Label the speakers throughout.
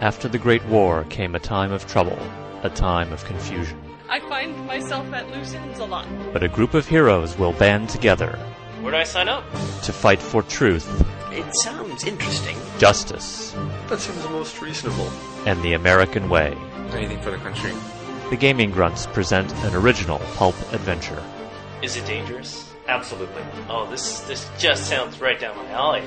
Speaker 1: After the Great War came a time of trouble, a time of confusion.
Speaker 2: I find myself at loose ends a lot.
Speaker 1: But a group of heroes will band together
Speaker 3: Where do I sign up?
Speaker 1: to fight for truth,
Speaker 3: It sounds interesting.
Speaker 1: justice,
Speaker 4: That seems the most reasonable.
Speaker 1: and the American way.
Speaker 5: Anything for the country.
Speaker 1: The Gaming Grunts present an original pulp adventure.
Speaker 3: Is it dangerous? Absolutely. Oh, this this just sounds right down my alley.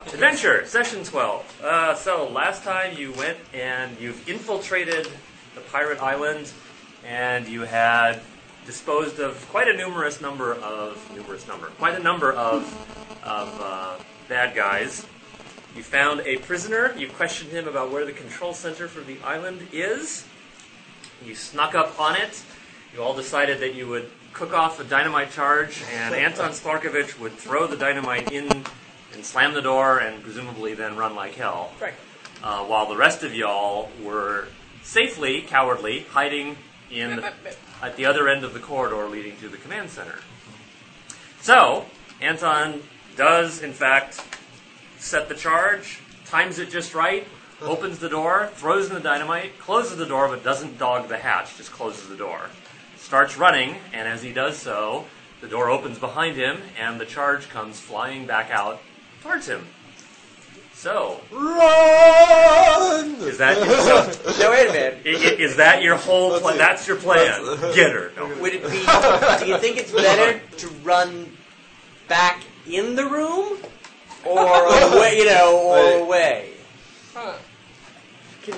Speaker 3: Adventure, session 12. Uh, so, last time you went and you've infiltrated the pirate island, and you had disposed of quite a numerous number of, numerous number, quite a number of, of uh, bad guys. You found a prisoner, you questioned him about where the control center for the island is, you snuck up on it, you all decided that you would cook off a dynamite charge, and Anton Sparkovich would throw the dynamite in and slam the door, and presumably then run like hell.
Speaker 2: Right.
Speaker 3: Uh, while the rest of y'all were safely, cowardly, hiding in at the other end of the corridor leading to the command center. So Anton does, in fact, set the charge, times it just right, opens the door, throws in the dynamite, closes the door, but doesn't dog the hatch, just closes the door. Starts running, and as he does so, the door opens behind him, and the charge comes flying back out towards him. So,
Speaker 4: Run!
Speaker 3: is that
Speaker 5: Now wait a minute.
Speaker 3: i- i- is that your whole plan? That's your plan. Get her. No.
Speaker 5: Would it be? Do you think it's better to run back in the room, or away? You know,
Speaker 4: Wait.
Speaker 5: or away?
Speaker 2: Huh.
Speaker 5: Can,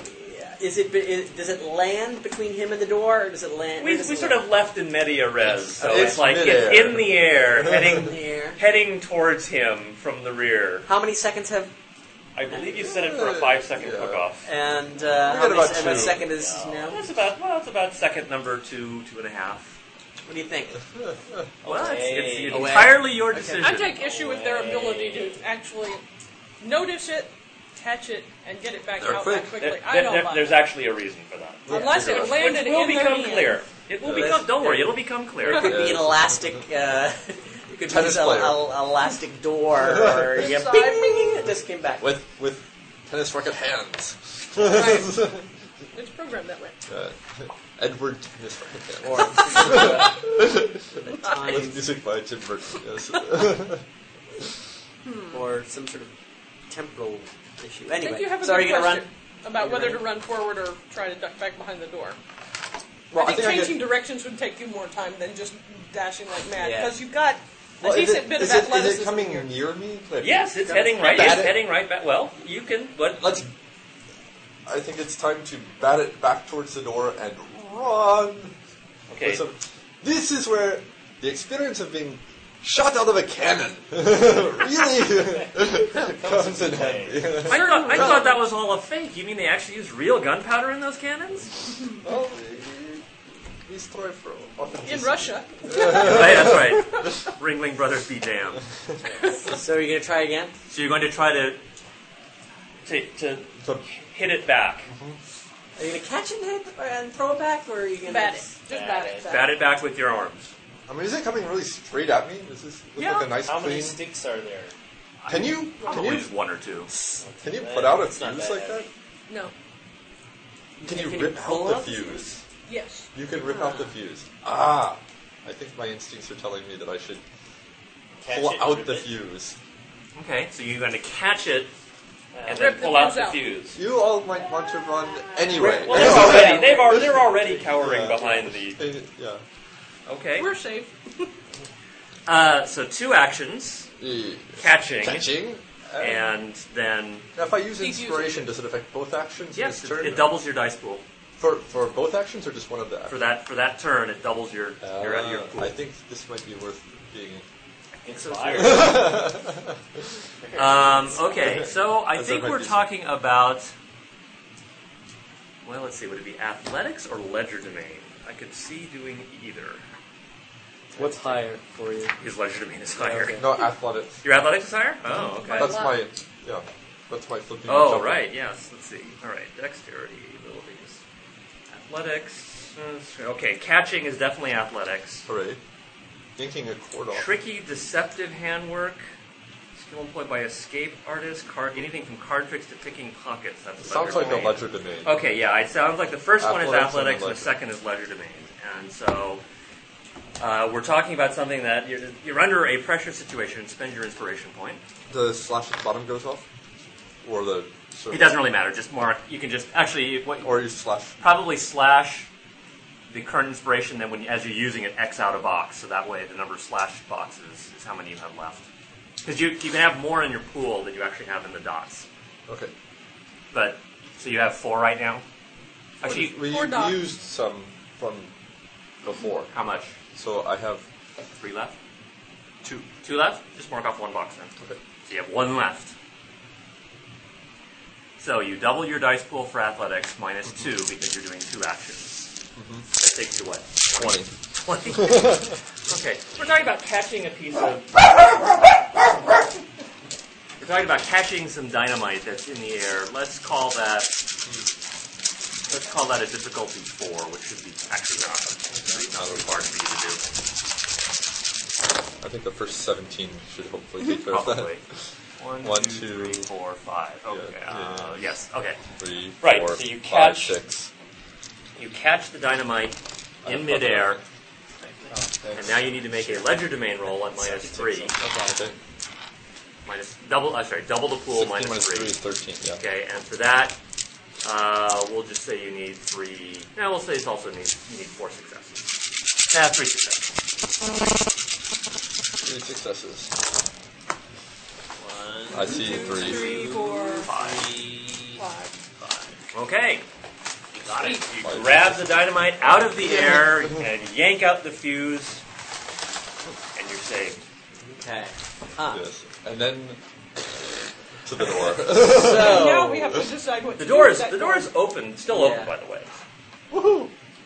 Speaker 5: is it? Is, does it land between him and the door, or does it land?
Speaker 3: We,
Speaker 5: where does
Speaker 3: we
Speaker 5: it
Speaker 3: sort
Speaker 5: land?
Speaker 3: of left in media res, so
Speaker 4: It's
Speaker 3: it's, like
Speaker 4: midair.
Speaker 3: it's in the air, heading
Speaker 5: Yeah.
Speaker 3: heading towards him from the rear.
Speaker 5: How many seconds have?
Speaker 3: I believe you set it for a five second
Speaker 4: Yeah.
Speaker 3: cook-off.
Speaker 5: And uh,
Speaker 4: We
Speaker 5: how
Speaker 4: got
Speaker 5: many,
Speaker 4: about
Speaker 5: and what
Speaker 4: two.
Speaker 5: second is now?
Speaker 3: That's about well, that's about second number two, two and a half.
Speaker 5: What do you think?
Speaker 3: Well, it's, it's
Speaker 5: Away.
Speaker 3: entirely your decision.
Speaker 2: I take issue with their ability to actually notice it, catch it, and get it back
Speaker 4: They're
Speaker 2: out
Speaker 4: quick.
Speaker 2: that quickly.
Speaker 3: There-
Speaker 2: I
Speaker 3: there-
Speaker 2: don't
Speaker 3: there-
Speaker 2: like
Speaker 3: there's
Speaker 2: it.
Speaker 3: actually a reason for that.
Speaker 2: Unless it
Speaker 3: Which
Speaker 2: landed
Speaker 3: will
Speaker 2: in their
Speaker 3: become
Speaker 2: hand.
Speaker 3: clear. It will
Speaker 4: Yeah.
Speaker 3: become. Don't worry, it'll become
Speaker 5: It
Speaker 3: clear.
Speaker 5: could be an elastic. Uh, it could
Speaker 4: Tennis
Speaker 5: be an
Speaker 4: player.
Speaker 5: el- el- elastic door, or yeah,
Speaker 2: Side
Speaker 5: bing, bing, it just came back.
Speaker 4: With with tennis racket hands.
Speaker 2: It's programmed that way.
Speaker 4: Uh, Edward tennis racket hands.
Speaker 5: Or uh, the
Speaker 4: With
Speaker 5: time,
Speaker 4: music by Tim Burton. Yes.
Speaker 5: or some sort of temporal issue.
Speaker 2: I think you
Speaker 5: Anyway,
Speaker 2: have a
Speaker 5: so are
Speaker 2: good
Speaker 5: you going to run?
Speaker 2: question about
Speaker 5: You're
Speaker 2: whether to
Speaker 5: gonna
Speaker 2: run forward or try to duck back behind the door.
Speaker 4: Well,
Speaker 2: I think,
Speaker 4: I
Speaker 2: changing
Speaker 4: could-
Speaker 2: directions would take you more time than just dashing like mad
Speaker 5: Yeah.
Speaker 2: because you've got
Speaker 4: well,
Speaker 2: a
Speaker 4: is
Speaker 2: decent
Speaker 4: it-
Speaker 2: bit
Speaker 4: is
Speaker 2: of
Speaker 4: it-
Speaker 2: athleticism.
Speaker 4: Is it coming near me? Like,
Speaker 3: Yes, it's heading right.
Speaker 4: Bat
Speaker 3: It's
Speaker 4: it.
Speaker 3: heading right back. Well, you can. But
Speaker 4: Let's. I think it's time to bat it back towards the door and run.
Speaker 3: okay.
Speaker 4: So, this is where the experience of being shot out of a cannon really comes in handy.
Speaker 3: I thought, I thought that was all a fake. You mean they actually use real gunpowder in those cannons?
Speaker 4: well, we strive for
Speaker 2: in
Speaker 4: authenticity.
Speaker 2: Russia.
Speaker 3: right, that's right. Ringling Brothers be damned.
Speaker 5: So are you going to try again?
Speaker 3: So you're going to try to to, to
Speaker 4: So,
Speaker 3: hit it back,
Speaker 5: Are you going to catch it and, hit it, or- and throw it back, or are you going to
Speaker 2: Bat it. Just bat it.
Speaker 3: bat it back with your arms.
Speaker 4: I mean, is it coming really straight at me? Does this look
Speaker 2: Yeah. Oh.
Speaker 4: like a nice clean?
Speaker 6: sticks are there?
Speaker 4: Can you can
Speaker 3: Probably
Speaker 4: you
Speaker 3: just one or two.
Speaker 4: can you put out a
Speaker 6: It's not
Speaker 4: fuse
Speaker 6: that
Speaker 4: like that?
Speaker 6: heavy.
Speaker 2: No.
Speaker 4: Can you
Speaker 5: Can you
Speaker 4: rip out
Speaker 5: pull
Speaker 4: the
Speaker 5: out the
Speaker 4: fuse?
Speaker 2: Yes.
Speaker 4: You can rip out the fuse. Ah, I think my instincts are telling me that I should
Speaker 6: Catch
Speaker 4: pull
Speaker 6: it,
Speaker 4: out
Speaker 6: rip
Speaker 4: the
Speaker 6: it.
Speaker 4: fuse.
Speaker 3: Okay, so you're going to catch it and
Speaker 2: Rip
Speaker 3: then
Speaker 2: the
Speaker 3: pull out
Speaker 2: fuse
Speaker 3: the
Speaker 2: out.
Speaker 3: fuse.
Speaker 4: You all might want to run anyway.
Speaker 3: Well, they're
Speaker 5: Yeah.
Speaker 3: already they've already they're already cowering behind the.
Speaker 4: Uh, yeah.
Speaker 3: Okay.
Speaker 2: We're safe.
Speaker 3: Uh, so two actions:
Speaker 4: Yeah.
Speaker 3: catching,
Speaker 4: E, Catching. Uh,
Speaker 3: and then
Speaker 4: now if I use
Speaker 2: Keep using
Speaker 4: inspiration, does it affect both actions? in
Speaker 3: yes,
Speaker 4: this
Speaker 3: it,
Speaker 4: turn?
Speaker 3: it doubles your dice pool
Speaker 4: for for both actions or just one of the
Speaker 3: for
Speaker 4: actions? Uh,
Speaker 3: that for that turn. It doubles your your, your
Speaker 6: Ah.
Speaker 3: pool.
Speaker 4: I think this might be worth being.
Speaker 6: Inspired.
Speaker 3: Um, okay, so I
Speaker 4: That's
Speaker 3: think
Speaker 4: what
Speaker 3: we're
Speaker 4: you said.
Speaker 3: talking about. Well, let's see. Would it be athletics or ledger domain? I could see doing either.
Speaker 5: What's higher for you?
Speaker 3: His ledger domain is higher.
Speaker 5: Okay.
Speaker 4: No athletics.
Speaker 3: Your athletics is higher. Oh, okay.
Speaker 4: That's my yeah. That's my flipping. and
Speaker 3: oh,
Speaker 4: jumping.
Speaker 3: right. Yes. Let's see. All right. Dexterity abilities. Athletics. uh, Okay, catching is definitely athletics.
Speaker 4: Hooray! Yanking a cord off.
Speaker 3: Tricky, deceptive handwork,
Speaker 7: Skill employed by escape artist, card, anything from card tricks to picking pockets. That's
Speaker 4: Sounds
Speaker 7: leisure
Speaker 4: like a
Speaker 7: domain.
Speaker 4: ledger to me.
Speaker 7: Okay, yeah, it sounds like the first one is
Speaker 4: Athletics and
Speaker 7: athletics,
Speaker 4: leisure.
Speaker 7: and the second is leisure domain. And so uh, we're talking about something that you're, you're under a pressure situation. Spend your inspiration point.
Speaker 4: The slash at the bottom goes off, or the
Speaker 7: It doesn't really matter. Just mark. You can just actually what,
Speaker 4: or you slash.
Speaker 7: probably slash the current inspiration. Then when as you're using it, x out a box. So that way the number of slash boxes is how many you have left. Because you you can have more in your pool than you actually have in the dots.
Speaker 4: Okay.
Speaker 7: But so you have four right now. Actually,
Speaker 4: We
Speaker 8: Or not.
Speaker 4: used some from before,
Speaker 7: how much?
Speaker 4: so I have
Speaker 7: Three left.
Speaker 4: two.
Speaker 7: Two left? Just mark off one box then.
Speaker 4: Okay.
Speaker 7: So you have one left. So you double your dice pool for athletics minus two because you're doing two actions. That takes you what?
Speaker 4: Twenty.
Speaker 7: 20? okay. We're talking about catching a piece of. We're talking about catching some dynamite that's in the air. Let's call that. Let's call that a difficulty four, which should be actually not, not so hard for you to do.
Speaker 4: I think the first seventeen should hopefully take care of
Speaker 7: Probably.
Speaker 4: that.
Speaker 7: One,
Speaker 4: One,
Speaker 7: two,
Speaker 4: two.
Speaker 7: three, four, five. Okay. uh,
Speaker 4: yeah.
Speaker 7: Yes. Okay.
Speaker 4: Three,
Speaker 7: Right,
Speaker 4: four,
Speaker 7: so you
Speaker 4: five,
Speaker 7: catch-
Speaker 4: six.
Speaker 7: You catch the dynamite
Speaker 4: I
Speaker 7: in
Speaker 4: don't
Speaker 7: midair,
Speaker 6: thanks.
Speaker 7: and now you need to make a ledger domain roll at minus three,
Speaker 4: Okay.
Speaker 7: minus double. Uh, sorry, double the pool
Speaker 4: 16
Speaker 7: minus
Speaker 4: minus
Speaker 7: three.
Speaker 4: is thirteen. Yeah.
Speaker 7: Okay, and for that, uh, we'll just say you need three. No, we'll say it also needs you need four successes. Yeah, three successes.
Speaker 4: Three successes.
Speaker 6: One,
Speaker 4: I see three.
Speaker 8: Three, four,
Speaker 7: Five.
Speaker 6: three,
Speaker 8: five.
Speaker 6: five.
Speaker 7: Okay. You got it.
Speaker 4: Five
Speaker 7: You grab the dynamite out of the air and yank out the fuse, and you're saved.
Speaker 5: Okay. Huh.
Speaker 4: Yes. And then to the door.
Speaker 5: So
Speaker 8: Now we have to decide what
Speaker 7: The
Speaker 8: to do
Speaker 7: door
Speaker 8: with
Speaker 7: is
Speaker 8: that
Speaker 7: the door is open, still
Speaker 5: Yeah.
Speaker 7: open by the way.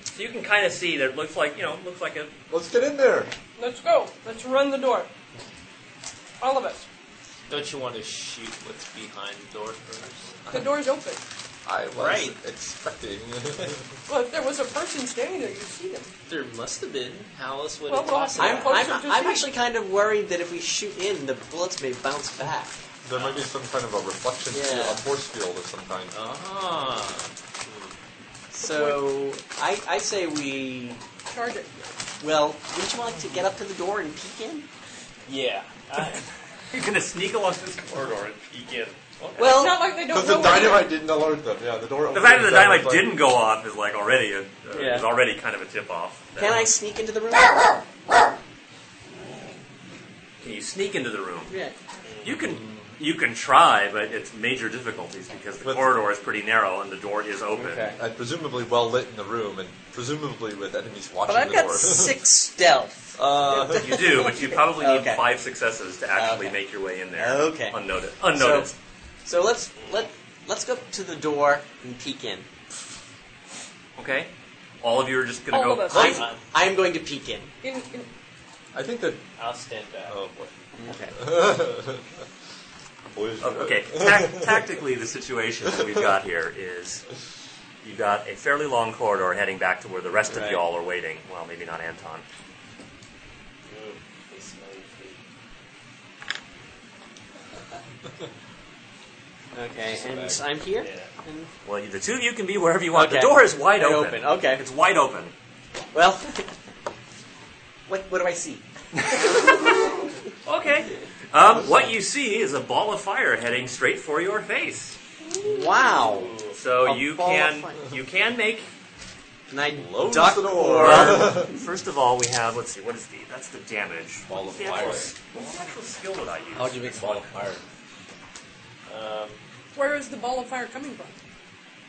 Speaker 7: So you can kind of see that it looks like you know looks like a
Speaker 4: Let's get in there.
Speaker 8: Let's go. Let's run the door. All of us.
Speaker 6: Don't you want to shoot what's behind the door first?
Speaker 8: The door's open.
Speaker 4: I was
Speaker 6: Right.
Speaker 4: expecting.
Speaker 8: Well, if there was a person standing there, you'd see them.
Speaker 6: There must have been. How else would
Speaker 8: Well,
Speaker 6: it
Speaker 8: we'll have
Speaker 6: possibly?
Speaker 5: I'm,
Speaker 8: Closer
Speaker 5: I'm,
Speaker 8: to
Speaker 5: I'm
Speaker 8: see.
Speaker 5: actually kind of worried that if we shoot in, the bullets may bounce back.
Speaker 4: there might be some kind of a reflection,
Speaker 5: Yeah.
Speaker 4: field, a force field of some kind.
Speaker 3: Uh-huh.
Speaker 6: Ah.
Speaker 5: So I, I say we.
Speaker 8: Charge it.
Speaker 5: Well, would you like to get up to the door and peek in?
Speaker 6: Yeah. I,
Speaker 7: you're gonna sneak along this corridor and peek in.
Speaker 8: It's
Speaker 5: Well,
Speaker 8: not like they don't
Speaker 4: Because
Speaker 8: know.
Speaker 4: the
Speaker 8: we're here.
Speaker 4: dynamite didn't alert them. Yeah, the door.
Speaker 7: The
Speaker 4: opened
Speaker 7: fact that the
Speaker 4: and was
Speaker 7: dynamite
Speaker 4: like-
Speaker 7: didn't go off is like already a, uh,
Speaker 5: Yeah.
Speaker 7: is already kind of a tip off.
Speaker 5: can I sneak into the room?
Speaker 7: Can you sneak into the room?
Speaker 5: Yeah.
Speaker 7: You can you can try, but it's major difficulties because the
Speaker 4: But-
Speaker 7: corridor is pretty narrow and the door is open.
Speaker 4: And presumably well lit in the room, and presumably with enemies watching
Speaker 5: But I've
Speaker 4: the
Speaker 5: got
Speaker 4: door.
Speaker 5: six stealth.
Speaker 4: uh,
Speaker 7: You do, but you probably need
Speaker 5: Okay.
Speaker 7: five successes to actually
Speaker 5: Okay.
Speaker 7: make your way in there.
Speaker 5: Okay.
Speaker 7: Unnoticed. Unnoticed.
Speaker 5: So let's let let's go to the door and peek in.
Speaker 7: okay. All of you are just gonna
Speaker 8: All
Speaker 7: go.
Speaker 8: of us.
Speaker 7: close-
Speaker 5: I'm, I'm going to peek in.
Speaker 8: In, in,
Speaker 4: I think that.
Speaker 6: I'll stand back.
Speaker 4: Oh
Speaker 5: Okay.
Speaker 4: boy. Boys.
Speaker 7: Oh, Okay, tac- tactically, the situation that we've got here is you've got a fairly long corridor heading back to where the rest of
Speaker 5: Right.
Speaker 7: y'all are waiting. Well, maybe not Anton.
Speaker 6: Ooh, they smell your feet.
Speaker 5: Okay. And so I'm here.
Speaker 6: Yeah.
Speaker 5: And,
Speaker 7: Well, you, the two of you can be wherever you want. The
Speaker 5: Okay.
Speaker 7: door is wide
Speaker 5: Wide
Speaker 7: open.
Speaker 5: open, okay.
Speaker 7: It's wide open.
Speaker 5: well, what what do I see?
Speaker 7: Okay. Um, what you see is a ball of fire heading straight for your face.
Speaker 5: Wow.
Speaker 7: So
Speaker 5: A
Speaker 7: you
Speaker 5: ball of
Speaker 7: can
Speaker 5: fire.
Speaker 7: you can make.
Speaker 5: And I
Speaker 4: Close
Speaker 5: duck
Speaker 4: the door.
Speaker 5: or
Speaker 7: Um, first of all, we have. Let's see. What is the? That's the damage.
Speaker 4: Ball of
Speaker 7: What's the actual
Speaker 4: fire.
Speaker 7: s- What's the actual skill that I use?
Speaker 6: How'd you make ball of fire? Um,
Speaker 8: where is the ball of fire coming from?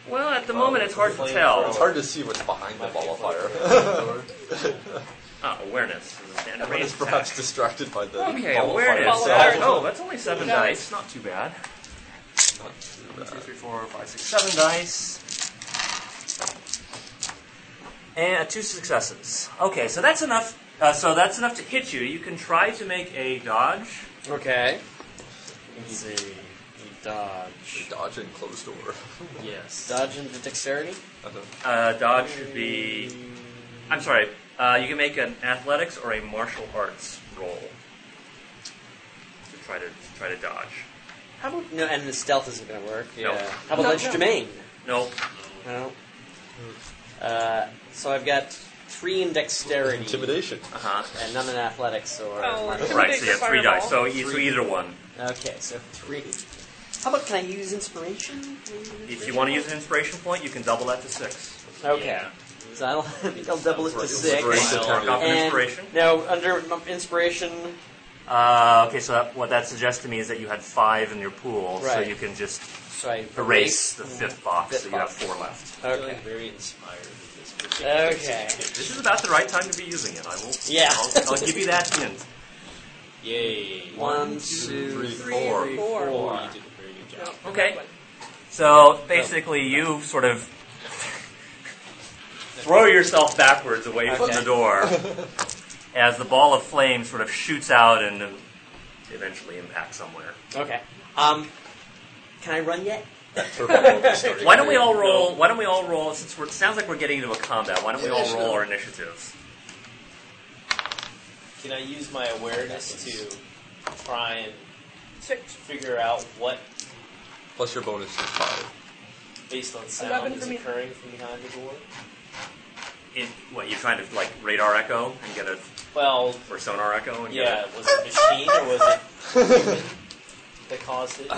Speaker 7: Well, at the moment, it's hard to
Speaker 6: flame
Speaker 7: tell.
Speaker 6: thrower.
Speaker 4: It's hard to see what's behind the
Speaker 6: might
Speaker 4: ball of
Speaker 6: be a
Speaker 4: fire.
Speaker 6: flame thrower.
Speaker 7: Ah, awareness. And
Speaker 4: Everyone is
Speaker 7: range
Speaker 4: perhaps
Speaker 7: attack.
Speaker 4: distracted by the ball
Speaker 7: Okay,
Speaker 4: of fire.
Speaker 7: awareness.
Speaker 8: Ball of fire.
Speaker 4: itself.
Speaker 7: Oh, that's only seven dice. Not too bad. One, two, three, four, five, six, seven dice. And two successes. Okay, so that's enough. Uh, so that's enough to hit you. You can try to make a dodge.
Speaker 5: okay.
Speaker 6: Let's see. You dodge.
Speaker 4: Dodge and close door.
Speaker 6: Yes.
Speaker 5: Dodge into dexterity.
Speaker 4: I don't-
Speaker 7: Uh, dodge should be. I'm sorry. Uh, you can make an athletics or a martial arts roll to try to try to dodge.
Speaker 5: How about no? And the stealth isn't going to work.
Speaker 6: No.
Speaker 5: How about
Speaker 8: No,
Speaker 5: Lynch
Speaker 8: no.
Speaker 5: Germain?
Speaker 7: No,
Speaker 5: No. Uh, so I've got three in dexterity
Speaker 4: Intimidation.
Speaker 7: uh huh.
Speaker 5: and none in athletics or.
Speaker 8: Oh,
Speaker 5: martial
Speaker 7: Right, so you have three
Speaker 8: Fireball.
Speaker 7: dice. So, e- so either one.
Speaker 5: Okay, so three. How about can I use inspiration?
Speaker 7: If you want to use an inspiration point, you can double that to six.
Speaker 5: Okay.
Speaker 6: Yeah.
Speaker 5: So I'll, I think I'll double it to six.
Speaker 4: Inspiration.
Speaker 7: Mark off an
Speaker 5: And
Speaker 7: inspiration.
Speaker 5: Now under m- inspiration,
Speaker 7: Uh, okay, so that, what that suggests to me is that you had five in your pool, so
Speaker 5: Right.
Speaker 7: you can just
Speaker 5: so I
Speaker 7: erase the fifth box,
Speaker 5: Fifth
Speaker 7: so you have
Speaker 5: box.
Speaker 7: four left.
Speaker 5: Okay.
Speaker 6: Feeling very inspired with this. particular
Speaker 5: Okay.
Speaker 7: This is about the right time to be using it. I will.
Speaker 5: Yeah.
Speaker 7: I'll, I'll give you that hint.
Speaker 6: Yay.
Speaker 5: One, two,
Speaker 4: three,
Speaker 8: Three or
Speaker 5: three,
Speaker 8: four.
Speaker 6: Four.
Speaker 5: four.
Speaker 6: You did a very good
Speaker 8: No,
Speaker 6: job.
Speaker 7: Okay.
Speaker 8: that
Speaker 7: So basically, you sort of throw yourself backwards away from
Speaker 5: Okay.
Speaker 7: the door as the ball of flame sort of shoots out and eventually impacts somewhere.
Speaker 5: Okay. Um, can I run yet?
Speaker 7: Why don't we all roll? Why don't we all roll? Since we're, it sounds like we're getting into a combat, why don't we all roll our initiatives?
Speaker 6: Can I use my awareness to try and
Speaker 8: one. Six.
Speaker 6: figure out what,
Speaker 4: Plus your bonus is five.
Speaker 6: based on
Speaker 8: Eleven
Speaker 6: sound,
Speaker 8: for
Speaker 6: is
Speaker 8: me.
Speaker 6: occurring from behind the door?
Speaker 7: In, what you're trying to like radar echo and get a
Speaker 6: Well,
Speaker 7: or sonar echo and
Speaker 6: yeah. Was it machine or was it human that caused it? No.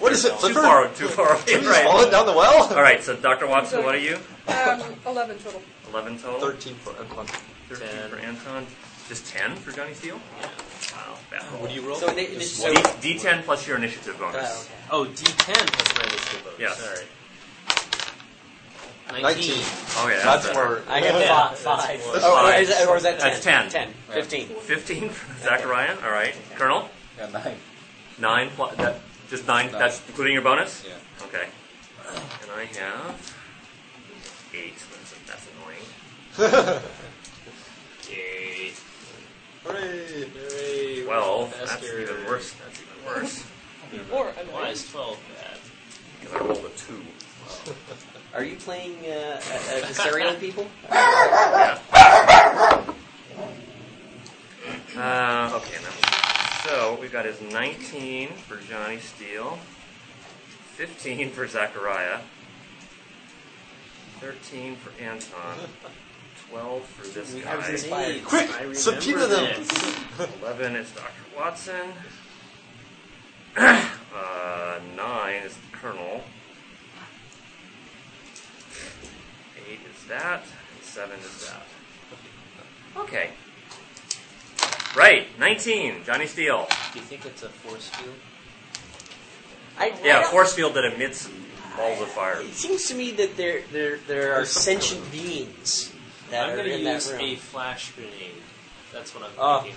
Speaker 4: What is it?
Speaker 7: get a, too
Speaker 4: Flipper?
Speaker 7: far too far away. Right.
Speaker 4: down the well?
Speaker 7: All right. So Dr. Watson, what are you?
Speaker 8: Um, eleven total.
Speaker 7: Eleven total.
Speaker 4: Thirteen for Anton.
Speaker 7: 13
Speaker 6: Ten.
Speaker 7: for Anton. Just 10 for Johnny Steele?
Speaker 6: Yeah.
Speaker 7: Wow, bad roll.
Speaker 4: What do you roll?
Speaker 5: So, ini-
Speaker 4: Just
Speaker 5: so
Speaker 4: one.
Speaker 7: D- D10 plus your initiative bonus.
Speaker 5: Oh,
Speaker 6: Oh,
Speaker 5: okay.
Speaker 6: D10 plus my initial bonus.
Speaker 7: Yes.
Speaker 6: Sorry. 19.
Speaker 4: Nineteen.
Speaker 7: Oh, yeah, that's,
Speaker 4: That's
Speaker 7: better.
Speaker 4: more.
Speaker 5: I got
Speaker 6: Yeah,
Speaker 5: five.
Speaker 6: that's
Speaker 5: five.
Speaker 6: one.
Speaker 5: Oh,
Speaker 7: Five.
Speaker 5: Is that, or is that
Speaker 7: That's
Speaker 5: 10?
Speaker 7: 10.
Speaker 5: 15.
Speaker 7: 15 for Zachariah. All right. Colonel?
Speaker 9: Yeah, nine.
Speaker 7: 9 plus. That, just 9.
Speaker 9: Nine.
Speaker 7: That's including your bonus?
Speaker 9: Yeah.
Speaker 7: Okay. And I have 8. That's, that's annoying. Eight.
Speaker 4: Hooray!
Speaker 6: Hooray,
Speaker 7: 12. That's
Speaker 6: faster.
Speaker 7: even worse. That's even worse.
Speaker 8: Or
Speaker 6: Why
Speaker 8: annoying.
Speaker 6: is 12 bad?
Speaker 7: Because I rolled a 2.
Speaker 5: Are you playing uh, uh, Viserion people?
Speaker 7: Uh, okay, now. So we've got his 19 for Johnny Steele, 15 for Zachariah, 13 for Anton, 12 for this guy,
Speaker 5: Inspired.
Speaker 4: Quick,
Speaker 6: I remember
Speaker 4: subpoena them.
Speaker 6: this.
Speaker 7: 11 is Dr. Watson, uh, 9 is the Colonel, 8 is that, and 7 is that. Okay. Right, 19, Johnny Steele.
Speaker 6: Do you think it's a force field?
Speaker 5: I, I
Speaker 7: Yeah,
Speaker 5: don't-
Speaker 7: force field that emits balls of fire.
Speaker 5: It seems to me that there there there are
Speaker 4: There's some
Speaker 5: sentient beings that
Speaker 6: I'm
Speaker 5: are
Speaker 6: going to
Speaker 5: in
Speaker 6: use
Speaker 5: that room. Oh.
Speaker 6: a flash grenade. That's what I'm
Speaker 4: Ah.
Speaker 6: thinking.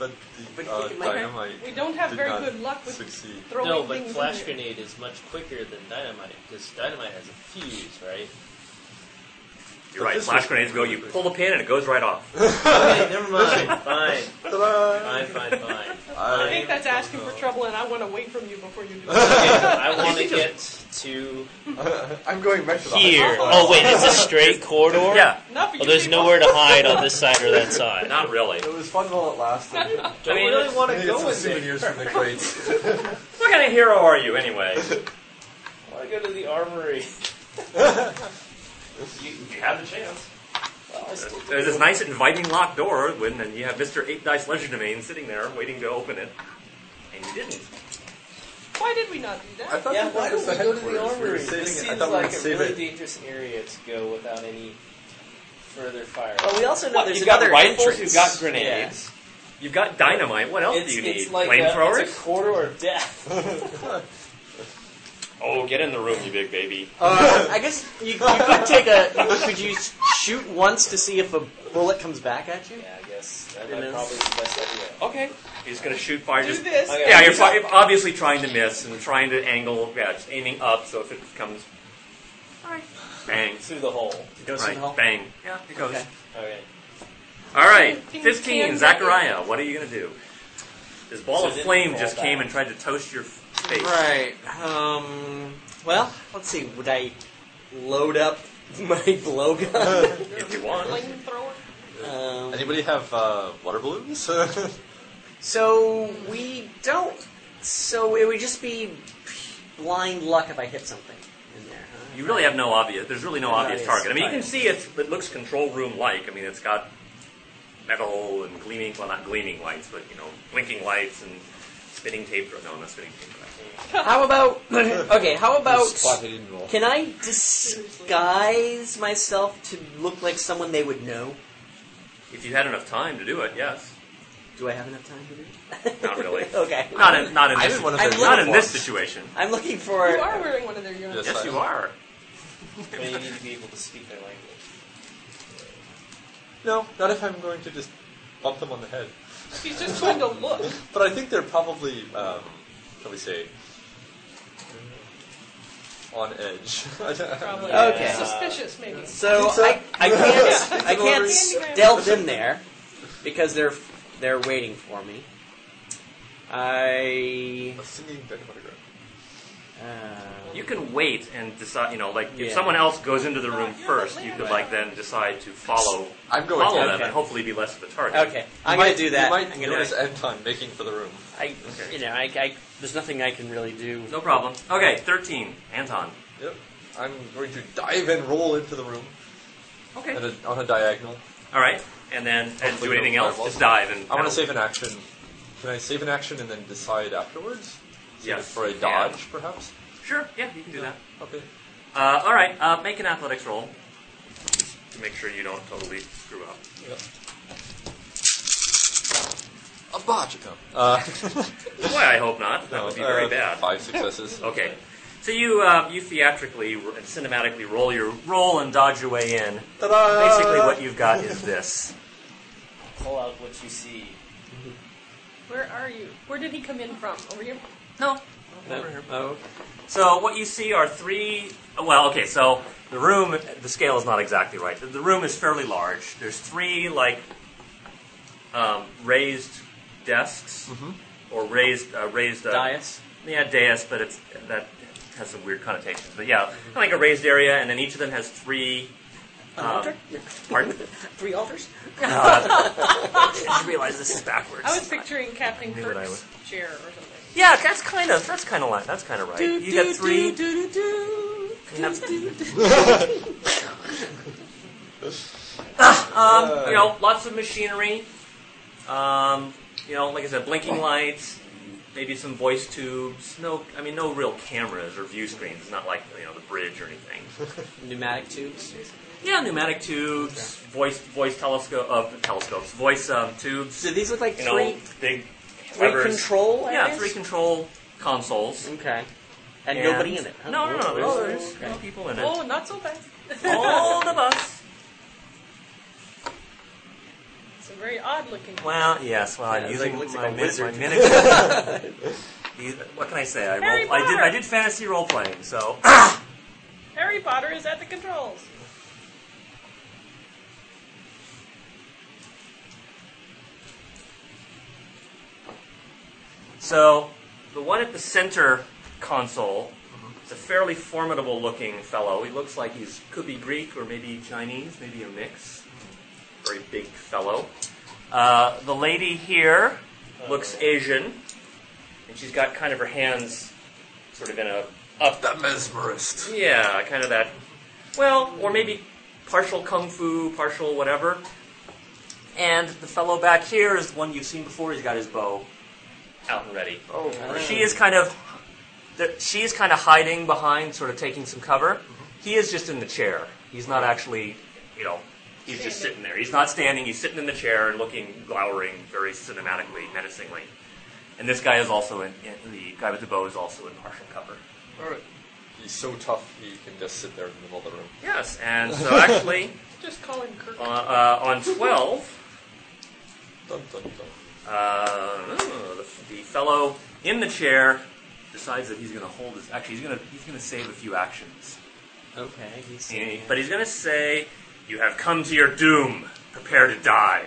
Speaker 4: But
Speaker 5: But
Speaker 4: the uh,
Speaker 5: it might-
Speaker 4: dynamite
Speaker 8: We don't have
Speaker 4: did
Speaker 8: very
Speaker 4: not
Speaker 8: good luck with
Speaker 4: succeed.
Speaker 8: throwing
Speaker 6: no, but
Speaker 8: things. in
Speaker 6: flash
Speaker 8: here.
Speaker 6: grenade is much quicker than dynamite because dynamite has a fuse, right?
Speaker 7: You're right, flash grenades go, you pull the pin and it goes right off.
Speaker 6: okay, never mind. Fine,
Speaker 4: Ta-da!
Speaker 6: fine, fine, fine.
Speaker 8: I
Speaker 4: I,
Speaker 8: think that's asking for trouble, and I want to wait from you before you
Speaker 6: Okay,
Speaker 8: do that.
Speaker 6: I want to get to
Speaker 4: I'm going back to the
Speaker 2: Here.
Speaker 4: high
Speaker 2: Oh wait, is this straight corridor?
Speaker 7: Yeah.
Speaker 8: Not for
Speaker 2: Well,
Speaker 8: you
Speaker 2: there's
Speaker 8: people.
Speaker 2: nowhere to hide on this side or that side.
Speaker 7: Not really.
Speaker 4: It was fun while it lasted.
Speaker 6: Don't
Speaker 7: mean,
Speaker 6: really want to
Speaker 4: Maybe it's
Speaker 6: go
Speaker 4: some
Speaker 6: in there.
Speaker 4: souvenirs from the crates.
Speaker 7: What kind of hero are you, anyway?
Speaker 6: I want to go to the armory.
Speaker 7: You, you have the chance. There's this nice inviting locked door when and you have Mr. Eight Dice Legend Domain sitting there waiting to open it. And you didn't.
Speaker 8: Why did we not do
Speaker 4: I
Speaker 7: Uh,
Speaker 8: that?
Speaker 4: thought
Speaker 5: Yeah,
Speaker 4: that
Speaker 5: why
Speaker 4: was
Speaker 5: don't
Speaker 4: the
Speaker 5: we go to the
Speaker 4: headquarters. We were
Speaker 5: armory?
Speaker 4: saving
Speaker 6: This
Speaker 4: it.
Speaker 6: seems
Speaker 4: I thought we
Speaker 6: like
Speaker 4: would
Speaker 6: a
Speaker 4: save
Speaker 6: really
Speaker 4: it.
Speaker 6: dangerous area to go without any further fire.
Speaker 5: well, we also know
Speaker 2: What,
Speaker 5: there's
Speaker 2: you've got
Speaker 5: another
Speaker 2: rifles, you've
Speaker 5: entrance.
Speaker 2: got grenades.
Speaker 7: You've got dynamite. What else
Speaker 6: It's,
Speaker 7: do you
Speaker 6: it's
Speaker 7: need?
Speaker 6: like a,
Speaker 7: Flamethrowers?
Speaker 6: it's a corridor of death.
Speaker 7: Oh, get in the room, you big baby.
Speaker 5: I guess you, you could take a. You, could you s- shoot once to see if a bullet comes back at you?
Speaker 6: yeah, I guess that
Speaker 5: It
Speaker 6: might
Speaker 5: is.
Speaker 6: probably be the best idea.
Speaker 7: Okay. He's going to shoot fire.
Speaker 8: Do
Speaker 7: Just,
Speaker 8: this.
Speaker 6: Okay.
Speaker 7: yeah, you're fi- obviously trying to miss and trying to angle. Yeah, just aiming up so if it comes. Bang.
Speaker 6: Through the hole.
Speaker 5: It goes in the
Speaker 7: Right,
Speaker 5: hole.
Speaker 7: bang. Yeah, it goes.
Speaker 5: Okay.
Speaker 6: Okay.
Speaker 7: All right,
Speaker 8: Fifteen,
Speaker 7: 15,
Speaker 8: ten,
Speaker 7: Zachariah, what are you going to do? This ball
Speaker 6: So
Speaker 7: of
Speaker 6: it didn't
Speaker 7: flame
Speaker 6: roll
Speaker 7: just
Speaker 6: back.
Speaker 7: came and tried to toast your face.
Speaker 5: Right. Um. Well, let's see. Would I load up my blowgun?
Speaker 7: If you want.
Speaker 8: Flamethrower?
Speaker 5: um,
Speaker 4: Anybody have uh, water balloons?
Speaker 5: So we don't. So it would just be blind luck if I hit something in there. Huh?
Speaker 7: You really have no obvious. There's really no
Speaker 5: No
Speaker 7: obvious
Speaker 5: obvious
Speaker 7: target. I mean, you can
Speaker 5: target.
Speaker 7: see it's, it looks control room like. I mean, it's got metal and gleaming, well, not gleaming lights, but you know, blinking lights and spinning tape. No, not spinning tape.
Speaker 5: How about okay? How about
Speaker 4: Spot hidden roll.
Speaker 5: can I disguise myself to look like someone they would know?
Speaker 7: If you had enough time to do it, yes.
Speaker 5: Do I have enough time to do? it?
Speaker 7: Not really.
Speaker 5: okay.
Speaker 7: Not in, not in
Speaker 4: I'm
Speaker 7: this.
Speaker 4: in one of
Speaker 5: I'm
Speaker 4: their
Speaker 7: not in this
Speaker 4: uniforms.
Speaker 7: situation.
Speaker 5: I'm looking for.
Speaker 8: You are wearing one of their uniforms.
Speaker 4: Yes,
Speaker 7: Yes, you are.
Speaker 6: But you need to be able to speak their language.
Speaker 4: No, not if I'm going to just bump them on the head.
Speaker 8: He's just going to look.
Speaker 4: But I think they're probably, um, shall we say, mm, on edge.
Speaker 8: Probably.
Speaker 5: Okay.
Speaker 8: Suspicious, maybe.
Speaker 5: So
Speaker 4: Pizza?
Speaker 5: I, I can't
Speaker 4: Pizza
Speaker 5: I can't
Speaker 4: delivery?
Speaker 5: stealth in there because they're they're waiting for me. I
Speaker 4: A singing decoder.
Speaker 5: uh,
Speaker 7: You can wait and decide. You know, like if
Speaker 5: Yeah.
Speaker 7: someone else goes into the room
Speaker 8: you're the
Speaker 7: first, you could
Speaker 8: leader.
Speaker 7: like then decide to follow
Speaker 4: I'm going
Speaker 7: follow
Speaker 4: to.
Speaker 7: them
Speaker 5: Okay.
Speaker 7: and hopefully be less of a target.
Speaker 5: okay. I'm
Speaker 4: You
Speaker 5: gonna
Speaker 4: might-
Speaker 5: do that.
Speaker 4: You might
Speaker 5: I'm gonna.
Speaker 4: notice Anton making for the room.
Speaker 5: I you know I, I there's nothing I can really do.
Speaker 7: No problem. Okay, thirteen, Anton.
Speaker 4: Yep. I'm going to dive and roll into the room
Speaker 7: Okay.
Speaker 4: at a, on a diagonal.
Speaker 7: All right, and then and do
Speaker 4: Hopefully
Speaker 7: anything
Speaker 4: no
Speaker 7: else?
Speaker 4: fireballs.
Speaker 7: Just dive and.
Speaker 4: I want
Speaker 7: pedal.
Speaker 4: to save an action. Can I save an action and then decide afterwards? Save
Speaker 7: Yes,
Speaker 4: it For a
Speaker 7: you
Speaker 4: dodge,
Speaker 7: can.
Speaker 4: perhaps?
Speaker 7: Sure. Yeah, you can do that.
Speaker 4: Okay.
Speaker 7: Uh, all right. Uh, make an athletics roll to make sure you don't totally screw up.
Speaker 4: Yep. A botch it come. Uh,
Speaker 7: Boy, I hope not. That
Speaker 4: no,
Speaker 7: would be very
Speaker 4: uh,
Speaker 7: bad.
Speaker 4: Five successes.
Speaker 7: Okay. So you uh, you theatrically and cinematically roll your roll and dodge your way in.
Speaker 4: Ta-da!
Speaker 7: Basically, what you've got is this.
Speaker 6: Pull out what you see.
Speaker 8: Where are you? Where did he come in from? Over here?
Speaker 7: No.
Speaker 5: No. Oh,
Speaker 7: So what you see are three. Well, okay. So the room, the scale is not exactly right. The- The room is fairly large. There's three like um, raised desks or raised uh, raised uh,
Speaker 5: Dais.
Speaker 7: Yeah, dais, but it's that has some weird connotations. But yeah, kinda like a raised area, and then each of them has three.
Speaker 5: An
Speaker 7: um,
Speaker 5: altar?
Speaker 7: pardon?
Speaker 5: Three altars?
Speaker 7: I just realized this is backwards.
Speaker 8: I was picturing Captain
Speaker 7: knew what I
Speaker 8: Kirk's chair or something.
Speaker 7: Yeah, that's kind of that's kind of like that's kind of right. you got three. you have- Ah, um, you know, lots of machinery. Um, you know, like I said, blinking lights, maybe some voice tubes. No, I mean, no real cameras or view screens. It's not like you know the bridge or anything.
Speaker 5: Pneumatic tubes.
Speaker 7: Yeah, pneumatic tubes, voice voice telescope uh, telescopes, voice um, tubes.
Speaker 5: So these look like
Speaker 7: You
Speaker 5: three
Speaker 7: know, big
Speaker 5: three
Speaker 7: levers.
Speaker 5: control. I
Speaker 7: Yeah,
Speaker 5: guess?
Speaker 7: three control consoles.
Speaker 5: Okay. And, nobody in it. huh?
Speaker 7: No, no, no. There's,
Speaker 5: Oh,
Speaker 7: there's
Speaker 5: okay.
Speaker 7: no people in it.
Speaker 8: Oh, not so bad.
Speaker 7: All of us.
Speaker 8: It's a very odd looking.
Speaker 7: Well, yes. Well,
Speaker 5: Yeah,
Speaker 7: I'm
Speaker 5: it's
Speaker 7: using
Speaker 5: like- looks
Speaker 7: my,
Speaker 5: like a
Speaker 7: min- my
Speaker 5: wizard.
Speaker 7: miniature. You- what can I say? I,
Speaker 8: Harry
Speaker 7: roll, I did.
Speaker 8: Potter.
Speaker 7: I did fantasy role playing. So
Speaker 8: Harry Potter is at the controls.
Speaker 7: So, the one at the center console
Speaker 5: Mm-hmm.
Speaker 7: is a fairly formidable looking fellow. He looks like he's could be Greek or maybe Chinese, maybe a mix.
Speaker 5: Mm-hmm.
Speaker 7: Very big fellow. Uh, the lady here looks Asian, and she's got kind of her hands sort of in a up.
Speaker 4: That mesmerist.
Speaker 7: Yeah, kind of that. Well, or maybe partial kung fu, partial whatever. And the fellow back here is one you've seen before. He's got his bow out and ready.
Speaker 4: Oh,
Speaker 7: She is kind of, there- she is kind of hiding behind, sort of taking some cover. He is just in the chair. He's not actually, you know, he's just sitting there. He's not standing. He's sitting in the chair and looking, glowering, very cinematically, menacingly. And this guy is also in, in the guy with the bow is also in partial cover.
Speaker 4: he's so tough he can just sit there in the middle of the room.
Speaker 7: Yes, and so actually,
Speaker 8: Just call him Kirk.
Speaker 7: uh, uh, on twelve,
Speaker 4: Dun, dun, dun.
Speaker 7: uh, the, the fellow in the chair decides that he's going to hold his. Actually, he's going to he's going to save a few actions.
Speaker 5: Okay. He's,
Speaker 7: But he's going to say, You have come to your doom. Prepare to die.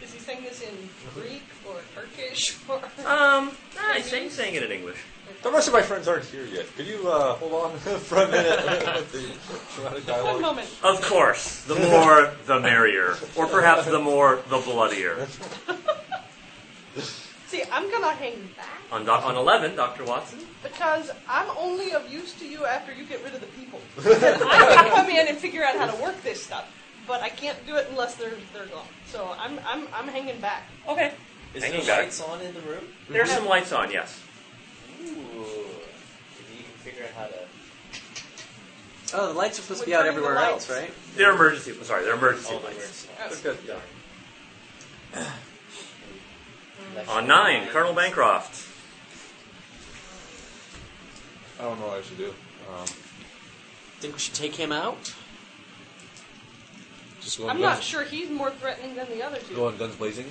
Speaker 8: Is he saying this in Greek or Turkish or?
Speaker 7: Um, nah, he's saying, he's saying it in English.
Speaker 4: The rest of my friends aren't here yet. Could you uh, hold on for a minute with the dramatic
Speaker 7: Oh.
Speaker 8: One
Speaker 4: dialogue?
Speaker 8: moment.
Speaker 7: Of course, the more the merrier. Or perhaps the more the bloodier.
Speaker 8: See, I'm gonna hang back
Speaker 7: On, doc- on 11, Dr. Watson,
Speaker 8: because I'm only of use to you after you get rid of the people. And I can come in and figure out how to work this stuff, but I can't do it unless they're they're gone. So I'm I'm I'm hanging back.
Speaker 7: Okay.
Speaker 6: Is
Speaker 7: Hanging
Speaker 6: there
Speaker 7: back.
Speaker 6: lights on in the room?
Speaker 7: There's some lights on, yes.
Speaker 6: Ooh. Maybe you can figure out how to.
Speaker 5: Oh, the lights are supposed to be
Speaker 8: We're
Speaker 5: out
Speaker 8: turning the
Speaker 5: everywhere
Speaker 8: lights.
Speaker 5: else, right?
Speaker 7: They're emergency, I'm sorry, they're emergency
Speaker 6: Oh,
Speaker 7: lights.
Speaker 8: Oh,
Speaker 4: Okay.
Speaker 6: Darn.
Speaker 7: On 9, Colonel Bancroft.
Speaker 4: I don't know what I should do. Um,
Speaker 5: Think we should take him out?
Speaker 4: just go on
Speaker 8: I'm
Speaker 4: guns,
Speaker 8: not sure he's more threatening than the other
Speaker 4: Go
Speaker 8: two.
Speaker 4: on guns blazing.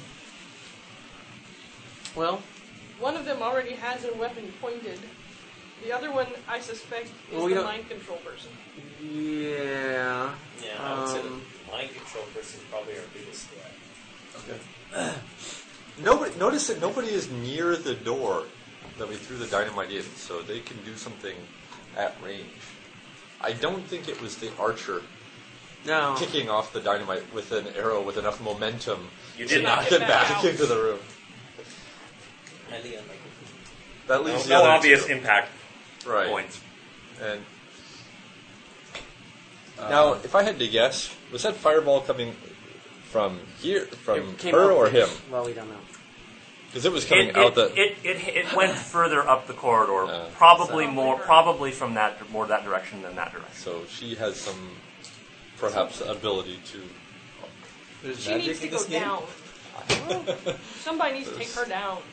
Speaker 5: Well,
Speaker 8: One of them already has a weapon pointed. The other one, I suspect, is
Speaker 5: Well, we
Speaker 8: the
Speaker 5: don't-
Speaker 8: mind control person.
Speaker 5: yeah.
Speaker 6: Yeah, I would say
Speaker 5: Um,
Speaker 6: the mind control person is probably our biggest threat.
Speaker 4: Okay. nobody, notice that nobody is near the door that we threw the dynamite in, so they can do something at range. I don't think it was the archer
Speaker 5: No.
Speaker 4: kicking off the dynamite with an arrow with enough momentum
Speaker 7: You
Speaker 4: to
Speaker 7: did not.
Speaker 4: knock it back
Speaker 8: out.
Speaker 4: into the room.
Speaker 6: Highly unlikely.
Speaker 4: That
Speaker 7: No,
Speaker 4: leaves the
Speaker 7: no
Speaker 4: other
Speaker 7: obvious
Speaker 4: two.
Speaker 7: impact
Speaker 4: right.
Speaker 7: points.
Speaker 4: And now, if I had to guess, was that fireball coming from here, from
Speaker 5: It came
Speaker 4: her
Speaker 5: up-
Speaker 4: or him?
Speaker 5: Well, we don't know.
Speaker 4: Because it was coming
Speaker 7: It,
Speaker 4: out
Speaker 7: it,
Speaker 4: the.
Speaker 7: it, it, it went further up the corridor,
Speaker 4: Uh,
Speaker 7: probably
Speaker 8: so-
Speaker 7: more, probably from that more that direction than that direction.
Speaker 4: So she has some, perhaps, ability to.
Speaker 6: There's
Speaker 8: She needs to go down. Somebody needs to take her down.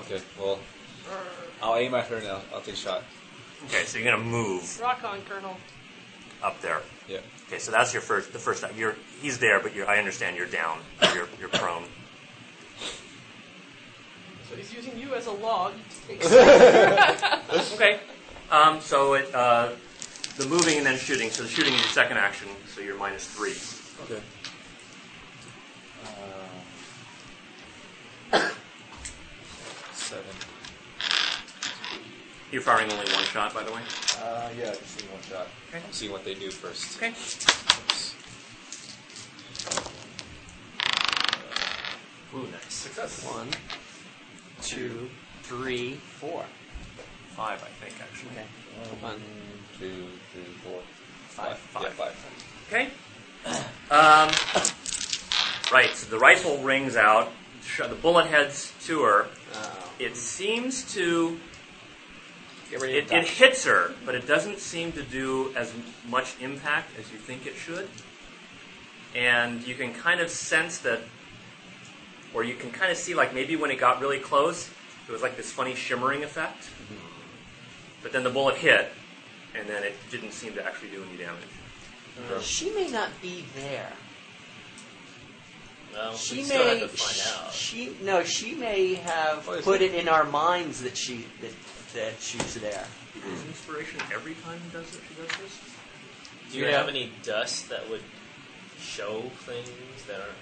Speaker 9: Okay, well, I'll aim at her now. I'll take a shot.
Speaker 7: Okay, so you're gonna move
Speaker 8: Rock on, Colonel.
Speaker 7: up there.
Speaker 9: Yeah.
Speaker 7: Okay, so that's your first. The first time you're he's there, but you're, I understand you're down. You're you're prone.
Speaker 8: So he's using you as a log to take
Speaker 7: Okay. Um, so it uh, the moving and then shooting. So the shooting is your second action. So you're minus three.
Speaker 9: Okay. Uh, Seven.
Speaker 7: You're firing only one shot, by the way.
Speaker 9: Uh, yeah, just need one shot.
Speaker 7: Okay.
Speaker 9: I'm seeing what they do first.
Speaker 7: Okay.
Speaker 6: Ooh, nice.
Speaker 9: Success.
Speaker 5: One, two, three, four.
Speaker 7: Five, I think, actually.
Speaker 5: Okay. One.
Speaker 9: Two, three, four,
Speaker 5: Five.
Speaker 9: Yeah, five.
Speaker 7: Okay. Um, right. So the rifle rings out. Sh- The bullet heads to her.
Speaker 5: Oh.
Speaker 7: It seems to
Speaker 5: Get ready
Speaker 7: It,
Speaker 5: to
Speaker 7: it
Speaker 5: die.
Speaker 7: hits her, but it doesn't seem to do as m- much impact as you think it should. And you can kind of sense that, or you can kind of see, like maybe when it got really close, it was like this funny shimmering effect. But then the bullet hit, and then it didn't seem to actually do any damage.
Speaker 5: She may not be there.
Speaker 6: Well,
Speaker 5: she
Speaker 6: we
Speaker 5: may.
Speaker 6: still have to find out.
Speaker 5: She no. She may have
Speaker 4: What is
Speaker 5: put
Speaker 4: it?
Speaker 5: it in our minds that she that that she's there.
Speaker 7: Is inspiration every time he does it, she does this?
Speaker 6: Do you
Speaker 5: Yeah.
Speaker 6: have any dust that would show things that are?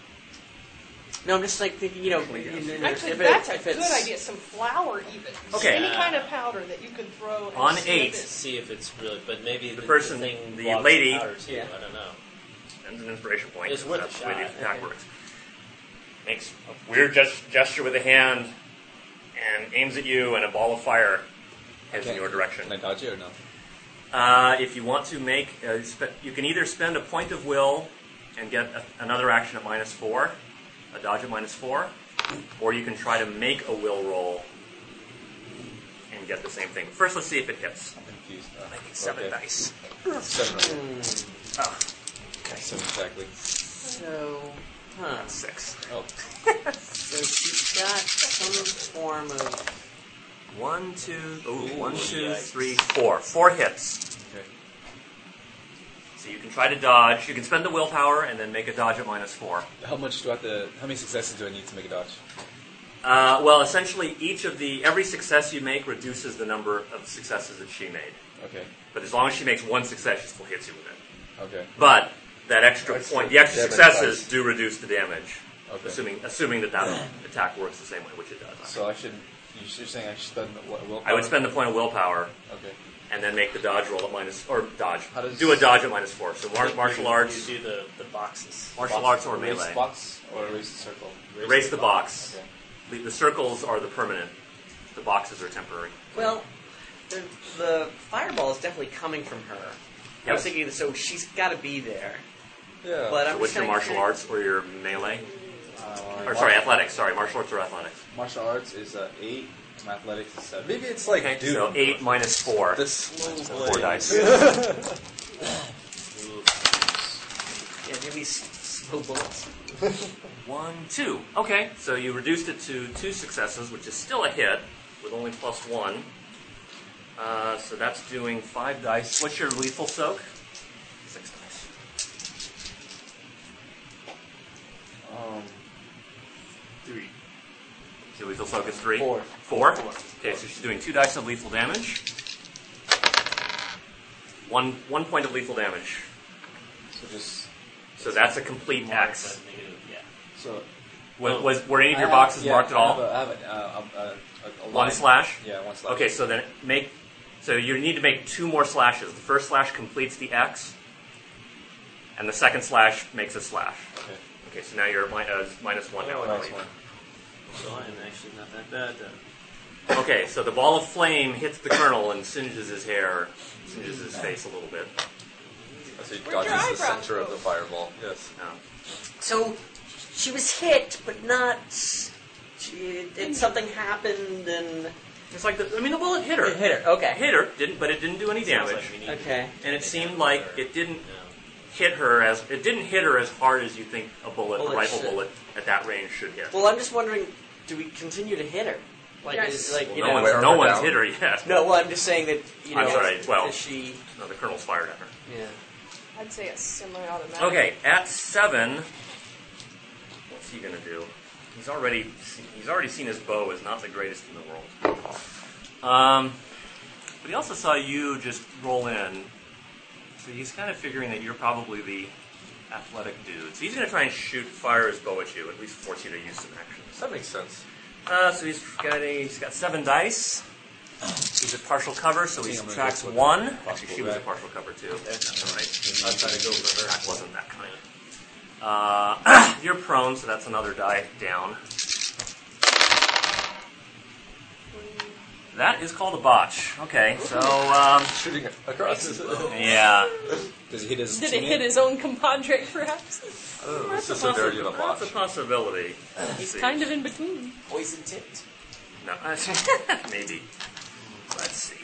Speaker 5: No, I'm just like thinking. You know, in- in-
Speaker 8: Actually,
Speaker 5: if it-
Speaker 8: that's a
Speaker 5: if
Speaker 8: good
Speaker 5: it's-
Speaker 8: idea. Some flour, even.
Speaker 7: Okay.
Speaker 8: Any kind of powder that you can throw. And
Speaker 7: On
Speaker 8: snip
Speaker 7: eight.
Speaker 8: it.
Speaker 6: See if it's really, but maybe the,
Speaker 7: person-
Speaker 6: the, thing
Speaker 7: the
Speaker 6: blocks
Speaker 7: lady-
Speaker 6: powder too,
Speaker 5: Yeah.
Speaker 6: I don't know.
Speaker 7: And an inspiration point.
Speaker 6: It's worth a
Speaker 7: that's the way the
Speaker 6: shot,
Speaker 7: attack
Speaker 5: okay.
Speaker 7: works. Makes a weird gest- gesture with a hand and aims at you, and a ball of fire heads in
Speaker 9: Okay.
Speaker 7: your direction.
Speaker 9: Can I dodge it or no?
Speaker 7: Uh, if you want to make, uh, spe- you can either spend a point of will and get a, another action at minus four, a dodge at minus four, or you can try to make a will roll and get the same thing. First, let's see if it hits.
Speaker 9: I'm confused. Uh,
Speaker 7: Like seven
Speaker 9: okay.
Speaker 7: dice.
Speaker 9: Seven, right?
Speaker 7: Oh,
Speaker 9: Seven exactly.
Speaker 5: So, huh?
Speaker 7: six.
Speaker 9: Oh,
Speaker 5: So she's got some form of.
Speaker 7: One, two, ooh,
Speaker 6: Ooh,
Speaker 7: one, two,
Speaker 6: yikes.
Speaker 7: three, four. Four hits.
Speaker 9: okay.
Speaker 7: So you can try to dodge. You can spend the willpower and then make a dodge at minus four.
Speaker 9: How much do I have to? How many successes do I need to make a dodge?
Speaker 7: Uh, well, essentially, each of the every success you make reduces the number of successes that she made.
Speaker 9: Okay.
Speaker 7: But as long as she makes one success, she still hits you with it.
Speaker 9: Okay.
Speaker 7: But that extra
Speaker 9: That's
Speaker 7: point,
Speaker 9: the
Speaker 7: the extra
Speaker 9: damage
Speaker 7: successes
Speaker 9: dice.
Speaker 7: do reduce the damage.
Speaker 9: Okay.
Speaker 7: Assuming assuming that that attack works the same way, which it does.
Speaker 9: So I should. You're saying I should spend what? Willpower?
Speaker 7: I would spend the point of willpower
Speaker 9: Okay.
Speaker 7: and then make the dodge roll at minus or dodge.
Speaker 9: How does-
Speaker 7: do a dodge at minus four. So mar-
Speaker 6: You-
Speaker 7: martial
Speaker 6: you-
Speaker 7: arts,
Speaker 6: You do the, the boxes.
Speaker 7: martial arts or
Speaker 9: raise
Speaker 7: melee.
Speaker 9: box or raise the circle.
Speaker 7: Raise the box.
Speaker 9: Okay.
Speaker 7: The, the circles are the permanent. The boxes are temporary.
Speaker 5: Well, the, the fireball is definitely coming from her. I was
Speaker 7: Yes.
Speaker 5: thinking, so she's got to be there.
Speaker 4: Yeah.
Speaker 5: But
Speaker 7: So
Speaker 5: I'm
Speaker 7: what's
Speaker 5: just
Speaker 7: your
Speaker 5: kinda
Speaker 7: martial
Speaker 5: curious-
Speaker 7: arts or your melee?
Speaker 9: Uh,
Speaker 7: Or sorry, athletics. Sorry, martial arts or athletics.
Speaker 9: Martial arts is uh, eight. and Athletics is seven.
Speaker 4: Maybe it's like
Speaker 7: Okay,
Speaker 4: Doom.
Speaker 7: so eight minus four.
Speaker 4: The slow
Speaker 7: Four
Speaker 4: blade.
Speaker 7: dice.
Speaker 5: Yeah, give me s- slow bullets.
Speaker 7: One, two. Okay, so you reduced it to two successes, which is still a hit with only plus one. Uh, so that's doing five dice. What's your lethal soak? Six dice.
Speaker 9: Um,
Speaker 7: Three. Your lethal soak is three?
Speaker 9: Four.
Speaker 7: Four? Okay, so she's doing two dice of lethal damage. One, one point of lethal damage.
Speaker 9: so just
Speaker 7: So that's a complete X.
Speaker 2: Yeah.
Speaker 9: so.
Speaker 7: Wa- Was, were any of your
Speaker 9: I have-
Speaker 7: boxes
Speaker 9: yeah,
Speaker 7: marked at
Speaker 9: I
Speaker 7: all?
Speaker 9: have a- I have a, uh, a- a- a
Speaker 7: One
Speaker 9: line.
Speaker 7: slash?
Speaker 9: Yeah, one slash.
Speaker 7: Okay, so then make. So you need to make two more slashes. The first slash completes the X, and the second slash makes a slash.
Speaker 9: Okay.
Speaker 7: Okay, so now you're at mi- uh, minus one now. I
Speaker 9: Minus
Speaker 7: believe.
Speaker 9: one.
Speaker 2: So I'm actually not that bad then.
Speaker 7: Okay, so the ball of flame hits the colonel and singes his hair, singes his face a little bit.
Speaker 4: As he
Speaker 8: Where'd your
Speaker 4: dodges the
Speaker 8: eyebrows
Speaker 4: center of
Speaker 8: go?
Speaker 4: the fireball. Yes.
Speaker 7: Um,
Speaker 5: So she was hit, but not. She, did something happened and
Speaker 7: it's like the, I mean, the bullet hit her.
Speaker 5: it hit her.
Speaker 7: It
Speaker 5: Okay.
Speaker 7: hit her, didn't, but it didn't do any damage.
Speaker 5: Okay.
Speaker 7: and it seemed like it didn't hit her as it didn't hit her as hard as you think a bullet,
Speaker 5: Bullet
Speaker 7: a rifle
Speaker 5: should.
Speaker 7: bullet at that range should hit.
Speaker 5: Well, I'm just wondering, do we continue to hit her? Like, is,
Speaker 8: Yes.
Speaker 5: like you
Speaker 7: no
Speaker 5: know,
Speaker 4: wear
Speaker 7: one's,
Speaker 4: her
Speaker 7: no one's
Speaker 4: down.
Speaker 7: hit her yet.
Speaker 5: no. Well, I'm just saying that you know.
Speaker 7: I'm sorry,
Speaker 5: is-
Speaker 7: well.
Speaker 5: is she?
Speaker 7: No, the colonel's fired at her.
Speaker 5: Yeah.
Speaker 8: I'd say a semi-automatic.
Speaker 7: Okay, at seven, what's he gonna do? He's already se- he's already seen his bow as not the greatest in the world. Um, but he also saw you just roll in, so he's kind of figuring that you're probably the athletic dude. So he's gonna try and shoot fire his bow at you, at least force you to use some actions.
Speaker 4: That makes sense.
Speaker 7: Uh, so he's got a, he's got seven dice. He's at partial cover, so he
Speaker 9: I'm gonna
Speaker 7: subtracts
Speaker 9: go for
Speaker 7: one. Actually, she
Speaker 9: possible
Speaker 7: was at
Speaker 9: back.
Speaker 7: partial cover too. That's all
Speaker 9: I'll
Speaker 7: right.
Speaker 9: try to go for her.
Speaker 7: That wasn't that kind. Uh, you're prone, so that's another die down. That is called a botch. Okay, so um,
Speaker 4: Shooting across. oh,
Speaker 7: yeah,
Speaker 9: Does he hit his
Speaker 8: Did it
Speaker 9: teammate?
Speaker 8: hit his own compadre, perhaps?
Speaker 4: this is a very good
Speaker 7: possi-
Speaker 4: botch.
Speaker 7: that's a possibility.
Speaker 8: He's kind of in between.
Speaker 5: Poison tipped.
Speaker 7: No, uh, maybe. Let's see.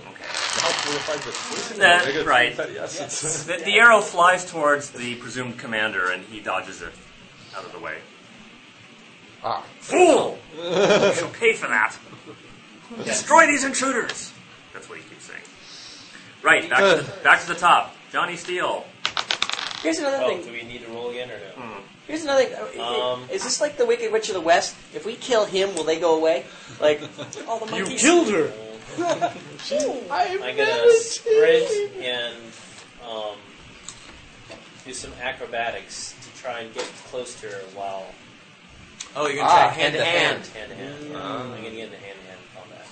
Speaker 7: Okay.
Speaker 4: How purified the poison?
Speaker 7: That-
Speaker 4: They get
Speaker 7: right.
Speaker 4: fatty acids.
Speaker 7: The, the arrow flies towards the presumed commander, and he dodges it out of the way.
Speaker 4: Ah.
Speaker 7: Fool! you shall pay for that. Destroy these intruders. That's what he keeps saying. Right. Back to the, back to the top. Johnny Steele.
Speaker 5: Here's another
Speaker 6: Oh,
Speaker 5: thing.
Speaker 6: do we need to roll again or no?
Speaker 5: Here's another. Thing. uh,
Speaker 6: Um,
Speaker 5: is this like the Wicked Witch of the West? If we kill him, will they go away? Like all the monkeys.
Speaker 2: her.
Speaker 6: I'm gonna sprint and um, do some acrobatics to try and get close to her while
Speaker 5: Oh, you're
Speaker 4: gonna try Ah, hand to
Speaker 6: hand to hand. Uh, I'm gonna get into hand to hand combat.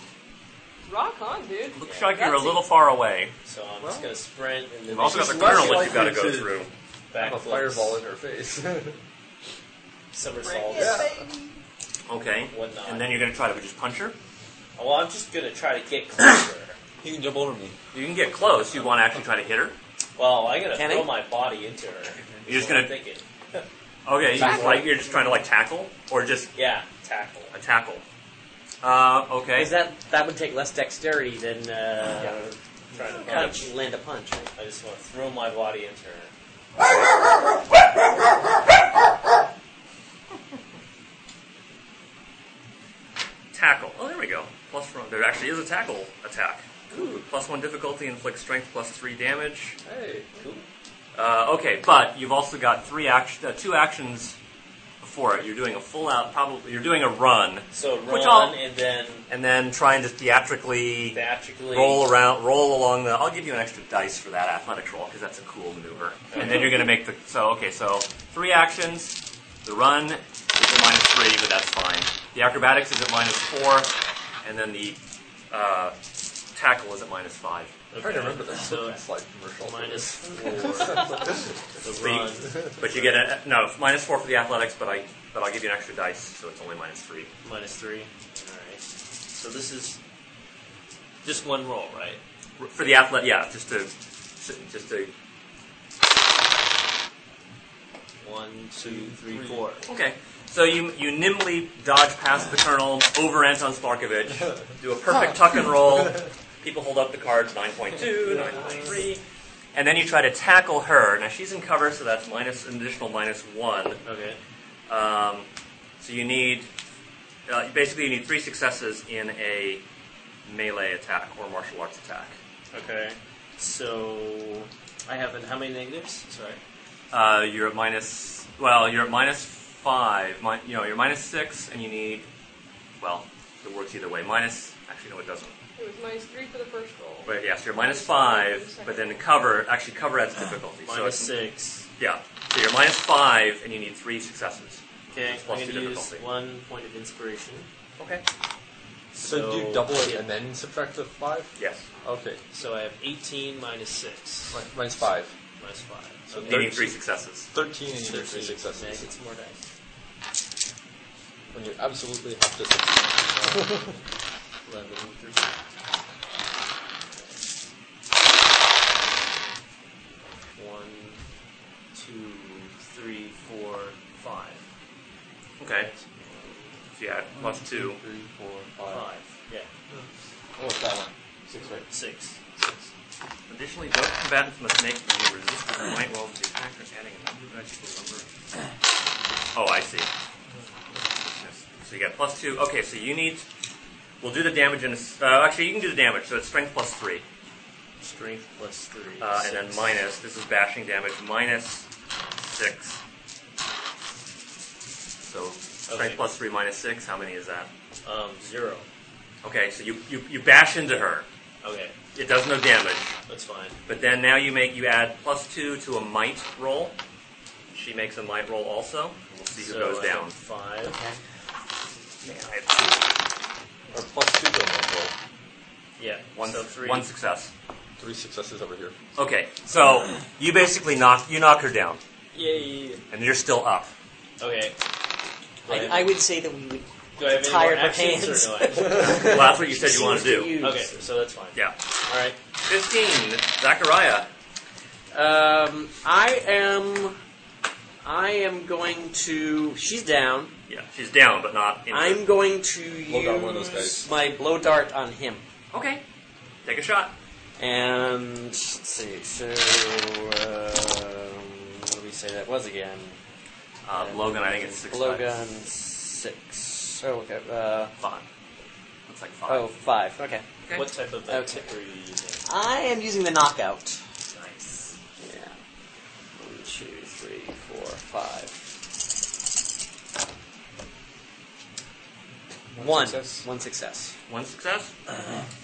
Speaker 8: Rock on, dude.
Speaker 7: Looks
Speaker 6: Yeah.
Speaker 7: like you're a
Speaker 8: That's
Speaker 7: little far away.
Speaker 6: So I'm
Speaker 4: Well.
Speaker 6: just gonna sprint and then
Speaker 7: You've also got the
Speaker 4: less
Speaker 7: colonel that you've got to
Speaker 4: likely
Speaker 7: go
Speaker 4: to-
Speaker 7: through.
Speaker 6: back
Speaker 4: Have a fireball in her face.
Speaker 6: somersaults.
Speaker 7: Okay.
Speaker 6: One nine.
Speaker 7: And then you're going to try to just punch her.
Speaker 6: Well, I'm just gonna try to get close to her.
Speaker 9: He can jump over me.
Speaker 7: You can get close. You want to actually try to hit her.
Speaker 6: Well, I'm gonna
Speaker 5: Can
Speaker 6: throw
Speaker 5: he?
Speaker 6: my body into her.
Speaker 7: You're just
Speaker 6: So I'm
Speaker 7: gonna-
Speaker 6: thinking.
Speaker 7: Okay, you just, like you're just trying to like tackle or just
Speaker 6: Yeah, tackle.
Speaker 7: a tackle. Uh, okay.
Speaker 5: Is that that would take less dexterity than uh,
Speaker 6: Trying to punch.
Speaker 5: punch, land a punch? Right?
Speaker 6: I just want to throw my body into her.
Speaker 7: tackle? Oh, there we go. Plus one. There actually is a tackle attack. Plus one difficulty, inflict strength, plus three damage.
Speaker 4: hey.
Speaker 7: Uh, okay, but you've also got three action, uh, two actions before it. You're doing a full out, probably. You're doing a run,
Speaker 6: So run
Speaker 7: Which I'll-
Speaker 6: and then
Speaker 7: and then trying to theatrically
Speaker 6: theatrically
Speaker 7: roll around, roll along the. I'll give you an extra dice for that athletics roll because that's a cool maneuver. And then you're going to make the. So okay, so three actions. The run is at minus three, but that's fine. The acrobatics is at minus four, and then the uh, tackle is at minus five.
Speaker 4: I'm trying to remember that
Speaker 2: so
Speaker 4: Slip and slide commercial.
Speaker 2: minus four. the run.
Speaker 7: But you get a no minus four for the athletics, but I but I'll give you an extra dice, so it's only minus three.
Speaker 2: Minus three. Alright. So this is just one roll, right?
Speaker 7: R- For the athlet, yeah, just to just to
Speaker 2: One, two, three, four.
Speaker 7: okay. So you you nimbly dodge past the colonel over Anton Sparkovich, do a perfect tuck and roll. People hold up the cards 9.2, 9.3, and then you try to tackle her. Now she's in cover, so that's minus an additional minus one.
Speaker 2: Okay.
Speaker 7: Um, so you need uh, basically you need three successes in a melee attack or martial arts attack.
Speaker 2: Okay. So I have an, how many negatives? Sorry.
Speaker 7: Uh, you're at minus well, you're at minus five. Mi- you know, you're minus six, and you need well, it works either way. Minus actually no, it doesn't.
Speaker 8: It was minus three for the first roll.
Speaker 7: But yes, you're minus five, but then cover actually cover adds difficulty. so
Speaker 2: Minus
Speaker 7: it's,
Speaker 2: six.
Speaker 7: Yeah, so you're minus five, and you need three successes.
Speaker 2: Okay,
Speaker 7: Plus
Speaker 2: I'm
Speaker 7: two
Speaker 2: gonna use
Speaker 7: difficulty.
Speaker 2: one point of inspiration.
Speaker 7: Okay.
Speaker 4: So, do you double it and then subtract the five?
Speaker 7: Yes.
Speaker 4: Okay,
Speaker 2: So I have 18 minus 6.
Speaker 4: mi- minus five.
Speaker 2: Minus 5.
Speaker 4: So
Speaker 2: Okay.
Speaker 7: You need three successes.
Speaker 4: Thirteen and you need
Speaker 2: 13.
Speaker 4: three
Speaker 2: May I
Speaker 4: successes.
Speaker 2: get some more dice?
Speaker 4: When you absolutely have to succeed.
Speaker 2: 11, 13. One, two, three, four, five.
Speaker 7: Okay. So yeah, plus two.
Speaker 2: Three, four, five. Yeah,
Speaker 4: What was that one? Six, right?
Speaker 2: six.
Speaker 7: Additionally, both combatants must make a resistance might roll to the attack or adding a magical number. Oh, I see. Yes. So you got plus two. Okay, so you need. We'll do the damage in. a s- Uh, actually, you can do the damage. So it's strength plus three,
Speaker 2: Strength plus three.
Speaker 7: uh, and
Speaker 2: six.
Speaker 7: then minus. This is bashing damage minus six. So strength
Speaker 2: Okay.
Speaker 7: plus three minus six. How many is that?
Speaker 2: Um, zero.
Speaker 7: Okay, so you, you you bash into her.
Speaker 2: Okay,
Speaker 7: It does no damage.
Speaker 2: that's fine.
Speaker 7: But then now you make you add plus two to a might roll. She makes a might roll also. We'll see who
Speaker 2: so uh,
Speaker 7: goes
Speaker 2: I
Speaker 7: down.
Speaker 2: have Five.
Speaker 7: Man, I have
Speaker 4: Or plus two to a roll.
Speaker 2: Yeah.
Speaker 7: two. One,
Speaker 2: so three.
Speaker 7: one success.
Speaker 4: Three successes over here.
Speaker 7: Okay, so you basically knock you knock her down,
Speaker 2: Yay.
Speaker 7: and you're still up.
Speaker 2: Okay. Do I
Speaker 5: I,
Speaker 2: have-
Speaker 5: I would say that we would.
Speaker 2: do I have any
Speaker 5: tire
Speaker 2: more
Speaker 5: her
Speaker 2: actions
Speaker 5: hands.
Speaker 2: or no actions?
Speaker 7: Well, that's what you said you
Speaker 5: choose
Speaker 7: want to do.
Speaker 5: use.
Speaker 2: Okay, so that's fine.
Speaker 7: Yeah,
Speaker 2: All right.
Speaker 7: fifteen, Zachariah.
Speaker 5: Um, I am. I am going to. She's down.
Speaker 7: Yeah, she's down, but not. Injured.
Speaker 5: I'm going to
Speaker 4: Blow dart one of those
Speaker 5: use
Speaker 4: guys.
Speaker 5: my blow dart on him.
Speaker 7: okay. Take a shot.
Speaker 5: And let's see. So, um, what do we say that was again?
Speaker 7: Uh, Logan, I think it's six.
Speaker 5: Blow
Speaker 7: dice.
Speaker 5: gun six. Oh, okay. Uh,
Speaker 7: Five. Looks like five.
Speaker 5: oh, five. Okay.
Speaker 7: Okay.
Speaker 2: What type of uh,
Speaker 5: Okay.
Speaker 2: tip are you using?
Speaker 5: I am using the knockout.
Speaker 7: Nice.
Speaker 5: Yeah. One, two, three, four, five. One. One success.
Speaker 7: One success.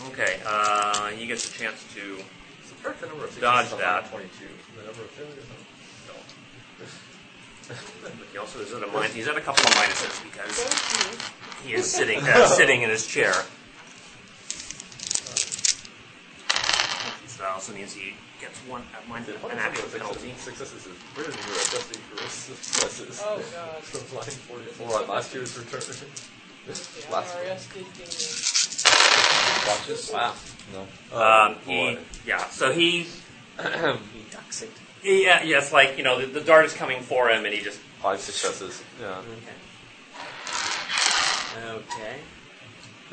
Speaker 7: Okay. Uh, he gets a chance to.
Speaker 4: Subtract the number of
Speaker 7: Dodge
Speaker 4: successes
Speaker 7: that.
Speaker 4: on Twenty-two. The number of failures.
Speaker 7: No. But he also is at a min- he's at a couple of minuses because he is sitting uh, sitting in his chair. So that also means he gets one at min- an actual penalty.
Speaker 4: Successes is where you were adjusting for successes.
Speaker 8: Oh god.
Speaker 4: From line 44 on last year's return.
Speaker 8: The
Speaker 4: Last
Speaker 8: IRS did give me
Speaker 4: Watches? E.
Speaker 5: Wow.
Speaker 4: No. Oh,
Speaker 7: Um, he, yeah. So he,
Speaker 5: He ducks it.
Speaker 7: he yeah, yes, like you know, the, the dart is coming for him, and he just
Speaker 4: Five successes. Yeah.
Speaker 5: Okay. Okay.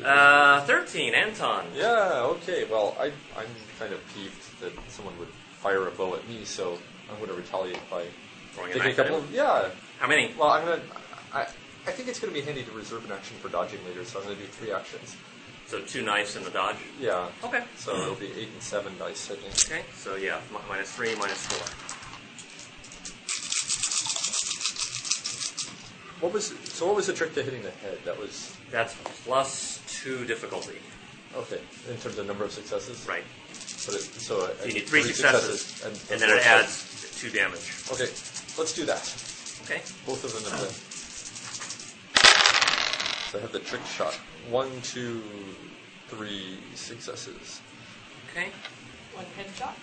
Speaker 7: uh, thirteen. Anton.
Speaker 4: Yeah, okay. Well, I, I'm kind of peeved that someone would fire a bow at me, so I'm going to retaliate by
Speaker 7: Throwing a
Speaker 4: taking a
Speaker 7: knife at
Speaker 4: couple
Speaker 7: him.
Speaker 4: of. Yeah.
Speaker 7: How many?
Speaker 4: Well, I'm going to. I, I think it's going to be handy to reserve an action for dodging later, so I'm going to do three actions.
Speaker 7: So two knives and a dodge.
Speaker 4: Yeah.
Speaker 7: Okay.
Speaker 4: So it'll be eight and seven dice, I think.
Speaker 7: Okay. So yeah, mi- minus three, minus four.
Speaker 4: What was so? What was the trick to hitting the head? That was
Speaker 7: That's plus two difficulty.
Speaker 4: okay in terms of number of successes.
Speaker 7: Right.
Speaker 4: But it, so I-
Speaker 7: you need three successes, And then
Speaker 4: four
Speaker 7: it
Speaker 4: dice.
Speaker 7: adds two damage.
Speaker 4: Okay, let's do that.
Speaker 7: Okay.
Speaker 4: Both of them. Have been. So I have the trick shot. One, two, three successes.
Speaker 7: Okay.
Speaker 8: One headshot.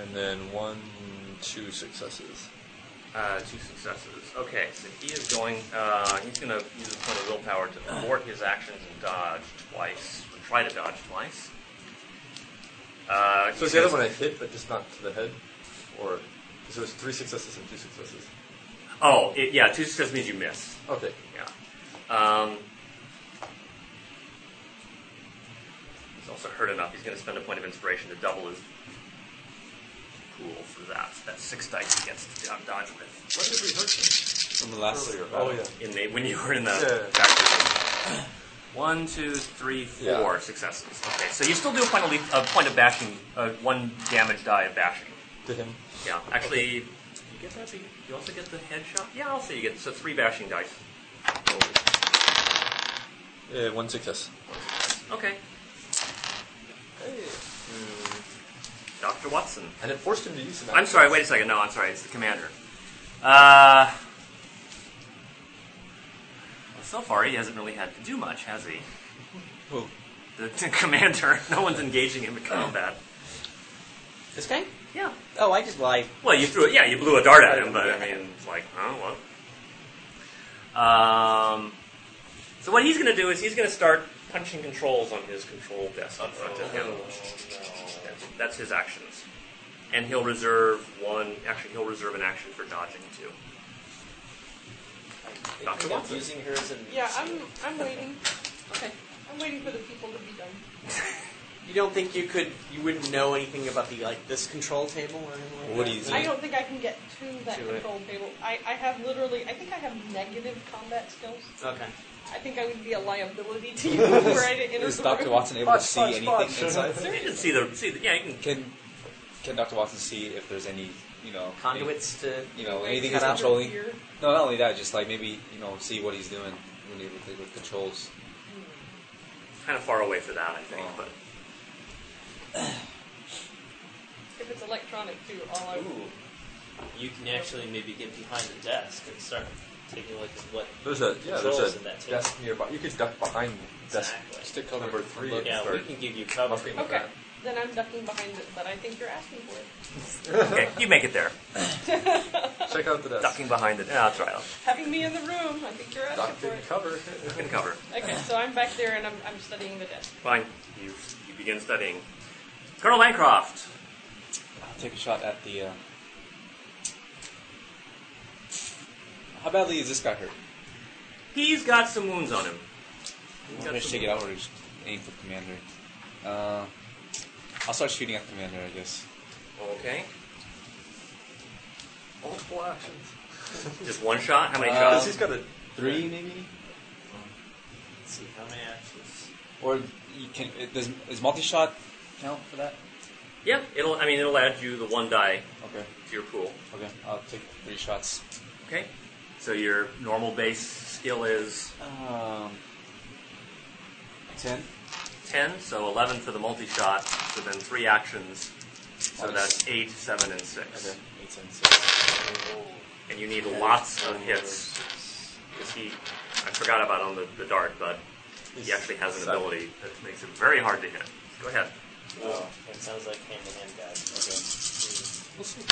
Speaker 4: And then one, two successes.
Speaker 7: Uh, two successes. Okay, so he is going. Uh, he's going to use his point of willpower to thwart his actions and dodge twice, or try to dodge twice. Uh,
Speaker 4: So is the other one I hit, but just not to the head? Or, so it's three successes and two successes.
Speaker 7: Oh, it, yeah, two successes means you miss.
Speaker 4: Okay.
Speaker 7: Yeah. Um, he's also hurt enough. He's going to spend a point of inspiration to double his pool for that. So that's six dice he gets to do- dodge with
Speaker 4: What did we hurt them?
Speaker 9: From the last.
Speaker 4: Earlier. oh,
Speaker 9: battle.
Speaker 7: in the, when you were in the
Speaker 4: Yeah.
Speaker 7: factory. One, two, three, four
Speaker 4: Yeah.
Speaker 7: successes. Okay, so you still do a point of, leap, a point of bashing, uh, one damage die of bashing.
Speaker 4: To him.
Speaker 7: Yeah, actually, you get that. but you- You also get the headshot. Yeah, I'll say you get so three bashing dice.
Speaker 4: Yeah, Uh, one success.
Speaker 7: Okay, Doctor Watson.
Speaker 4: And it forced him to use an
Speaker 7: I'm sorry, wait a second. No, I'm sorry. It's the commander. Uh, well, so far, he hasn't really had to do much, has he?
Speaker 9: Who?
Speaker 7: The, the commander. No one's engaging him in combat.
Speaker 4: Oh.
Speaker 5: This guy?
Speaker 7: Yeah.
Speaker 5: Oh, I just well, I
Speaker 7: Well, you threw it. Yeah, you blew a dart at him, but I mean, it's like, oh well. Um, so what he's going to do is he's going to start punching controls on his control desk in front of him. That's, that's his actions, and he'll reserve one. Actually, he'll reserve an action for dodging too. Doctor
Speaker 6: I'm
Speaker 7: Watson.
Speaker 6: using her as an.
Speaker 8: Yeah, I'm I'm waiting.
Speaker 5: Okay.
Speaker 8: I'm waiting for the people to be done.
Speaker 5: You don't think you could you wouldn't know anything about the like this control table or anything like that?
Speaker 9: What do you
Speaker 8: I
Speaker 9: think?
Speaker 8: don't think I can get to that
Speaker 5: To it.
Speaker 8: control table. I, I have literally, I think I have negative combat skills.
Speaker 5: Okay.
Speaker 8: I think I would be a liability to you where I didn't enter
Speaker 9: Is
Speaker 8: the
Speaker 9: Doctor
Speaker 8: room.
Speaker 9: Watson able to see anything inside?
Speaker 7: You can see the see the yeah. You can
Speaker 9: Can Can Doctor Watson see if there's any you know
Speaker 5: Conduits to
Speaker 9: any- you know
Speaker 8: Like,
Speaker 9: anything
Speaker 5: cut
Speaker 9: he's
Speaker 5: out?
Speaker 9: controlling?
Speaker 8: Here.
Speaker 9: No, not only that, just like maybe you know see what he's doing when he, with, the- with controls.
Speaker 7: kind of far away for that, I think. But
Speaker 8: If it's electronic too, all I
Speaker 6: Ooh. You can actually maybe get behind the desk and start taking a look at what.
Speaker 4: There's a yeah. There's
Speaker 6: Controls
Speaker 4: a
Speaker 6: in that too.
Speaker 4: desk nearby. You could duck behind desk
Speaker 6: Exactly.
Speaker 4: stick number three. and
Speaker 6: Yeah, we
Speaker 4: start
Speaker 6: can give you cover.
Speaker 4: mucking with
Speaker 8: Okay,
Speaker 4: that.
Speaker 8: then I'm ducking behind it, but I think you're asking for it.
Speaker 7: okay, you make it there.
Speaker 4: Check out the desk.
Speaker 7: Ducking behind it. Yeah, that's right.
Speaker 8: Having me in the room, I think you're asking
Speaker 4: Duck
Speaker 8: for
Speaker 4: didn't
Speaker 8: it.
Speaker 4: cover.
Speaker 7: I can cover.
Speaker 8: Okay, so I'm back there and I'm, I'm studying the desk.
Speaker 7: Fine. You you begin studying. Colonel Bancroft.
Speaker 9: I'll take a shot at the. Uh... How badly is this guy hurt?
Speaker 7: He's got some wounds on him.
Speaker 9: I'm gonna shake it out or just aim for commander. Uh, I'll start shooting at commander, I guess.
Speaker 7: Okay.
Speaker 4: Multiple actions.
Speaker 7: Just one shot? How many
Speaker 9: Uh,
Speaker 4: Because
Speaker 7: shots?
Speaker 4: he's got a
Speaker 9: Three maybe,
Speaker 6: Let's see how many actions.
Speaker 9: or you can it, does is multi shot count for that?
Speaker 7: Yeah, it'll. I mean, it'll add you the one die
Speaker 9: Okay,
Speaker 7: to your pool.
Speaker 9: okay, I'll take three shots.
Speaker 7: Okay. So your normal base skill is
Speaker 9: Um, ten.
Speaker 7: ten, so eleven for the multi-shot. So then three actions. So
Speaker 9: Nice.
Speaker 7: that's eight, seven, and six.
Speaker 9: Okay, eight, seven, six.
Speaker 7: And you need lots of hits because he. I forgot about on the, the dart, but he actually has an
Speaker 4: Seven.
Speaker 7: ability that makes it very hard to hit. Go ahead.
Speaker 6: Oh, it sounds like hand to hand guys. Okay.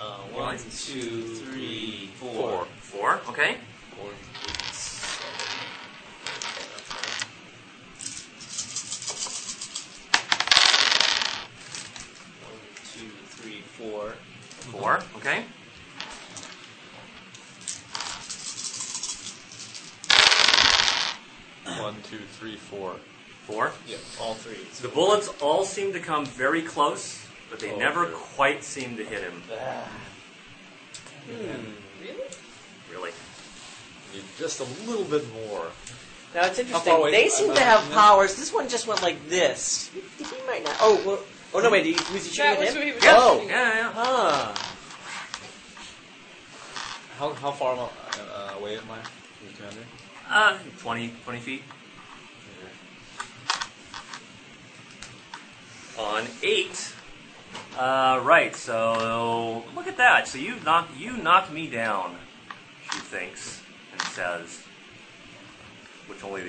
Speaker 6: Uh, one, two, three, four.
Speaker 7: Four. Okay.
Speaker 6: Four, eight, seven. One, two, three, four.
Speaker 7: Four. Okay.
Speaker 4: one, two, three, four.
Speaker 7: Four.
Speaker 6: All threes.
Speaker 7: The bullets all seem to come very close, but they never quite seem to hit him.
Speaker 8: Really?
Speaker 7: Really?
Speaker 4: Need just a little bit more.
Speaker 5: Now it's
Speaker 9: far
Speaker 5: interesting.
Speaker 9: away-
Speaker 5: They seem
Speaker 9: I'm
Speaker 5: to
Speaker 9: not-
Speaker 5: have
Speaker 9: I'm not-
Speaker 5: powers. This one just went like this. He he might not. Oh, well, oh no, wait. he- Was he shooting
Speaker 8: That
Speaker 5: at
Speaker 8: was
Speaker 5: him?
Speaker 8: who he was
Speaker 5: oh,
Speaker 8: shooting at.
Speaker 7: Yeah, yeah.
Speaker 5: huh.
Speaker 9: How how far am I, uh, away am I from commander?
Speaker 7: Uh, 20, 20 feet. On eight. Uh, right. So look at that. So you knocked you knocked me down. She thinks and says, which only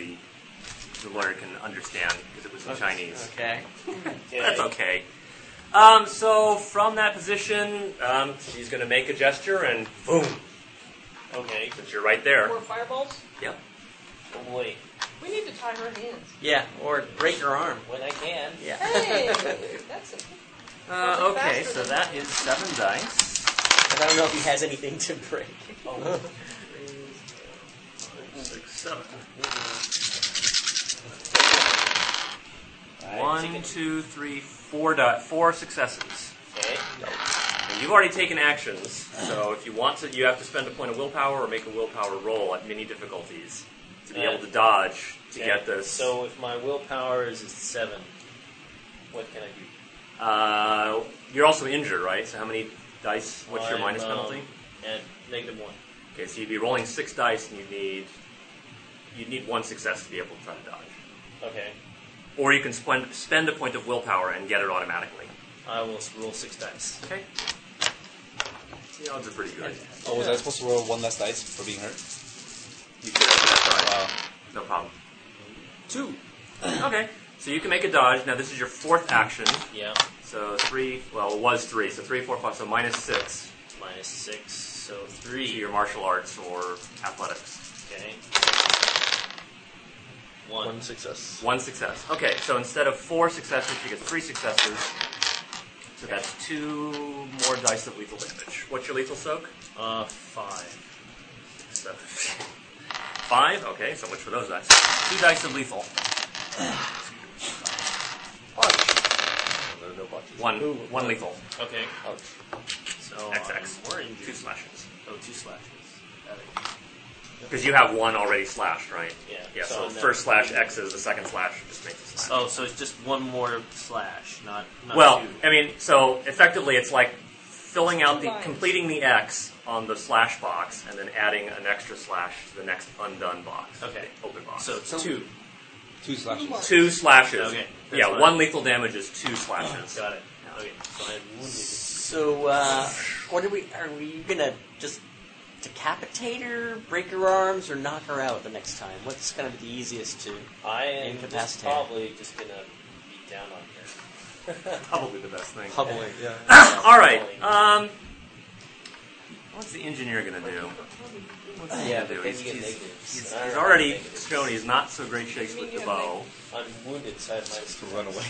Speaker 7: the, the lawyer can understand because it was in Chinese.
Speaker 5: Okay.
Speaker 7: That's okay. Um, so from that position, um, she's going to make a gesture and boom. Okay. But you're right there.
Speaker 8: More fireballs.
Speaker 7: Yep.
Speaker 6: Oh boy,
Speaker 8: We need to tie her hands.
Speaker 5: Yeah, or break your arm.
Speaker 6: when I can.
Speaker 5: Yeah.
Speaker 8: Hey, that's a,
Speaker 7: Uh, okay,
Speaker 8: Faster
Speaker 7: so
Speaker 8: than-
Speaker 7: that is seven dice.
Speaker 5: But I don't know if he has anything to break.
Speaker 7: Six, seven.
Speaker 6: Alright, so you
Speaker 7: One,
Speaker 6: can-
Speaker 7: two, three, four di- four successes.
Speaker 6: Okay.
Speaker 7: And you've already taken actions, so if you want to, you have to spend a point of willpower or make a willpower roll at many difficulties to be
Speaker 6: Uh,
Speaker 7: able to dodge to
Speaker 6: okay.
Speaker 7: get this.
Speaker 6: So if my willpower is a seven, what can I do?
Speaker 7: uh, you're also injured, right? So how many dice? What's your
Speaker 6: I'm,
Speaker 7: minus
Speaker 6: um,
Speaker 7: penalty?
Speaker 6: At negative one.
Speaker 7: Okay, so you'd be rolling six dice, and you need you need one success to be able to try to dodge.
Speaker 6: Okay.
Speaker 7: Or you can spend spend a point of willpower and get it automatically.
Speaker 6: I will s- roll six dice.
Speaker 7: Okay. The odds are pretty good.
Speaker 9: Oh, was I supposed to roll one less dice for being hurt?
Speaker 7: You could have
Speaker 9: Wow.
Speaker 7: No problem.
Speaker 5: Two.
Speaker 7: Okay. So you can make a dodge. Now this is your fourth action.
Speaker 6: Yeah.
Speaker 7: So three. Well, it was three. So three, four, five. So minus six
Speaker 6: Minus six, so
Speaker 7: to
Speaker 6: three.
Speaker 7: your martial arts or athletics.
Speaker 6: Okay.
Speaker 4: One
Speaker 6: One.
Speaker 4: success.
Speaker 7: One success. Okay. So instead of four successes, you get three successes. So that's two more dice of lethal damage. What's your lethal soak?
Speaker 6: Uh, five.
Speaker 7: Seven. Five. Okay. So much for those dice. Two dice of lethal.
Speaker 4: No, there are no botches.
Speaker 7: One. One lethal.
Speaker 6: Okay.
Speaker 4: Ouch.
Speaker 6: So
Speaker 7: XX.
Speaker 6: I'm- we're
Speaker 7: Two
Speaker 6: injured.
Speaker 7: slashes.
Speaker 6: Oh, two slashes.
Speaker 7: Because you have one already slashed, right?
Speaker 6: Yeah.
Speaker 7: Yeah,
Speaker 6: So
Speaker 7: so,
Speaker 6: on that-
Speaker 7: first slash X is the second slash, just makes a slash.
Speaker 6: Oh, so it's just one more slash, not, not
Speaker 7: well,
Speaker 6: two.
Speaker 7: I mean, so effectively it's like filling out the,
Speaker 8: Combined.
Speaker 7: completing the X on the slash box and then adding an extra slash to the next undone box.
Speaker 6: Okay.
Speaker 7: the Open box.
Speaker 6: So it's two.
Speaker 9: Two slashes.
Speaker 7: two slashes.
Speaker 6: Okay, that's
Speaker 7: Yeah,
Speaker 6: fine.
Speaker 7: one lethal damage is two slashes.
Speaker 6: Got it. Okay. So I had wounded.
Speaker 5: So, uh, what are we? Are we gonna just decapitate her, break her arms, or knock her out the next time? What's gonna be the easiest to?
Speaker 6: I am just
Speaker 5: Incapacitated.
Speaker 6: probably just gonna beat down on her.
Speaker 7: Probably the best thing.
Speaker 4: Hubbling, yeah.
Speaker 7: All right. Um, what's the engineer gonna do? What's he
Speaker 5: Yeah,
Speaker 7: gonna do?
Speaker 5: but then
Speaker 7: He's,
Speaker 5: you get
Speaker 7: he's-
Speaker 5: negatives.
Speaker 7: he's-
Speaker 6: I don't
Speaker 7: he's
Speaker 6: know,
Speaker 7: already
Speaker 6: negatives.
Speaker 7: shown he's not so great shakes with the bow.
Speaker 6: I'm wounded, so I might as
Speaker 4: To
Speaker 6: well.
Speaker 4: run away.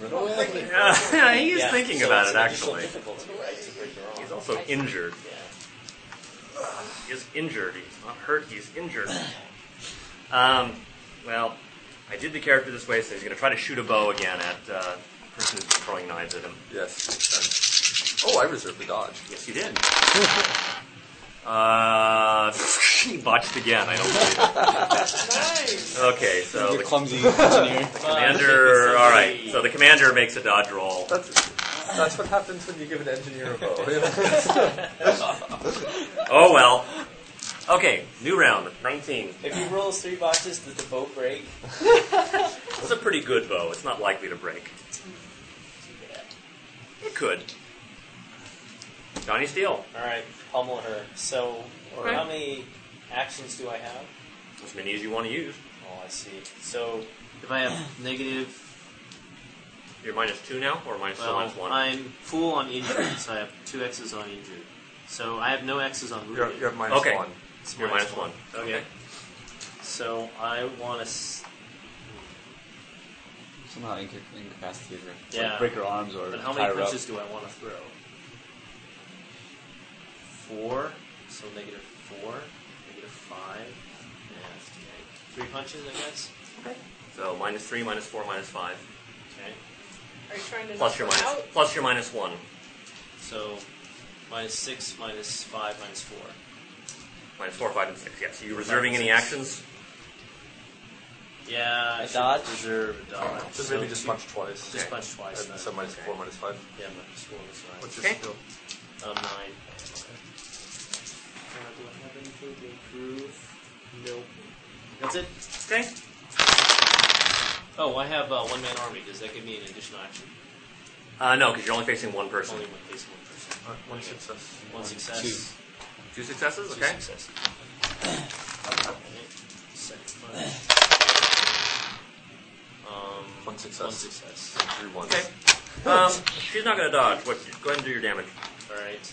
Speaker 4: Run
Speaker 8: freaking-
Speaker 7: Yeah, he is
Speaker 6: Yeah,
Speaker 7: thinking
Speaker 6: so
Speaker 7: about
Speaker 6: it's
Speaker 7: it
Speaker 6: an additional
Speaker 7: actually.
Speaker 6: difficulty, right, to break her arm.
Speaker 7: He's also injured.
Speaker 6: Yeah.
Speaker 7: He is injured. He's not hurt. He's injured. Um, well, I did the character this way, so he's going to try to shoot a bow again at uh, the person who's throwing knives at him.
Speaker 4: Yes. makes sense. Oh, I reserved the dodge.
Speaker 7: Yes, you did. Uh, he botched again. I don't believe
Speaker 8: nice.
Speaker 7: it. Okay, so
Speaker 9: You're
Speaker 7: the
Speaker 9: clumsy engineer.
Speaker 7: commander. All right, so the commander makes a dodge roll.
Speaker 4: That's that's what happens when you give an engineer a bow.
Speaker 7: Oh well. Okay, new round. Nineteen.
Speaker 6: If he rolls three boxes, does the boat break?
Speaker 7: It's a pretty good bow. It's not likely to break. It could. Johnny Steele.
Speaker 6: All right, pummel her. So,
Speaker 7: Okay.
Speaker 6: how many actions do I have?
Speaker 7: As many as you want to use.
Speaker 6: Oh, I see. So, if I have negative,
Speaker 7: You're minus two now, or minus still
Speaker 6: well,
Speaker 7: minus one?
Speaker 6: I'm full on injured, so I have two X's on injured. So I have no X's on
Speaker 4: you're,
Speaker 6: wounded.
Speaker 4: you're at minus
Speaker 7: Okay.
Speaker 4: one.
Speaker 6: It's
Speaker 7: You're minus one.
Speaker 6: Okay. So I want to. S-
Speaker 9: Somehow inca- incapacitate her. Like,
Speaker 6: Yeah.
Speaker 9: break her arms or
Speaker 6: but how
Speaker 9: tie
Speaker 6: many
Speaker 9: her up.
Speaker 6: punches do I want to throw? Four. So negative four, negative five. Yeah, okay. Three punches, I guess.
Speaker 7: So minus three, minus four, minus five.
Speaker 6: Okay.
Speaker 8: Are you trying to
Speaker 7: Plus
Speaker 8: knock
Speaker 7: your
Speaker 8: her
Speaker 7: minus.
Speaker 8: out?
Speaker 7: Plus your minus one.
Speaker 6: So minus six, minus five, minus four.
Speaker 7: Minus four, five, and six. Yeah. So you reserving
Speaker 6: Five,
Speaker 7: any
Speaker 6: six.
Speaker 7: actions?
Speaker 6: Yeah, I
Speaker 5: A
Speaker 6: should
Speaker 5: dodge?
Speaker 6: Reserve a dodge.
Speaker 4: Just
Speaker 6: So
Speaker 4: maybe just
Speaker 6: two-
Speaker 4: punch twice.
Speaker 6: Just punch
Speaker 4: And
Speaker 6: twice. then.
Speaker 4: so minus four, minus five.
Speaker 6: Yeah, minus four, minus five.
Speaker 4: What's your
Speaker 7: Okay.
Speaker 4: skill?
Speaker 6: Um, nine. Uh, do I have anything to improve? No. That's it.
Speaker 7: Okay.
Speaker 6: Oh, I have uh, one man army. Does that give me an additional action?
Speaker 7: Uh, no, because you're only facing one person.
Speaker 6: Only one face, one person.
Speaker 4: Uh, one
Speaker 6: Okay.
Speaker 4: success.
Speaker 6: One success.
Speaker 9: Two.
Speaker 7: Two successes.
Speaker 6: Two
Speaker 7: Okay.
Speaker 6: successes. Okay. Second punch.
Speaker 4: One success.
Speaker 2: One success.
Speaker 4: Three ones.
Speaker 7: Okay. Um, she's not going to dodge. What? Go ahead and do your damage.
Speaker 2: All right.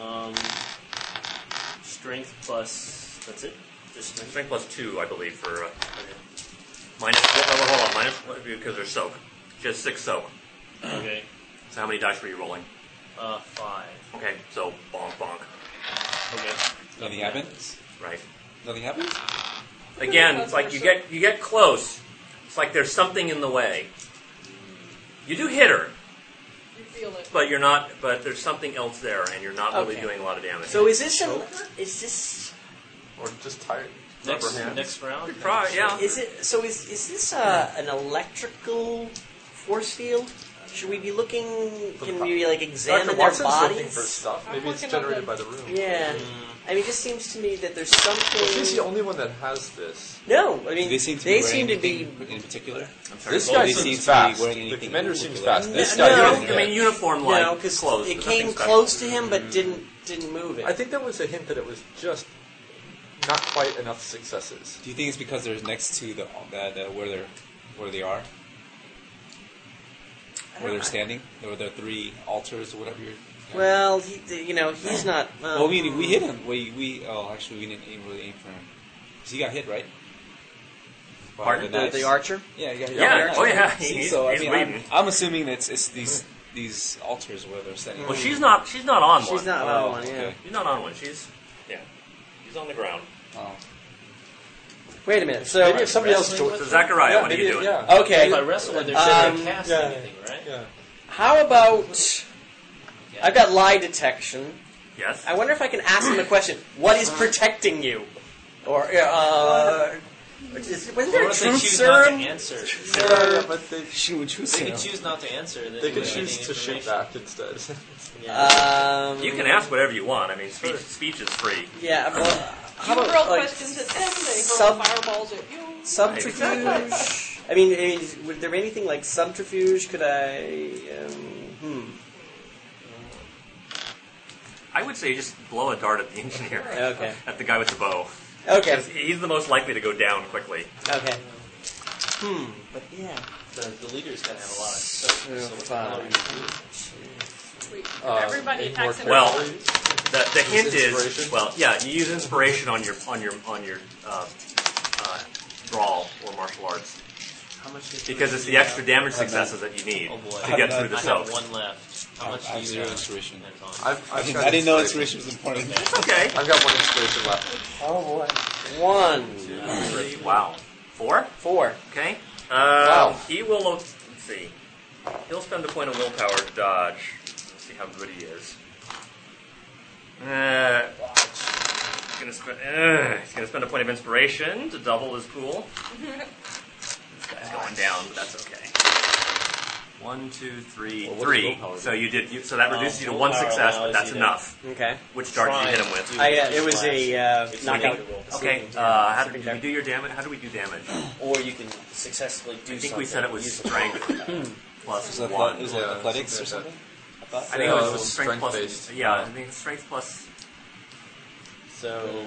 Speaker 2: Um, strength plus. That's it. Just strength.
Speaker 7: Strength plus two, I believe, for uh,
Speaker 2: Okay.
Speaker 7: minus. Well, well, hold on, minus what, because they're soak. She has six soak.
Speaker 2: okay.
Speaker 7: So how many dice were you rolling?
Speaker 2: Uh, five.
Speaker 7: Okay, so bonk bonk.
Speaker 2: Okay.
Speaker 9: Nothing happens.
Speaker 7: Right.
Speaker 9: Nothing happens.
Speaker 7: Again, it's like you get you get close. It's like there's something in the way. You do hit her,
Speaker 8: You feel it.
Speaker 7: but you're not. But there's something else there, and you're not really
Speaker 5: Okay.
Speaker 7: doing a lot of damage.
Speaker 5: So is this a, is this
Speaker 4: Or just tired.
Speaker 2: Next,
Speaker 4: Rubber hands.
Speaker 2: next round.
Speaker 7: Try, yeah.
Speaker 5: is it so is is this a, an electrical force field? Should we be looking? Can we like examine
Speaker 4: Dr.
Speaker 5: their
Speaker 4: Watson's looking for
Speaker 5: bodies?
Speaker 4: stuff.
Speaker 8: I'm
Speaker 4: Maybe it's
Speaker 8: looking up
Speaker 4: generated
Speaker 8: the-
Speaker 4: by the room.
Speaker 5: Yeah, I mean, it just seems to me that there's
Speaker 4: Well, she's the
Speaker 5: something.
Speaker 4: only one that has this.
Speaker 5: No, I
Speaker 9: Do
Speaker 5: mean
Speaker 9: they seem to be wearing
Speaker 5: to be-
Speaker 9: anything in particular?
Speaker 7: I'm sorry.
Speaker 4: This
Speaker 9: Well,
Speaker 4: guy
Speaker 9: they seem
Speaker 4: seems
Speaker 9: to be
Speaker 4: fast.
Speaker 9: wearing
Speaker 4: The
Speaker 9: anything
Speaker 4: commander
Speaker 9: in
Speaker 4: seems
Speaker 9: particular.
Speaker 4: fast. This
Speaker 5: No,
Speaker 4: guy
Speaker 5: no.
Speaker 4: doesn't.
Speaker 7: I mean, uniform like
Speaker 5: no because
Speaker 7: clothes.
Speaker 5: it
Speaker 7: but nothing
Speaker 5: came
Speaker 7: special.
Speaker 5: close to him but didn't didn't move it.
Speaker 4: I think that was a hint that it was just not quite enough successes.
Speaker 9: Do you think it's because they're next to the, the, the where they're where they are, where they're standing, or the three altars or whatever? You're,
Speaker 5: well, he, you know, he's not. um,
Speaker 7: Uh,
Speaker 5: Well,
Speaker 9: well, we we hit him. We we oh actually we didn't aim, really aim for him. 'Cause he got hit right. By
Speaker 7: Pardon?
Speaker 5: the,
Speaker 9: knives.
Speaker 5: the archer.
Speaker 9: Yeah, he got hit.
Speaker 7: Yeah,
Speaker 9: by the
Speaker 7: oh,
Speaker 9: knives.
Speaker 7: yeah,
Speaker 9: See,
Speaker 7: he's-
Speaker 9: so I
Speaker 7: he's
Speaker 9: mean, I'm,
Speaker 7: bleeding.
Speaker 9: I'm assuming it's it's these these altars where they're standing.
Speaker 7: Well, she's not. She's not on one.
Speaker 5: She's not
Speaker 9: Oh,
Speaker 5: on one. Yeah.
Speaker 9: okay.
Speaker 7: She's not on one. She's yeah. She's on the ground.
Speaker 9: Oh.
Speaker 5: Wait a minute. So
Speaker 4: Maybe if somebody else
Speaker 2: wrestling
Speaker 4: joined.
Speaker 7: So Zachariah,
Speaker 4: yeah,
Speaker 7: what are
Speaker 4: maybe,
Speaker 7: you doing?
Speaker 4: Yeah.
Speaker 5: okay,
Speaker 2: If I wrestle with her, she
Speaker 5: Um,
Speaker 2: can't cast
Speaker 4: yeah.
Speaker 2: anything, right?
Speaker 4: Yeah.
Speaker 5: How about
Speaker 2: Yeah.
Speaker 5: I've got lie detection.
Speaker 7: Yes.
Speaker 5: I wonder if I can ask him a question. What is protecting you? Or uh, is, wasn't there
Speaker 2: Or
Speaker 5: a
Speaker 2: if they
Speaker 5: truth
Speaker 2: choose not to
Speaker 5: serum?
Speaker 2: answer.
Speaker 4: Yeah, yeah, but they,
Speaker 9: She would choose
Speaker 2: They
Speaker 9: him.
Speaker 2: could choose not to answer. then
Speaker 4: they
Speaker 2: we
Speaker 4: could
Speaker 2: don't
Speaker 4: choose
Speaker 2: get
Speaker 4: to
Speaker 2: any
Speaker 4: shoot
Speaker 2: information.
Speaker 4: back instead.
Speaker 2: Yeah.
Speaker 5: Um,
Speaker 7: you can ask whatever you want. I mean, speech, speech is free.
Speaker 5: Yeah. Well, how
Speaker 8: You
Speaker 5: about
Speaker 8: hurl
Speaker 5: like,
Speaker 8: questions at them, they hurl
Speaker 5: sub-
Speaker 8: fireballs at you.
Speaker 5: subterfuge? I mean, I mean, would there be anything like subterfuge? Could I? Um,
Speaker 7: I would say just blow a dart at the engineer.
Speaker 5: Okay.
Speaker 7: At the guy with the bow.
Speaker 5: hmm. Okay.
Speaker 7: 'Cause He's the most likely to go down quickly.
Speaker 5: Okay. Hmm. But yeah.
Speaker 2: the, the leader's gonna have a lot of stuff. So uh, what the hell are we gonna do?
Speaker 8: Sweet.
Speaker 4: Um,
Speaker 8: Everybody
Speaker 4: any
Speaker 8: attacks
Speaker 4: more
Speaker 8: him.
Speaker 7: Well,
Speaker 4: carefully?
Speaker 7: The, the hint is
Speaker 4: inspiration?
Speaker 7: well, yeah. You use inspiration on your on your on your uh, uh, brawl or martial arts
Speaker 2: How much? did-
Speaker 7: because it's the extra damage successes that you need
Speaker 2: Oh boy.
Speaker 7: to get through the
Speaker 2: I have
Speaker 7: soak.
Speaker 2: one left. How
Speaker 9: I-
Speaker 2: much
Speaker 9: I have
Speaker 2: do you
Speaker 9: zero
Speaker 2: have?
Speaker 9: inspiration.
Speaker 2: That's all.
Speaker 4: I've,
Speaker 9: I
Speaker 4: I've
Speaker 9: didn't,
Speaker 4: got
Speaker 9: I didn't know
Speaker 4: inspiration.
Speaker 9: inspiration was important.
Speaker 7: Okay.
Speaker 4: I've got one inspiration left.
Speaker 5: One,
Speaker 7: Wow. Four.
Speaker 5: four.
Speaker 7: Okay. Um,
Speaker 4: Wow.
Speaker 7: He will. Let's see. He'll spend a point of willpower to dodge. Let's see how good he is. Uh, he's gonna spend. Uh, he's gonna spend a point of inspiration to double his pool. this guy's going down, but that's okay. One, two, three,
Speaker 9: Well, what does
Speaker 7: three.
Speaker 9: willpower do?
Speaker 7: So you did. You, so that
Speaker 2: Um,
Speaker 7: reduces you to one
Speaker 2: willpower
Speaker 7: success, but
Speaker 2: allows
Speaker 7: that's
Speaker 2: you to-
Speaker 7: enough.
Speaker 5: Okay.
Speaker 7: Which dart did you hit him
Speaker 2: Try
Speaker 7: with?
Speaker 2: and do
Speaker 5: I, uh,
Speaker 2: the
Speaker 5: it was a uh,
Speaker 2: It's a
Speaker 5: knockout.
Speaker 2: negative roll.
Speaker 7: Okay. Uh, how do we do your damage? How do we do damage?
Speaker 2: Or you can successfully do
Speaker 7: I think
Speaker 2: something.
Speaker 7: we said it was strength plus
Speaker 9: It was,
Speaker 7: one.
Speaker 9: like, it was like
Speaker 4: Yeah,
Speaker 9: athletics or
Speaker 4: something
Speaker 9: something. I
Speaker 7: I
Speaker 9: thought.
Speaker 7: think it was
Speaker 4: Uh,
Speaker 7: strength, plus.
Speaker 4: strength-based.
Speaker 7: Yeah, I think strength plus.
Speaker 5: So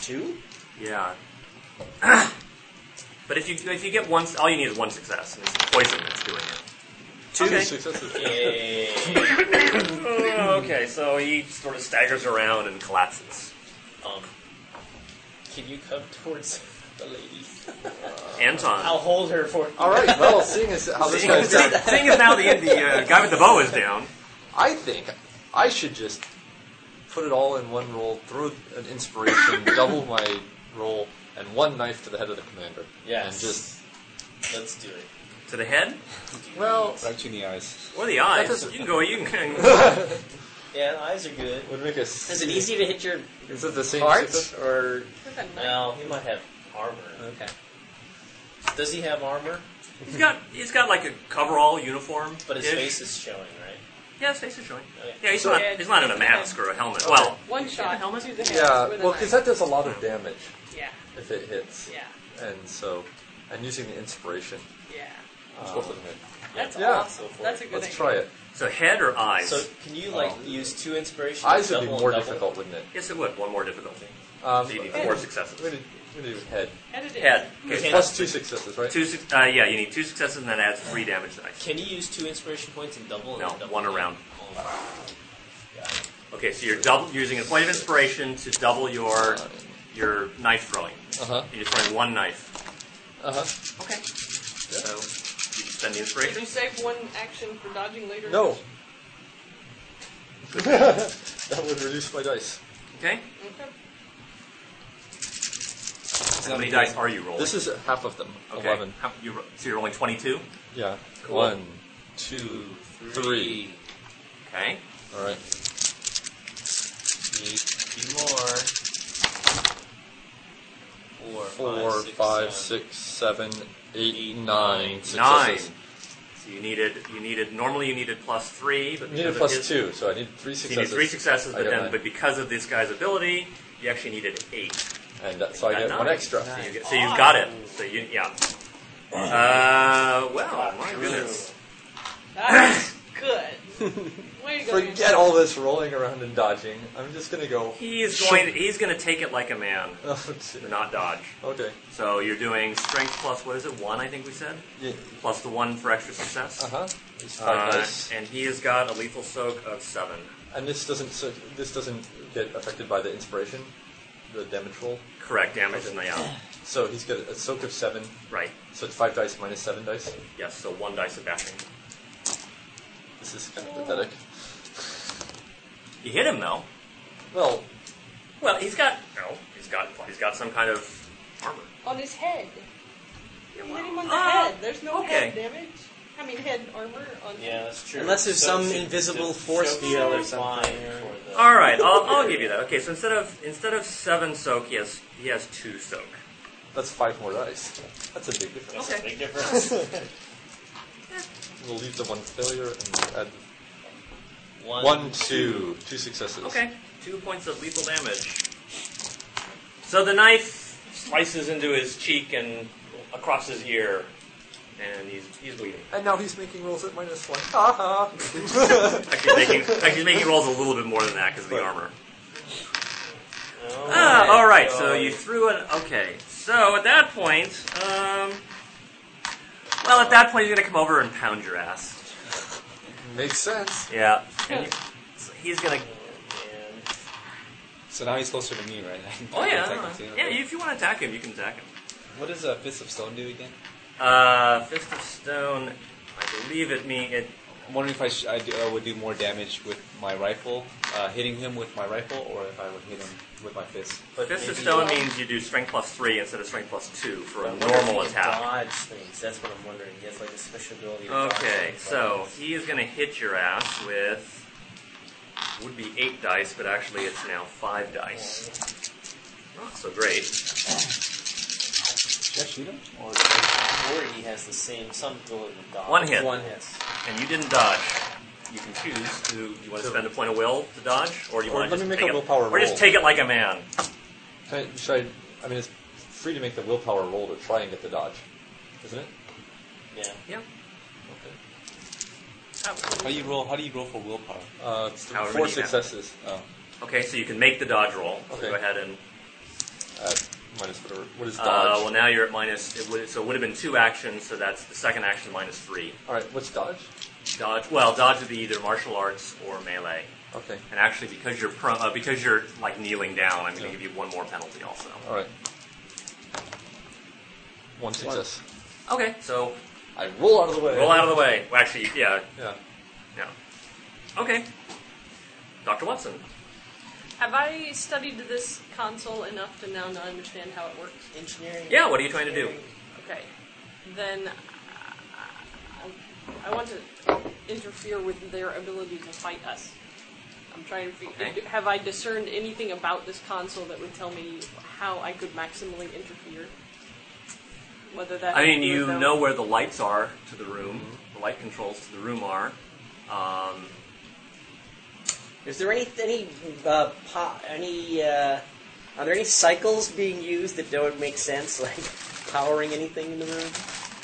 Speaker 5: two.
Speaker 7: Yeah. but if you if you get one, all you need is one success, and it's the poison that's doing it.
Speaker 4: Two
Speaker 7: Okay.
Speaker 4: successes.
Speaker 2: Yeah.
Speaker 7: Oh, okay, so he sort of staggers around and collapses,
Speaker 2: um, can you come towards the lady?
Speaker 7: Anton.
Speaker 2: I'll hold her for.
Speaker 4: All right. Well, seeing as how this
Speaker 7: Seeing
Speaker 4: guy's down,
Speaker 7: seeing as now the, the uh, guy with the bow is down,
Speaker 4: I think I should just put it all in one roll, throw an inspiration, double my roll, and one knife to the head of the commander.
Speaker 2: Yes.
Speaker 4: And just
Speaker 2: Let's do it.
Speaker 7: to the head
Speaker 4: well,
Speaker 9: Right in the eyes.
Speaker 7: or the eyes.
Speaker 4: doesn't-
Speaker 7: You can go. You can.
Speaker 2: Yeah, the eyes are good.
Speaker 4: would make us.
Speaker 5: Is it easy to hit your
Speaker 4: Is it the same
Speaker 5: heart
Speaker 4: success?
Speaker 5: or
Speaker 2: Now he might have armor.
Speaker 5: okay?
Speaker 2: Does he have armor?
Speaker 7: he's got he's got like a coverall uniform,
Speaker 2: But his
Speaker 7: ish.
Speaker 2: face is showing, right?
Speaker 7: Yeah, his face is showing.
Speaker 2: Okay.
Speaker 7: Yeah, he's
Speaker 8: So-
Speaker 7: not he's not in a mask or a helmet. Well,
Speaker 8: One shot.
Speaker 7: helmet?
Speaker 8: to the head
Speaker 4: Yeah.
Speaker 8: with a
Speaker 4: Well,
Speaker 8: knife.
Speaker 4: because that does a lot of damage
Speaker 8: Yeah,
Speaker 4: if it hits,
Speaker 8: yeah,
Speaker 4: and so I'm using the inspiration.
Speaker 8: yeah.
Speaker 4: Let's go for the head.
Speaker 8: That's
Speaker 4: Yeah.
Speaker 8: awesome.
Speaker 2: Go for
Speaker 8: That's a good
Speaker 4: Let's
Speaker 8: idea.
Speaker 4: try it.
Speaker 7: so head or eyes?
Speaker 2: So can you like use two inspirations?
Speaker 4: Eyes would be
Speaker 2: double and
Speaker 4: more
Speaker 2: double?
Speaker 4: difficult, wouldn't it?
Speaker 7: Yes, it would. One more difficulty.
Speaker 4: Um,
Speaker 7: So you need
Speaker 4: I'm
Speaker 7: four
Speaker 4: gonna
Speaker 7: successes.
Speaker 4: I'm going to do head.
Speaker 8: Edit it.
Speaker 7: Head.
Speaker 6: Okay.
Speaker 7: Okay.
Speaker 4: Plus two successes, right?
Speaker 7: Two, suc- uh, yeah, you need two successes and that adds three damage to the dice.
Speaker 6: Can you use two inspiration points and double? and
Speaker 7: No,
Speaker 6: double
Speaker 7: one
Speaker 6: again?
Speaker 7: around.
Speaker 6: Oh,
Speaker 7: Okay, so you're double, using a point of inspiration to double your your knife throwing.
Speaker 4: Uh-huh.
Speaker 7: You're just throwing one knife.
Speaker 4: Uh-huh.
Speaker 7: Okay. So you can spend the
Speaker 8: Do
Speaker 7: inspiration.
Speaker 8: you save one action for dodging later?
Speaker 4: No. that would reduce my dice.
Speaker 7: Okay.
Speaker 8: Okay.
Speaker 7: How many dice are you rolling?
Speaker 4: This is half of them.
Speaker 7: okay.
Speaker 4: Eleven.
Speaker 7: How, you, ro- so you're rolling 22.
Speaker 4: Yeah.
Speaker 7: Cool.
Speaker 4: One, two, three.
Speaker 7: Okay.
Speaker 4: All right.
Speaker 6: Need two more. Four,
Speaker 4: Four,
Speaker 6: six,
Speaker 4: five,
Speaker 6: seven.
Speaker 4: six, seven, eight,
Speaker 6: Eight,
Speaker 4: nine.
Speaker 7: Nine.
Speaker 4: Successes.
Speaker 7: So you needed you needed normally you needed plus three, but
Speaker 4: I needed
Speaker 7: because
Speaker 4: plus
Speaker 7: of his,
Speaker 4: two, so I needed three
Speaker 7: so you need
Speaker 4: successes.
Speaker 7: three successes,
Speaker 4: I
Speaker 7: but
Speaker 4: got
Speaker 7: then
Speaker 4: nine.
Speaker 7: but because of this guy's ability, you actually needed eight.
Speaker 4: and that, so I
Speaker 7: Got
Speaker 4: get
Speaker 7: nine.
Speaker 4: one extra.
Speaker 7: So, you get, so you've got it. So you yeah. Uh, well, my goodness.
Speaker 8: That's good. Way to go.
Speaker 4: Forget all this rolling around and dodging. I'm just gonna go.
Speaker 7: He is going. He's going to take it like a man,
Speaker 4: Oh, shit.
Speaker 7: and not dodge.
Speaker 4: okay.
Speaker 7: So you're doing strength plus what is it? One, I think we said.
Speaker 4: Yeah.
Speaker 7: Plus the one for extra success.
Speaker 4: Uh huh. It's five
Speaker 7: Uh,
Speaker 4: dice.
Speaker 7: and he has got a lethal soak of seven.
Speaker 4: And this doesn't so this doesn't get affected by the inspiration, the damage roll.
Speaker 7: Correct damage in the eye.
Speaker 4: So he's got a soak of seven.
Speaker 7: Right.
Speaker 4: So it's five dice minus seven dice.
Speaker 7: Yes. So one dice of bashing.
Speaker 4: This is kind of pathetic.
Speaker 7: You hit him though.
Speaker 4: Well,
Speaker 7: Well, he's got. No, he's got. He's got some kind of armor.
Speaker 8: On his head. You hit him on the
Speaker 7: Ah,
Speaker 8: head. There's no
Speaker 7: okay.
Speaker 8: head damage. I mean, head armor on
Speaker 6: Yeah, that's true.
Speaker 5: Unless there's some
Speaker 6: it's a-
Speaker 5: invisible
Speaker 6: it's a-
Speaker 5: force
Speaker 6: so it's
Speaker 5: field or
Speaker 6: a line
Speaker 5: something,
Speaker 6: for
Speaker 5: or-
Speaker 6: the-
Speaker 7: All right, I'll, I'll give you that. Okay, so instead of instead of seven soak, he has he has two soak.
Speaker 4: that's five more dice. That's a big difference.
Speaker 6: That's a big difference.
Speaker 4: We'll leave the one failure and add
Speaker 6: One,
Speaker 4: one, two, two successes.
Speaker 7: Okay, two points of lethal damage. So the knife slices into his cheek and across his ear, and he's he's bleeding.
Speaker 4: And now he's making rolls at minus one. Ha ha.
Speaker 7: Actually, making actually making rolls a little bit more than that because of the armor.
Speaker 6: Oh,
Speaker 7: Ah, all right. So you threw an okay. So at that point, um, well, at that point he's gonna come over and pound your ass.
Speaker 4: Makes sense.
Speaker 7: Yeah. And you- so he's gonna.
Speaker 9: So now he's closer to me, right?
Speaker 7: Oh yeah.
Speaker 9: Attack
Speaker 7: uh,
Speaker 9: him too.
Speaker 7: Yeah. If you want to attack him, you can attack him.
Speaker 9: What does uh, Fist of Stone do again?
Speaker 7: Uh, Fist of Stone. I believe it me. It.
Speaker 9: I'm wondering if I, sh- I, do, I would do more damage with my rifle, uh, hitting him with my rifle, or if I would hit him with my fist.
Speaker 7: Fist of Stone means you do strength plus three instead of strength plus two for a
Speaker 6: I wonder if
Speaker 7: normal
Speaker 6: he can
Speaker 7: attack.
Speaker 6: Dodge things. That's what I'm wondering. He has like a special ability. to dodge
Speaker 7: Okay,
Speaker 6: things.
Speaker 7: so he is going to hit your ass with would be eight dice, but actually it's now five dice. Not so great.
Speaker 9: Should I shoot him?
Speaker 6: Or, or he has the same some ability to dodge.
Speaker 7: One hit.
Speaker 5: One.
Speaker 6: Yes.
Speaker 7: And you didn't dodge. You can choose to. You want to
Speaker 4: So-
Speaker 7: spend a point of will to dodge, or do you
Speaker 4: Or
Speaker 7: want
Speaker 4: let
Speaker 7: to just
Speaker 4: me make
Speaker 7: take
Speaker 4: a
Speaker 7: it,
Speaker 4: willpower
Speaker 7: or just
Speaker 4: roll.
Speaker 7: take it like a man.
Speaker 4: Can I, should I? I mean, it's free to make the willpower roll to try and get the dodge, isn't it?
Speaker 6: Yeah.
Speaker 7: Yeah.
Speaker 9: How do you roll? How do you roll for willpower?
Speaker 4: Uh, it's
Speaker 7: However
Speaker 4: four
Speaker 7: many you have.
Speaker 4: successes
Speaker 9: Oh,
Speaker 7: Okay, so you can make the dodge roll. So
Speaker 4: Okay.
Speaker 7: go ahead and.
Speaker 4: at minus whatever. What is
Speaker 7: Uh,
Speaker 4: dodge?
Speaker 7: well, now you're at minus. It would, so it would have been two actions. So that's the second action minus three.
Speaker 4: All right. What's dodge?
Speaker 7: Dodge. Well, dodge would be either martial arts or melee.
Speaker 4: Okay.
Speaker 7: And actually, because you're pro, uh, because you're like kneeling down, I'm going to give you one more penalty also.
Speaker 4: All right. One success.
Speaker 7: Okay. So
Speaker 4: I roll out of the way.
Speaker 7: roll out of the way. Well, actually, yeah,
Speaker 4: Yeah.
Speaker 7: yeah. Okay. Doctor Watson.
Speaker 8: Have I studied this console enough to now not understand how it works?
Speaker 5: Engineering.
Speaker 7: Yeah. What are you trying to do?
Speaker 8: Okay. Then uh, I, I want to interfere with their ability to fight us. I'm trying to figure.
Speaker 7: Okay.
Speaker 8: Have I discerned anything about this console that would tell me how I could maximally interfere? Whether that.
Speaker 7: I mean,
Speaker 8: be
Speaker 7: you
Speaker 8: with them-
Speaker 7: know where the lights are to the room. The light controls to the room are. Um,
Speaker 5: Is there any any uh, po- any uh, are there any cycles being used that don't make sense, like powering anything in the room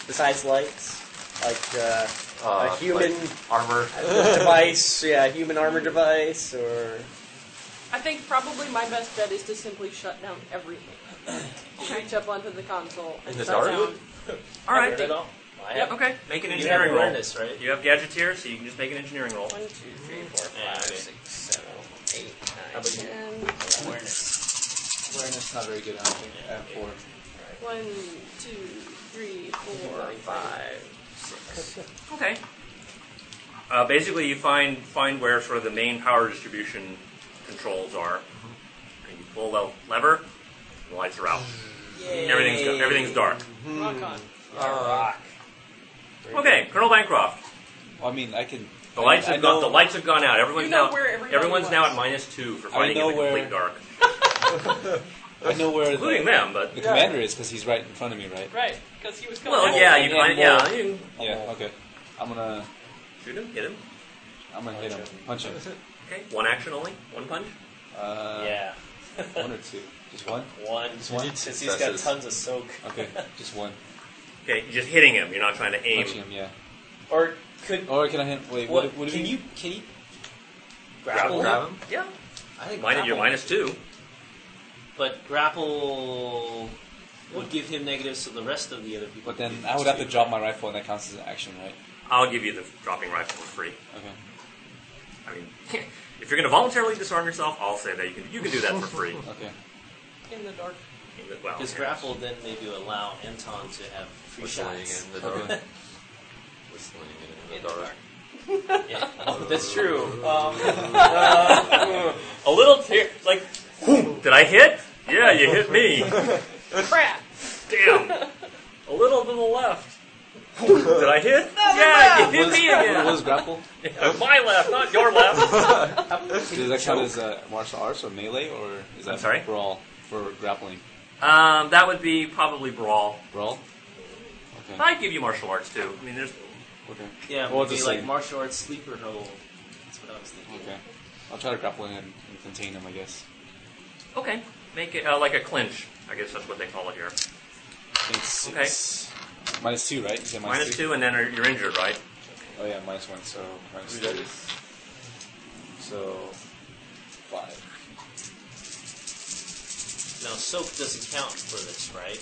Speaker 5: besides lights, like uh,
Speaker 4: Uh,
Speaker 5: a human
Speaker 4: like armor.
Speaker 5: device, yeah, human armor device, or
Speaker 8: I think probably my best bet is to simply shut down everything. reach up onto the console and
Speaker 4: In the
Speaker 8: start
Speaker 4: dark?
Speaker 8: down.
Speaker 7: All right.
Speaker 6: At all. I have,
Speaker 7: Okay. Make an
Speaker 6: You have
Speaker 7: engineering roll.
Speaker 6: awareness, right?
Speaker 7: You have gadgeteer, so you can just make an engineering roll.
Speaker 5: One, two, three, four,
Speaker 6: Yeah,
Speaker 5: five,
Speaker 6: okay.
Speaker 5: six, seven, eight,
Speaker 6: How
Speaker 5: nine,
Speaker 6: about you?
Speaker 8: And
Speaker 5: awareness.
Speaker 9: Awareness not very good. I don't think. I have four.
Speaker 8: one, two, three, four, five.
Speaker 7: Okay. Uh, basically, you find find where sort of the main power distribution controls are, and you pull the lever. The lights are out. Everything's go- everything's dark.
Speaker 8: Rock on.
Speaker 7: Okay, Colonel Bancroft.
Speaker 9: Well, I mean, I can.
Speaker 7: The lights
Speaker 9: I
Speaker 7: have
Speaker 9: know,
Speaker 7: gone. The lights have gone out. Everyone's
Speaker 8: You know
Speaker 7: now.
Speaker 8: where everybody
Speaker 7: everyone's now
Speaker 8: was.
Speaker 7: at minus two for
Speaker 9: I
Speaker 7: finding in
Speaker 9: know
Speaker 7: the
Speaker 9: where-
Speaker 7: complete dark,
Speaker 9: I know where the,
Speaker 7: including them. But
Speaker 9: the commander is because he's right in front of me, right?
Speaker 8: Right, because he was coming.
Speaker 7: well,
Speaker 8: out.
Speaker 7: yeah, you
Speaker 9: and
Speaker 7: find.
Speaker 9: more.
Speaker 7: Yeah, you
Speaker 9: Yeah. Okay. I'm
Speaker 7: can
Speaker 9: gonna.
Speaker 7: shoot him, hit him.
Speaker 9: I'm gonna hit him. Punch him.
Speaker 7: Okay, one action only, one punch.
Speaker 9: Uh,
Speaker 6: Yeah.
Speaker 9: One or two. Just one.
Speaker 6: One.
Speaker 9: one?
Speaker 6: Since he's got
Speaker 4: Successes.
Speaker 6: tons of soak.
Speaker 9: Okay. Just one.
Speaker 7: Okay, you're just hitting him. You're not trying to
Speaker 9: Punching
Speaker 7: aim.
Speaker 9: him. Yeah.
Speaker 6: Or could.
Speaker 9: Or can I hit? Wait.
Speaker 6: what,
Speaker 9: What? What?
Speaker 6: can
Speaker 9: if
Speaker 6: you. Can you.
Speaker 7: Grapple.
Speaker 6: Grapple?
Speaker 4: Grab him.
Speaker 7: Yeah,
Speaker 6: I think
Speaker 7: minus, you're
Speaker 6: grapple-
Speaker 7: minus two.
Speaker 6: But grapple would give him negatives so the rest of the other people.
Speaker 9: But then I would have to drop my rifle, and that counts as an action, right?
Speaker 7: I'll give you the dropping rifle for free.
Speaker 9: Okay.
Speaker 7: I mean, if you're going to voluntarily disarm yourself, I'll say that you can you can do that for free.
Speaker 9: Okay.
Speaker 8: in the dark.
Speaker 7: Well,
Speaker 6: Because
Speaker 7: yeah.
Speaker 6: grapple then maybe would allow Anton to have free
Speaker 4: Whistling
Speaker 6: shots.
Speaker 4: in the dark.
Speaker 9: Okay.
Speaker 4: Whistling
Speaker 8: In
Speaker 4: in the
Speaker 8: the
Speaker 4: dark.
Speaker 8: dark.
Speaker 6: Yeah. Oh, that's true. Um, uh, a little tear, like
Speaker 7: Did I hit? Yeah, you hit me.
Speaker 8: Crap.
Speaker 7: Damn. A little to the left. Did I hit? yeah, you hit me
Speaker 9: What
Speaker 7: again.
Speaker 9: was grapple?
Speaker 7: My left, not your left.
Speaker 9: Does that count as uh, martial arts or melee, or is that
Speaker 7: I'm sorry?
Speaker 9: brawl for grappling?
Speaker 7: Um, that would be probably brawl.
Speaker 9: Brawl. Okay.
Speaker 7: I give you martial arts too. I mean, there's
Speaker 9: Okay.
Speaker 6: yeah,
Speaker 9: Well,
Speaker 6: maybe
Speaker 9: just
Speaker 6: like
Speaker 9: saying.
Speaker 6: martial arts sleeper hole. That's what I was thinking.
Speaker 9: Okay. I'll try to grapple him and contain him, I guess.
Speaker 7: okay. Make it uh, like a clinch. I guess that's what they call it here.
Speaker 9: It's six. Minus two, right? Is that minus
Speaker 7: Minus two, and then are- you're injured, right?
Speaker 9: Oh yeah, minus one. So minus two. So five.
Speaker 6: Now soak doesn't count for this, right?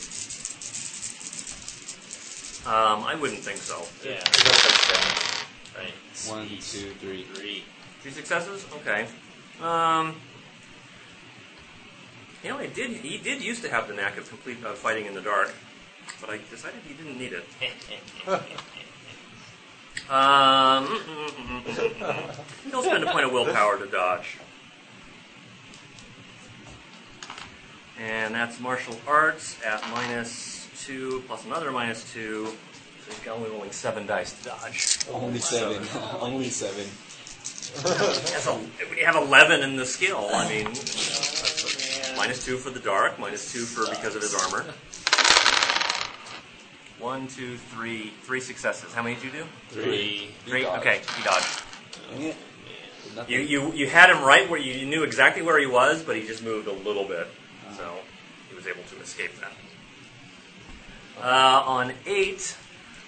Speaker 7: Um, I wouldn't think so.
Speaker 6: Yeah, right.
Speaker 9: One, two, three.
Speaker 6: Three.
Speaker 7: Two successes. Okay. Um, you know, I did. He did used to have the knack of complete uh, fighting in the dark, but I decided he didn't need it. Um, mm, mm, mm, mm, mm, mm. he'll spend a point of willpower to dodge, and that's martial arts at minus two plus another minus two. So he's only rolling seven dice to dodge.
Speaker 9: Only seven. Only seven.
Speaker 7: That's a, we have 11 in the skill. I mean, minus 2 for the dark, minus 2 for because of his armor. One, two, three, three successes. How many did you do?
Speaker 6: Three.
Speaker 7: Three? Okay, you dodged.
Speaker 9: Yeah. Nothing.
Speaker 7: You, you, you had him right where you, you knew exactly where he was, but he just moved a little bit. So he was able to escape that. Uh, on 8,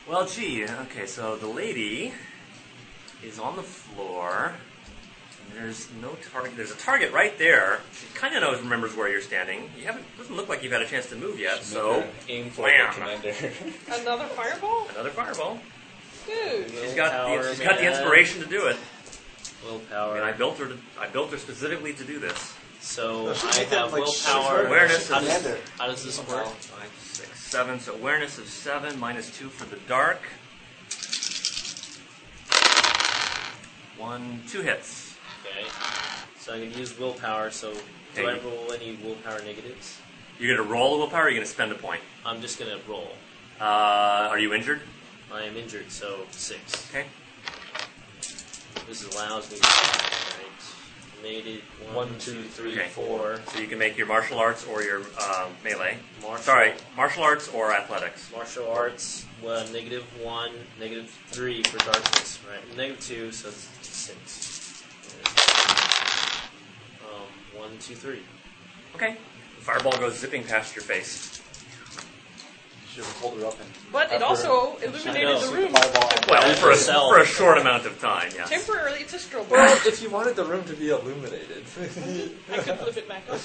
Speaker 7: well, gee, okay, so the lady is on the floor. And there's no target. There's a target right there. She kind of knows, remembers where you're standing. You haven't. Doesn't look like you've had a chance to move yet. So
Speaker 9: aim for
Speaker 7: Wham.
Speaker 9: the commander.
Speaker 8: Another fireball,
Speaker 7: another fireball.
Speaker 8: dude.
Speaker 7: She's got. The,
Speaker 6: Willpower,
Speaker 7: she's got the
Speaker 6: man.
Speaker 7: inspiration to do it. I mean, I
Speaker 6: Willpower.
Speaker 7: built her. To, I built her specifically to do this.
Speaker 6: So I
Speaker 4: She's
Speaker 6: have
Speaker 4: like-
Speaker 6: willpower.
Speaker 7: Awareness
Speaker 6: How
Speaker 7: is
Speaker 6: does, how does this work?
Speaker 7: Five, six, seven. So awareness of seven, minus two for the dark. One, two hits.
Speaker 6: Okay. So I can use willpower. So do I
Speaker 7: Okay.
Speaker 6: roll any willpower negatives?
Speaker 7: You're gonna roll the willpower. Or you're gonna spend a point.
Speaker 6: I'm just gonna roll.
Speaker 7: Uh, are you injured?
Speaker 6: I am injured, so six.
Speaker 7: Okay.
Speaker 6: This allows me. To, right. Made it one, two, three,
Speaker 7: Okay.
Speaker 6: four.
Speaker 7: So you can make your martial arts or your um, melee.
Speaker 6: Martial,
Speaker 7: Sorry, martial arts or athletics.
Speaker 6: Martial arts. Well, negative one, negative three for darkness. Right. Negative two, so it's six. Um, one, two, three.
Speaker 7: Okay. Fireball goes zipping past your face.
Speaker 9: Should have pulled her up and.
Speaker 8: But it
Speaker 9: Upper-
Speaker 8: also
Speaker 6: I
Speaker 8: illuminated
Speaker 6: know.
Speaker 8: the room
Speaker 9: Fireball.
Speaker 7: Well, for a,
Speaker 6: yourself.
Speaker 7: for a short amount of time, yes.
Speaker 8: temporarily. It's a strobe.
Speaker 4: Well, if you wanted the room to be illuminated,
Speaker 8: I could flip it back up.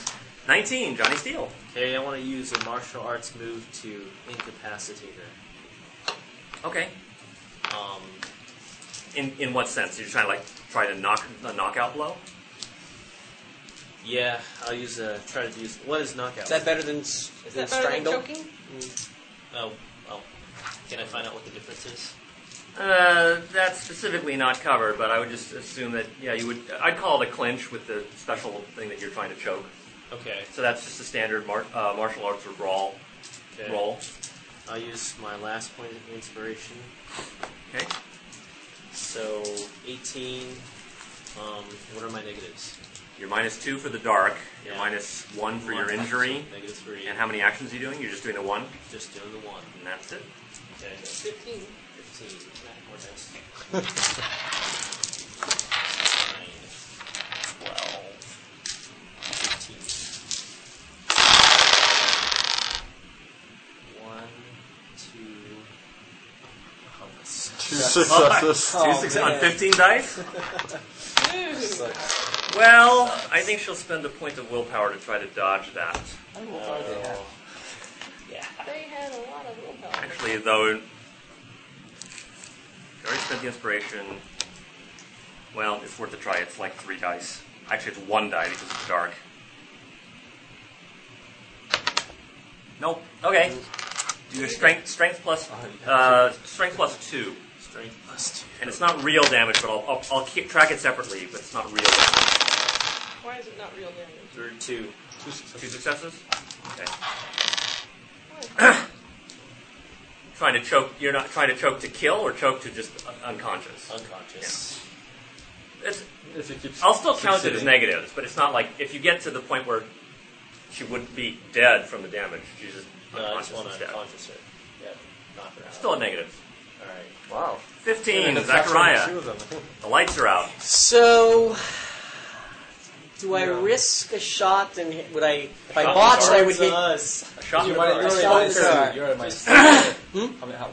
Speaker 7: 19, Johnny Steele.
Speaker 2: Okay, I want to use a martial arts move to incapacitate her.
Speaker 7: Okay.
Speaker 2: Um,
Speaker 7: In in what sense? You're trying to like try to knock a knockout blow?
Speaker 2: yeah, I'll use a try to use what is knockout?
Speaker 5: Is that better than, s-
Speaker 8: Is
Speaker 5: than
Speaker 8: that better
Speaker 5: strangle?
Speaker 8: than choking?
Speaker 2: oh, oh, can I find out what the difference is?
Speaker 7: Uh, that's specifically not covered, but I would just assume that yeah, you would. I'd call it a clinch with the special thing that you're trying to choke.
Speaker 2: Okay,
Speaker 7: So that's just a standard mar- uh, martial arts or brawl
Speaker 2: okay.
Speaker 7: roll.
Speaker 2: I'll use my last point of inspiration.
Speaker 7: Okay.
Speaker 2: So 18. Um, what are my negatives?
Speaker 7: You're minus two for the dark. You're
Speaker 2: Yeah.
Speaker 7: minus one for your
Speaker 2: One.
Speaker 7: injury.
Speaker 2: Negative three.
Speaker 7: And how many actions are you doing? You're just doing the one,
Speaker 2: Just doing the one.
Speaker 7: and that's it.
Speaker 2: Okay.
Speaker 8: 15.
Speaker 2: 15. More dice. 9, 12, 15. 1, 2, help us.
Speaker 4: Two successes.
Speaker 5: Oh,
Speaker 7: Two success on
Speaker 5: man.
Speaker 7: 15 dice?
Speaker 8: Ooh.
Speaker 7: Well, I think she'll spend a point of willpower to try to dodge that.
Speaker 2: Oh,
Speaker 8: They had a lot of willpower.
Speaker 7: Actually, though, I already spent the inspiration. Well, it's worth a try. It's like three dice. Actually, it's one die because it's dark. Nope. Okay. Do your strength strength plus uh, strength plus two,
Speaker 2: strength plus 2.
Speaker 7: and it's not real damage, but I'll, I'll I'll keep track it separately. But it's not real. damage.
Speaker 8: Why is it not real damage?
Speaker 2: Third 2.
Speaker 4: Two
Speaker 7: Two
Speaker 4: successes.
Speaker 7: successes. Okay.
Speaker 8: Why?
Speaker 7: Trying to choke. You're not trying to choke to kill or choke to just un- unconscious.
Speaker 2: Unconscious.
Speaker 7: It's
Speaker 4: If it keeps
Speaker 7: I'll still count it as
Speaker 4: succeeding.
Speaker 7: negatives, but it's not like if you get to the point where she would be dead from the damage, she's just
Speaker 2: No, I just
Speaker 7: unconscious
Speaker 2: want to
Speaker 7: instead.
Speaker 2: unconscious her. Yeah, knock her out.
Speaker 7: Still a negative.
Speaker 2: Alright.
Speaker 4: Wow.
Speaker 7: Fifteen,
Speaker 4: And it's actually
Speaker 7: Zachariah.
Speaker 4: two of them.
Speaker 7: The lights are out.
Speaker 5: So, do I risk a shot? And hit- would I, if I
Speaker 7: Shot
Speaker 5: botched, I would
Speaker 6: It's
Speaker 5: hit.
Speaker 6: us.
Speaker 7: A shot in
Speaker 4: You
Speaker 7: the
Speaker 4: might
Speaker 7: dark.
Speaker 4: have
Speaker 5: Sorry,
Speaker 4: really liked
Speaker 5: sorry.
Speaker 4: her.
Speaker 9: You're at my.
Speaker 7: Hmm?
Speaker 9: I mean, how,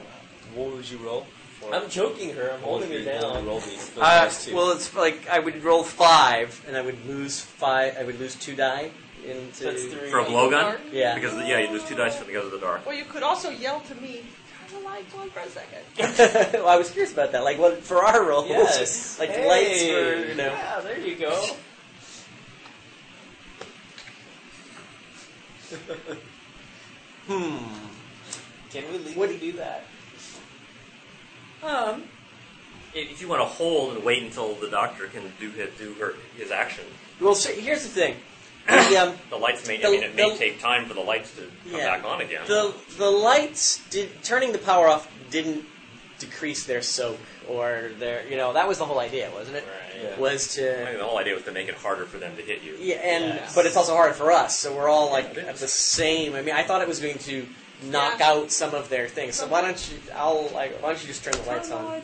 Speaker 9: what would you roll? For
Speaker 6: I'm joking her. I'm holding her down.
Speaker 9: Roll these. those
Speaker 5: Uh,
Speaker 9: dice, too.
Speaker 5: well, it's like I would roll five, and I would lose five. I would lose two die into.
Speaker 6: That's three.
Speaker 7: for a blowgun.
Speaker 5: Yeah.
Speaker 7: Because of the- yeah, you lose two dice for the because of the dark.
Speaker 8: Well, you could also yell to me, turn the lights on for a second.
Speaker 5: well, I was curious about that. Like, what for our rolls?
Speaker 6: Yes.
Speaker 5: like
Speaker 6: Hey.
Speaker 5: lights for you know.
Speaker 6: Yeah, there you go. Can we legally
Speaker 5: Hmm. What-
Speaker 6: do that?
Speaker 7: Um, if if you want to hold and wait until the doctor can do his do her his action,
Speaker 5: Well, so here's the thing. The, um,
Speaker 7: the lights may.
Speaker 5: The-
Speaker 7: I mean, it may
Speaker 5: the-
Speaker 7: take time for the lights to come
Speaker 5: Yeah.
Speaker 7: back on again.
Speaker 5: the the lights did turning the power off didn't decrease their soak or their you know that was the whole idea, wasn't it?
Speaker 2: Right.
Speaker 9: Yeah.
Speaker 5: Was
Speaker 7: I
Speaker 5: to
Speaker 7: think the whole idea was to make it harder for them to hit you.
Speaker 5: yeah, and
Speaker 6: Yes.
Speaker 5: but it's also hard for us, so we're all like
Speaker 7: it
Speaker 5: at
Speaker 7: is.
Speaker 5: the same. I mean, I thought it was going to knock
Speaker 8: Yeah.
Speaker 5: out some of their things. So why don't you? I'll like why don't you just turn the lights on?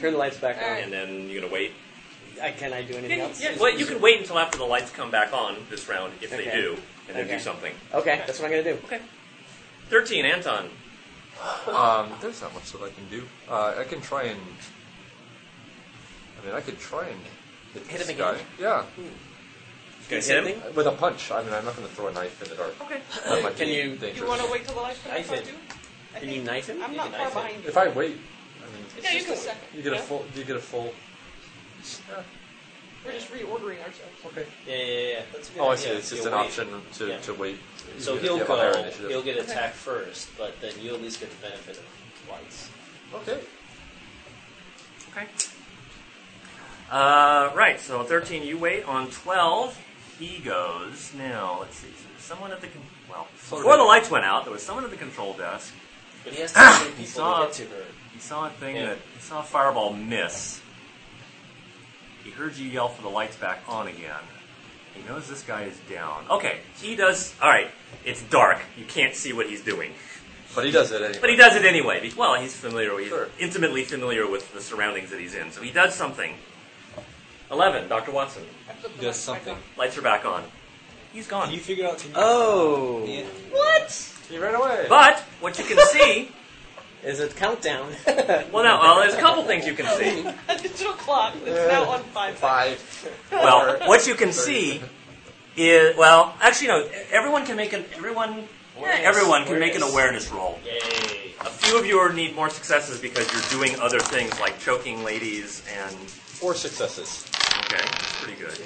Speaker 5: Turn the lights back
Speaker 8: All
Speaker 5: on.
Speaker 8: right.
Speaker 7: And then you're gonna wait
Speaker 5: I, can I do anything
Speaker 7: Yeah,
Speaker 5: else?
Speaker 7: yeah, well, you can wait until after the lights come back on this round, if they
Speaker 5: Okay.
Speaker 7: do, and then do
Speaker 5: Okay.
Speaker 7: something.
Speaker 5: Okay, that's what I'm gonna do.
Speaker 7: Okay. 13, Anton. Oh.
Speaker 4: Um, there's not much that I can do. Uh, I can try and. I mean, I could try and hit,
Speaker 5: Hit
Speaker 4: this
Speaker 5: him
Speaker 4: guy.
Speaker 5: again?
Speaker 4: Yeah,
Speaker 7: Gonna hit
Speaker 5: Something?
Speaker 7: him?
Speaker 4: with a punch. I mean, I'm not going to throw a knife in the dark.
Speaker 8: Okay.
Speaker 4: That might
Speaker 5: Can
Speaker 4: be
Speaker 5: you-
Speaker 8: Do you
Speaker 4: dangerous.
Speaker 8: want to wait till the lights come back
Speaker 6: Knife
Speaker 8: on
Speaker 6: it.
Speaker 8: too? I
Speaker 5: Can
Speaker 8: think-
Speaker 5: you knife him?
Speaker 8: I'm not
Speaker 6: can
Speaker 8: far
Speaker 6: knife it.
Speaker 8: behind you.
Speaker 4: If I wait, I mean,
Speaker 8: It's
Speaker 6: you
Speaker 8: just
Speaker 6: can-
Speaker 8: a second.
Speaker 4: you get a
Speaker 8: yeah?
Speaker 4: full. You get a full.
Speaker 8: We're just reordering ourselves.
Speaker 4: Okay.
Speaker 6: Yeah, yeah, yeah. That's a good
Speaker 4: Oh, I
Speaker 6: idea.
Speaker 4: see. It's just
Speaker 6: Yeah,
Speaker 4: an
Speaker 6: wait.
Speaker 4: option to,
Speaker 6: Yeah.
Speaker 4: to wait.
Speaker 6: So
Speaker 4: You get-
Speaker 6: he'll
Speaker 4: you have a higher
Speaker 6: go.
Speaker 4: initiative.
Speaker 6: He'll get attacked first, but then you at least get the benefit of lights.
Speaker 4: Okay.
Speaker 7: Okay. Uh, right, so 13, you wait. On 12, he goes. Now, let's see. so Someone at the. Con- well,
Speaker 4: Sort of.
Speaker 7: before the lights went out, there was someone at the control desk.
Speaker 6: But he has to many
Speaker 7: He
Speaker 6: people to
Speaker 7: saw-
Speaker 6: get to her.
Speaker 7: He saw a thing
Speaker 6: Yeah.
Speaker 7: that. He saw a fireball miss. He heard you yell for the lights back on again. He knows this guy is down. Okay, he does. Alright, it's dark. You can't see what he's doing.
Speaker 4: But he does it anyway.
Speaker 7: But he does it anyway. be- Well, he's familiar. He's
Speaker 4: Sure.
Speaker 7: intimately familiar with the surroundings that he's in, so he does something. Eleven, Doctor Watson.
Speaker 8: I put the
Speaker 9: Does
Speaker 8: lights back
Speaker 9: something.
Speaker 8: on.
Speaker 7: Lights are back on. He's gone.
Speaker 9: You figure out.
Speaker 5: Oh,
Speaker 9: Yeah.
Speaker 8: What?
Speaker 4: He ran away.
Speaker 7: But what you can see,
Speaker 5: is it countdown?
Speaker 7: well, no, well, there's a couple things you can see.
Speaker 8: A digital clock that's now on five.
Speaker 4: Five.
Speaker 7: Well, what you can see is well, actually no. Everyone can make an everyone
Speaker 6: Awareness.
Speaker 7: everyone can make an
Speaker 6: Awareness.
Speaker 7: awareness roll.
Speaker 6: Yay.
Speaker 7: A few of you are- need more successes because you're doing other things like choking ladies and
Speaker 4: Four successes.
Speaker 7: okay, that's pretty good.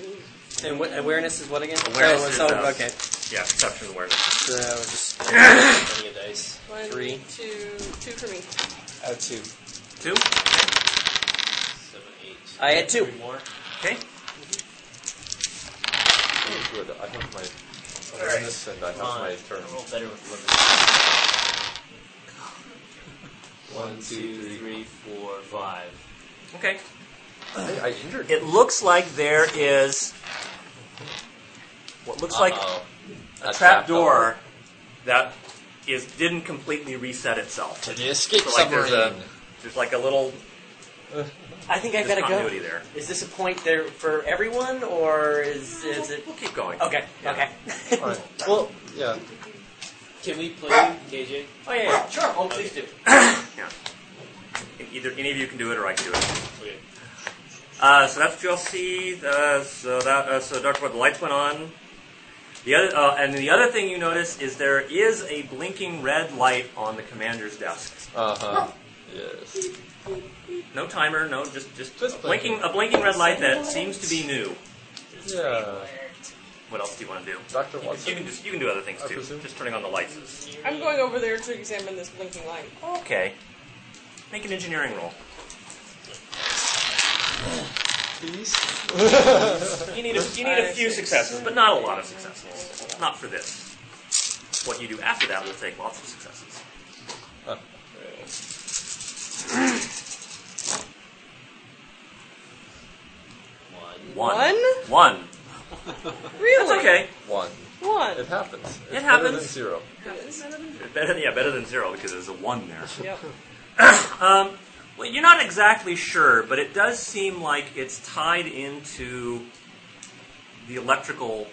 Speaker 5: And what, awareness is what again?
Speaker 7: Awareness
Speaker 5: oh,
Speaker 7: is,
Speaker 5: so,
Speaker 7: uh,
Speaker 5: okay.
Speaker 7: Yeah, perception awareness.
Speaker 5: So just
Speaker 6: Plenty of dice.
Speaker 8: One,
Speaker 5: Three.
Speaker 8: two- two for me.
Speaker 9: Uh, two.
Speaker 7: Two.
Speaker 6: Seven, eight.
Speaker 5: I had two.
Speaker 6: Three more.
Speaker 7: Okay.
Speaker 4: Oh, good. I have my awareness and I have
Speaker 6: Come on.
Speaker 4: my turn.
Speaker 6: Roll better with
Speaker 4: One,
Speaker 6: lemon. Two, three, four, five.
Speaker 7: Okay.
Speaker 4: I, I injured.
Speaker 7: It looks like there is what looks like
Speaker 6: Uh-oh.
Speaker 7: a trap door that is didn't completely reset itself.
Speaker 4: To the escape
Speaker 7: So, like, there's
Speaker 4: submarine.
Speaker 7: a- There's like a little
Speaker 5: I think I gotta go.
Speaker 7: discontinuity there.
Speaker 5: Is this a point there for everyone, or is is it?
Speaker 7: We'll keep going.
Speaker 5: Okay,
Speaker 7: Yeah.
Speaker 5: okay.
Speaker 4: All right. Well, yeah.
Speaker 6: Can we play KJ?
Speaker 5: oh yeah, yeah.
Speaker 6: Sure. Oh, please do.
Speaker 7: Either any of you can do it, or I can do it.
Speaker 6: Okay.
Speaker 7: Uh, so that's what you'll see. Uh, so that uh, so Dark Lord, the lights went on. The other uh, and the other thing you notice is there is a blinking red light on the commander's desk.
Speaker 4: Uh
Speaker 7: Uh-huh.
Speaker 4: huh. Yes.
Speaker 7: No timer, no just just,
Speaker 4: Just
Speaker 7: blinking a blinking red light that seems to be new.
Speaker 4: Yeah.
Speaker 7: What else do you want to do?
Speaker 4: Dr.
Speaker 7: You can, you
Speaker 4: Watson.
Speaker 7: can just you can do other things
Speaker 4: I
Speaker 7: too.
Speaker 4: presume.
Speaker 7: Just turning on the lights is
Speaker 8: I'm going over there to examine this blinking light.
Speaker 7: okay. Make an engineering roll.
Speaker 4: Please.
Speaker 7: You need a, you need a few successes, but not a lot of successes. Not for this. What you do after that will take lots of successes.
Speaker 6: One.
Speaker 7: One.
Speaker 8: One?
Speaker 7: One.
Speaker 8: Really?
Speaker 7: That's okay.
Speaker 4: One. It
Speaker 8: One.
Speaker 4: happens. It's better
Speaker 7: happens.
Speaker 4: Than zero.
Speaker 7: Better, yeah, better than zero because there's a one there. Um,
Speaker 8: Yep.
Speaker 7: Well, you're not exactly sure, but it does seem like it's tied into the electrical,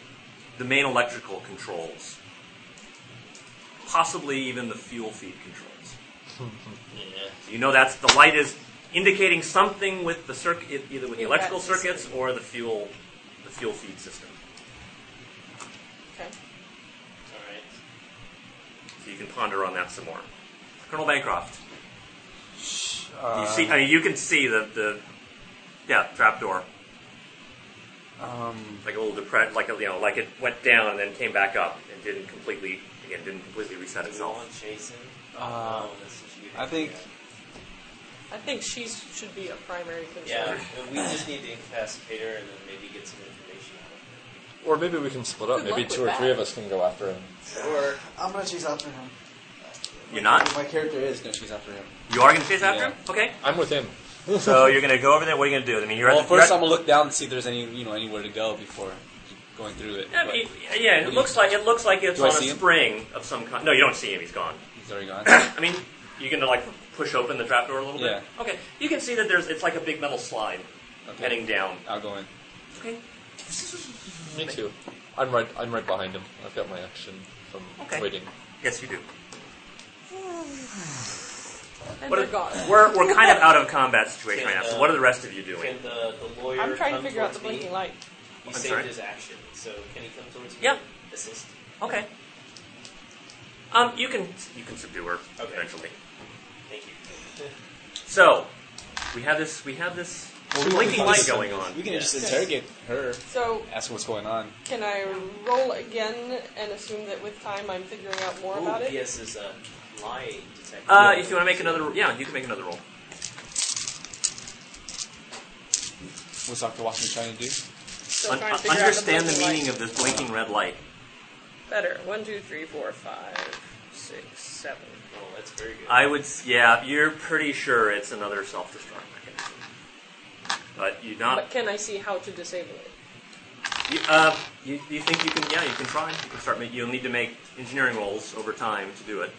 Speaker 7: the main electrical controls. Possibly even the fuel feed controls.
Speaker 6: Yeah.
Speaker 7: You know that's the light is indicating something with the circuit, either with the
Speaker 8: Yeah,
Speaker 7: electrical
Speaker 8: that's-
Speaker 7: circuits or the fuel, the fuel feed system.
Speaker 8: Okay.
Speaker 6: All right.
Speaker 7: So you can ponder on that some more. Colonel Bancroft, you see, I mean, you can see the the yeah trapdoor,
Speaker 9: Um,
Speaker 7: like a little depressed, like a, you know, like it went down and then came back up and didn't completely again didn't completely reset
Speaker 6: Do we
Speaker 7: itself.
Speaker 6: want Jason?
Speaker 9: uh,
Speaker 6: oh, this is you.
Speaker 9: I think
Speaker 8: I think she should be a primary concern.
Speaker 6: Yeah, and we just need to incapacitate her and then maybe get some information out
Speaker 4: Or maybe we can split up.
Speaker 8: Good
Speaker 4: maybe
Speaker 8: luck
Speaker 4: two or
Speaker 8: with
Speaker 4: three
Speaker 8: that.
Speaker 4: of us can go after him.
Speaker 6: of her. Or
Speaker 10: I'm gonna chase after him.
Speaker 7: You're not.
Speaker 10: My character is.
Speaker 9: he's gonna chase after him.
Speaker 7: You are going to chase after
Speaker 9: Yeah.
Speaker 7: him. Okay.
Speaker 4: I'm with him.
Speaker 7: So you're going to go over there. What are you going to do? I mean, you're
Speaker 9: Well,
Speaker 7: at the,
Speaker 9: first
Speaker 7: you're
Speaker 9: I'm
Speaker 7: at-
Speaker 9: gonna look down and see if there's any you know anywhere to go before going through it.
Speaker 7: I
Speaker 9: but
Speaker 7: mean, yeah, it looks like it looks like it's
Speaker 9: Do I
Speaker 7: on a
Speaker 9: see him?
Speaker 7: spring of some kind. No, you don't see him. He's gone.
Speaker 9: he's already gone.
Speaker 7: I mean, you can like push open the trapdoor a little bit.
Speaker 9: Yeah.
Speaker 7: Okay. You can see that there's it's like a big metal slide
Speaker 9: Okay.
Speaker 7: heading down.
Speaker 9: I'll go in.
Speaker 7: Okay.
Speaker 4: Me too. I'm right. I'm right behind him. I've got my action from
Speaker 7: Okay.
Speaker 4: waiting.
Speaker 7: Yes, you do.
Speaker 8: And
Speaker 7: What
Speaker 8: they're
Speaker 7: are-
Speaker 8: gone.
Speaker 7: We're, we're kind of out of combat situation
Speaker 6: Can,
Speaker 7: right now. So
Speaker 6: uh,
Speaker 7: what are the rest of you doing?
Speaker 6: can the, the lawyer
Speaker 8: I'm trying to
Speaker 6: come
Speaker 8: figure out
Speaker 6: towards
Speaker 8: the
Speaker 6: me?
Speaker 8: blinking light.
Speaker 6: He
Speaker 7: I'm
Speaker 6: saved
Speaker 7: sorry?
Speaker 6: his action, so can he come towards me?
Speaker 7: Yeah.
Speaker 6: Assist.
Speaker 7: Okay. Um, you can you can subdue her
Speaker 6: Okay.
Speaker 7: eventually.
Speaker 6: Thank you.
Speaker 7: So we have this we have this blinking light going on.
Speaker 9: We can just
Speaker 6: Yeah.
Speaker 9: interrogate her,
Speaker 8: So
Speaker 9: ask what's going on.
Speaker 8: can I roll again and assume that with time I'm figuring out more
Speaker 6: Ooh,
Speaker 8: about it?
Speaker 6: Yes, is a lie uh, detector.
Speaker 7: Uh, if you want to make another, yeah, you can make another roll.
Speaker 9: What's Doctor Washington trying to do?
Speaker 8: Still
Speaker 7: Un-
Speaker 8: trying to figure
Speaker 7: understand
Speaker 8: out
Speaker 7: the,
Speaker 8: the,
Speaker 7: meaning of this blinking red light.
Speaker 8: Better. One, two, three, four, five, six, seven.
Speaker 6: Oh, that's very good.
Speaker 7: I would, s- yeah, you're pretty sure it's another self-destruct mechanism. But you not,
Speaker 8: But can I see how to disable it?
Speaker 7: you, uh, you, you think you can? Yeah, you can try. You can start. Make, you'll need to make engineering rolls over time to do it.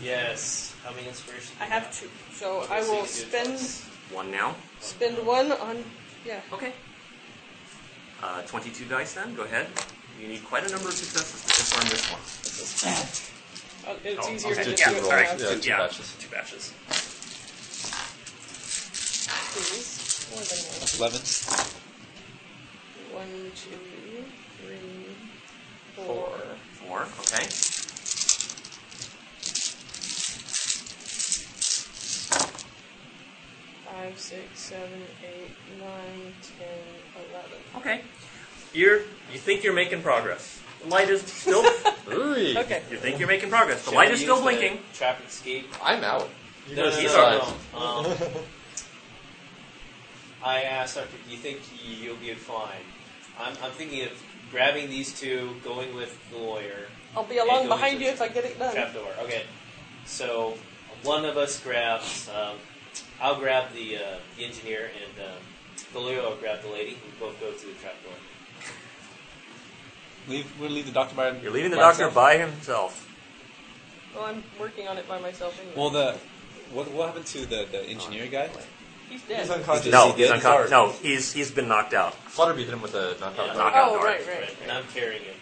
Speaker 6: yes. How many inspirations?
Speaker 8: I have two, so I
Speaker 6: so you
Speaker 8: will
Speaker 6: can do it
Speaker 8: spend
Speaker 6: twice.
Speaker 7: One now.
Speaker 8: spend one on yeah.
Speaker 7: Okay. Uh, 22 dice then. Go ahead. You need quite a number of successes to confirm this one.
Speaker 8: Uh, It's
Speaker 7: Oh,
Speaker 8: easier
Speaker 7: okay.
Speaker 8: to just
Speaker 7: yeah,
Speaker 8: do it
Speaker 7: all
Speaker 8: when I
Speaker 7: right.
Speaker 8: have
Speaker 4: Yeah,
Speaker 7: two,
Speaker 4: two
Speaker 7: yeah,
Speaker 4: batches.
Speaker 7: Two batches.
Speaker 8: these. More than
Speaker 9: Eleven.
Speaker 8: one. One, two, three, four.
Speaker 7: Four, okay.
Speaker 8: Five, six, seven, eight, nine, ten, eleven.
Speaker 7: Okay. You're, you think you're making progress. The light is still.
Speaker 4: Ooh,
Speaker 8: Okay.
Speaker 7: you think you're making progress. The
Speaker 6: Should
Speaker 7: light
Speaker 6: we
Speaker 7: is still
Speaker 6: use the
Speaker 7: blinking.
Speaker 6: Trap and escape.
Speaker 4: I'm out. You
Speaker 6: No,
Speaker 4: guys
Speaker 6: no,
Speaker 7: he's
Speaker 4: decide.
Speaker 6: no, no. Um, I asked Doctor, do you think you'll be fine? I'm, I'm thinking of grabbing these two, going with the lawyer,
Speaker 8: I'll be along
Speaker 6: Hey, go
Speaker 8: behind
Speaker 6: into
Speaker 8: you if I get it done.
Speaker 6: trapdoor. Okay, so one of us grabs. Um, I'll grab the, uh, the engineer, and um, the lawyer will grab the lady. We both go to the trapdoor.
Speaker 9: Leave. We're gonna leave the doctor by.
Speaker 7: You're leaving the
Speaker 9: by
Speaker 7: doctor
Speaker 9: himself.
Speaker 7: by himself.
Speaker 8: Well, I'm working on it by myself anyway.
Speaker 9: Well, the what what happened to the, the engineer guy?
Speaker 8: He's
Speaker 4: He's
Speaker 8: dead.
Speaker 4: unconscious.
Speaker 9: Is
Speaker 7: No,
Speaker 9: he
Speaker 7: he's
Speaker 9: dead?
Speaker 7: uncon- no, he's he's been knocked out.
Speaker 4: Flutterby hit him with a knockout.
Speaker 6: Yeah.
Speaker 7: Knockout
Speaker 8: Oh,
Speaker 7: door.
Speaker 8: right, right.
Speaker 6: And I'm carrying it.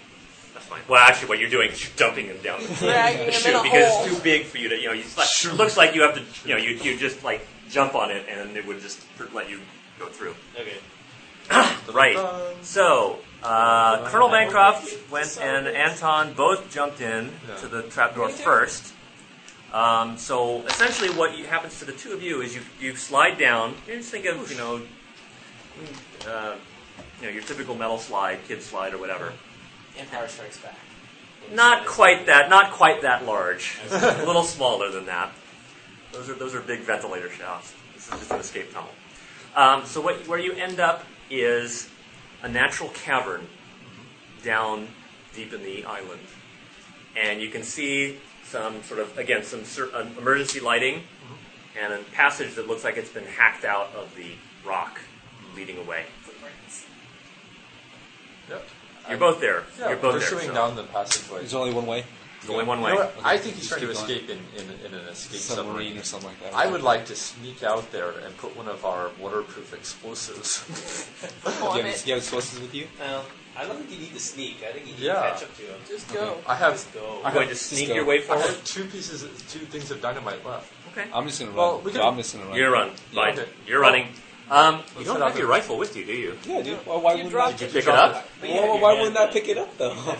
Speaker 7: That's fine. Well, actually, what you're doing is you're dumping him down the
Speaker 8: Dragging him in
Speaker 7: chute
Speaker 8: a
Speaker 7: because
Speaker 8: hole.
Speaker 7: it's too big for you to, you know, you like, it looks like you have to, you know, you, you just like jump on it and it would just let you go through.
Speaker 6: Okay.
Speaker 7: Right. So, uh, Colonel Bancroft went and Anton both jumped in
Speaker 4: Yeah.
Speaker 7: to the trapdoor
Speaker 8: Me too.
Speaker 7: first. Um, so essentially, what you, happens to the two of you is you, you slide down. You just think of you know, uh, you know your typical metal slide, kid slide or whatever.
Speaker 6: Empire Strikes Back.
Speaker 7: Not quite that. Not quite that large. a little smaller than that. Those are those are big ventilator shafts. This is just an escape tunnel. Um, so what, where you end up is a natural cavern down deep in the island, and you can see some sort of again some cer- uh, emergency lighting and a passage that looks like it's been hacked out of the rock, leading away.
Speaker 4: Yep.
Speaker 7: You're both there.
Speaker 4: Yeah,
Speaker 7: You're both there.
Speaker 4: pursuing
Speaker 7: so
Speaker 4: down the passageway.
Speaker 9: There's only one way.
Speaker 7: it's only one
Speaker 4: You
Speaker 7: way.
Speaker 4: know what? I think he's
Speaker 9: Just
Speaker 4: trying to
Speaker 9: keep going.
Speaker 4: escape in, in, in an escape
Speaker 9: submarine,
Speaker 4: submarine.
Speaker 9: or something like that.
Speaker 4: I would like to sneak out there and put one of our waterproof explosives.
Speaker 9: Do you
Speaker 8: On
Speaker 9: have, do
Speaker 8: it.
Speaker 9: you have explosives with you?
Speaker 6: Well, I don't think you need to sneak. I think you need
Speaker 4: Yeah.
Speaker 6: to catch up to him.
Speaker 8: Just go.
Speaker 4: I have
Speaker 6: Just go.
Speaker 7: You're going to sneak
Speaker 9: Still.
Speaker 7: your way
Speaker 4: I
Speaker 7: forward.
Speaker 4: have two pieces, two things of dynamite left.
Speaker 7: Okay.
Speaker 9: I'm just gonna run.
Speaker 4: Well, we
Speaker 9: So
Speaker 4: can-
Speaker 9: I'm just gonna run.
Speaker 7: You're running.
Speaker 9: Yeah.
Speaker 7: Fine.
Speaker 4: Okay.
Speaker 7: You're running. Um, you
Speaker 4: Let's
Speaker 7: don't
Speaker 4: head out
Speaker 7: have
Speaker 4: there.
Speaker 7: your rifle with you, do you?
Speaker 9: Yeah, dude. Why, why
Speaker 8: You
Speaker 9: wouldn't I
Speaker 8: dropped
Speaker 9: pick
Speaker 8: it.
Speaker 7: Pick it up.
Speaker 9: Why,
Speaker 6: Yeah, you
Speaker 9: why
Speaker 6: had
Speaker 9: wouldn't I pick it up though?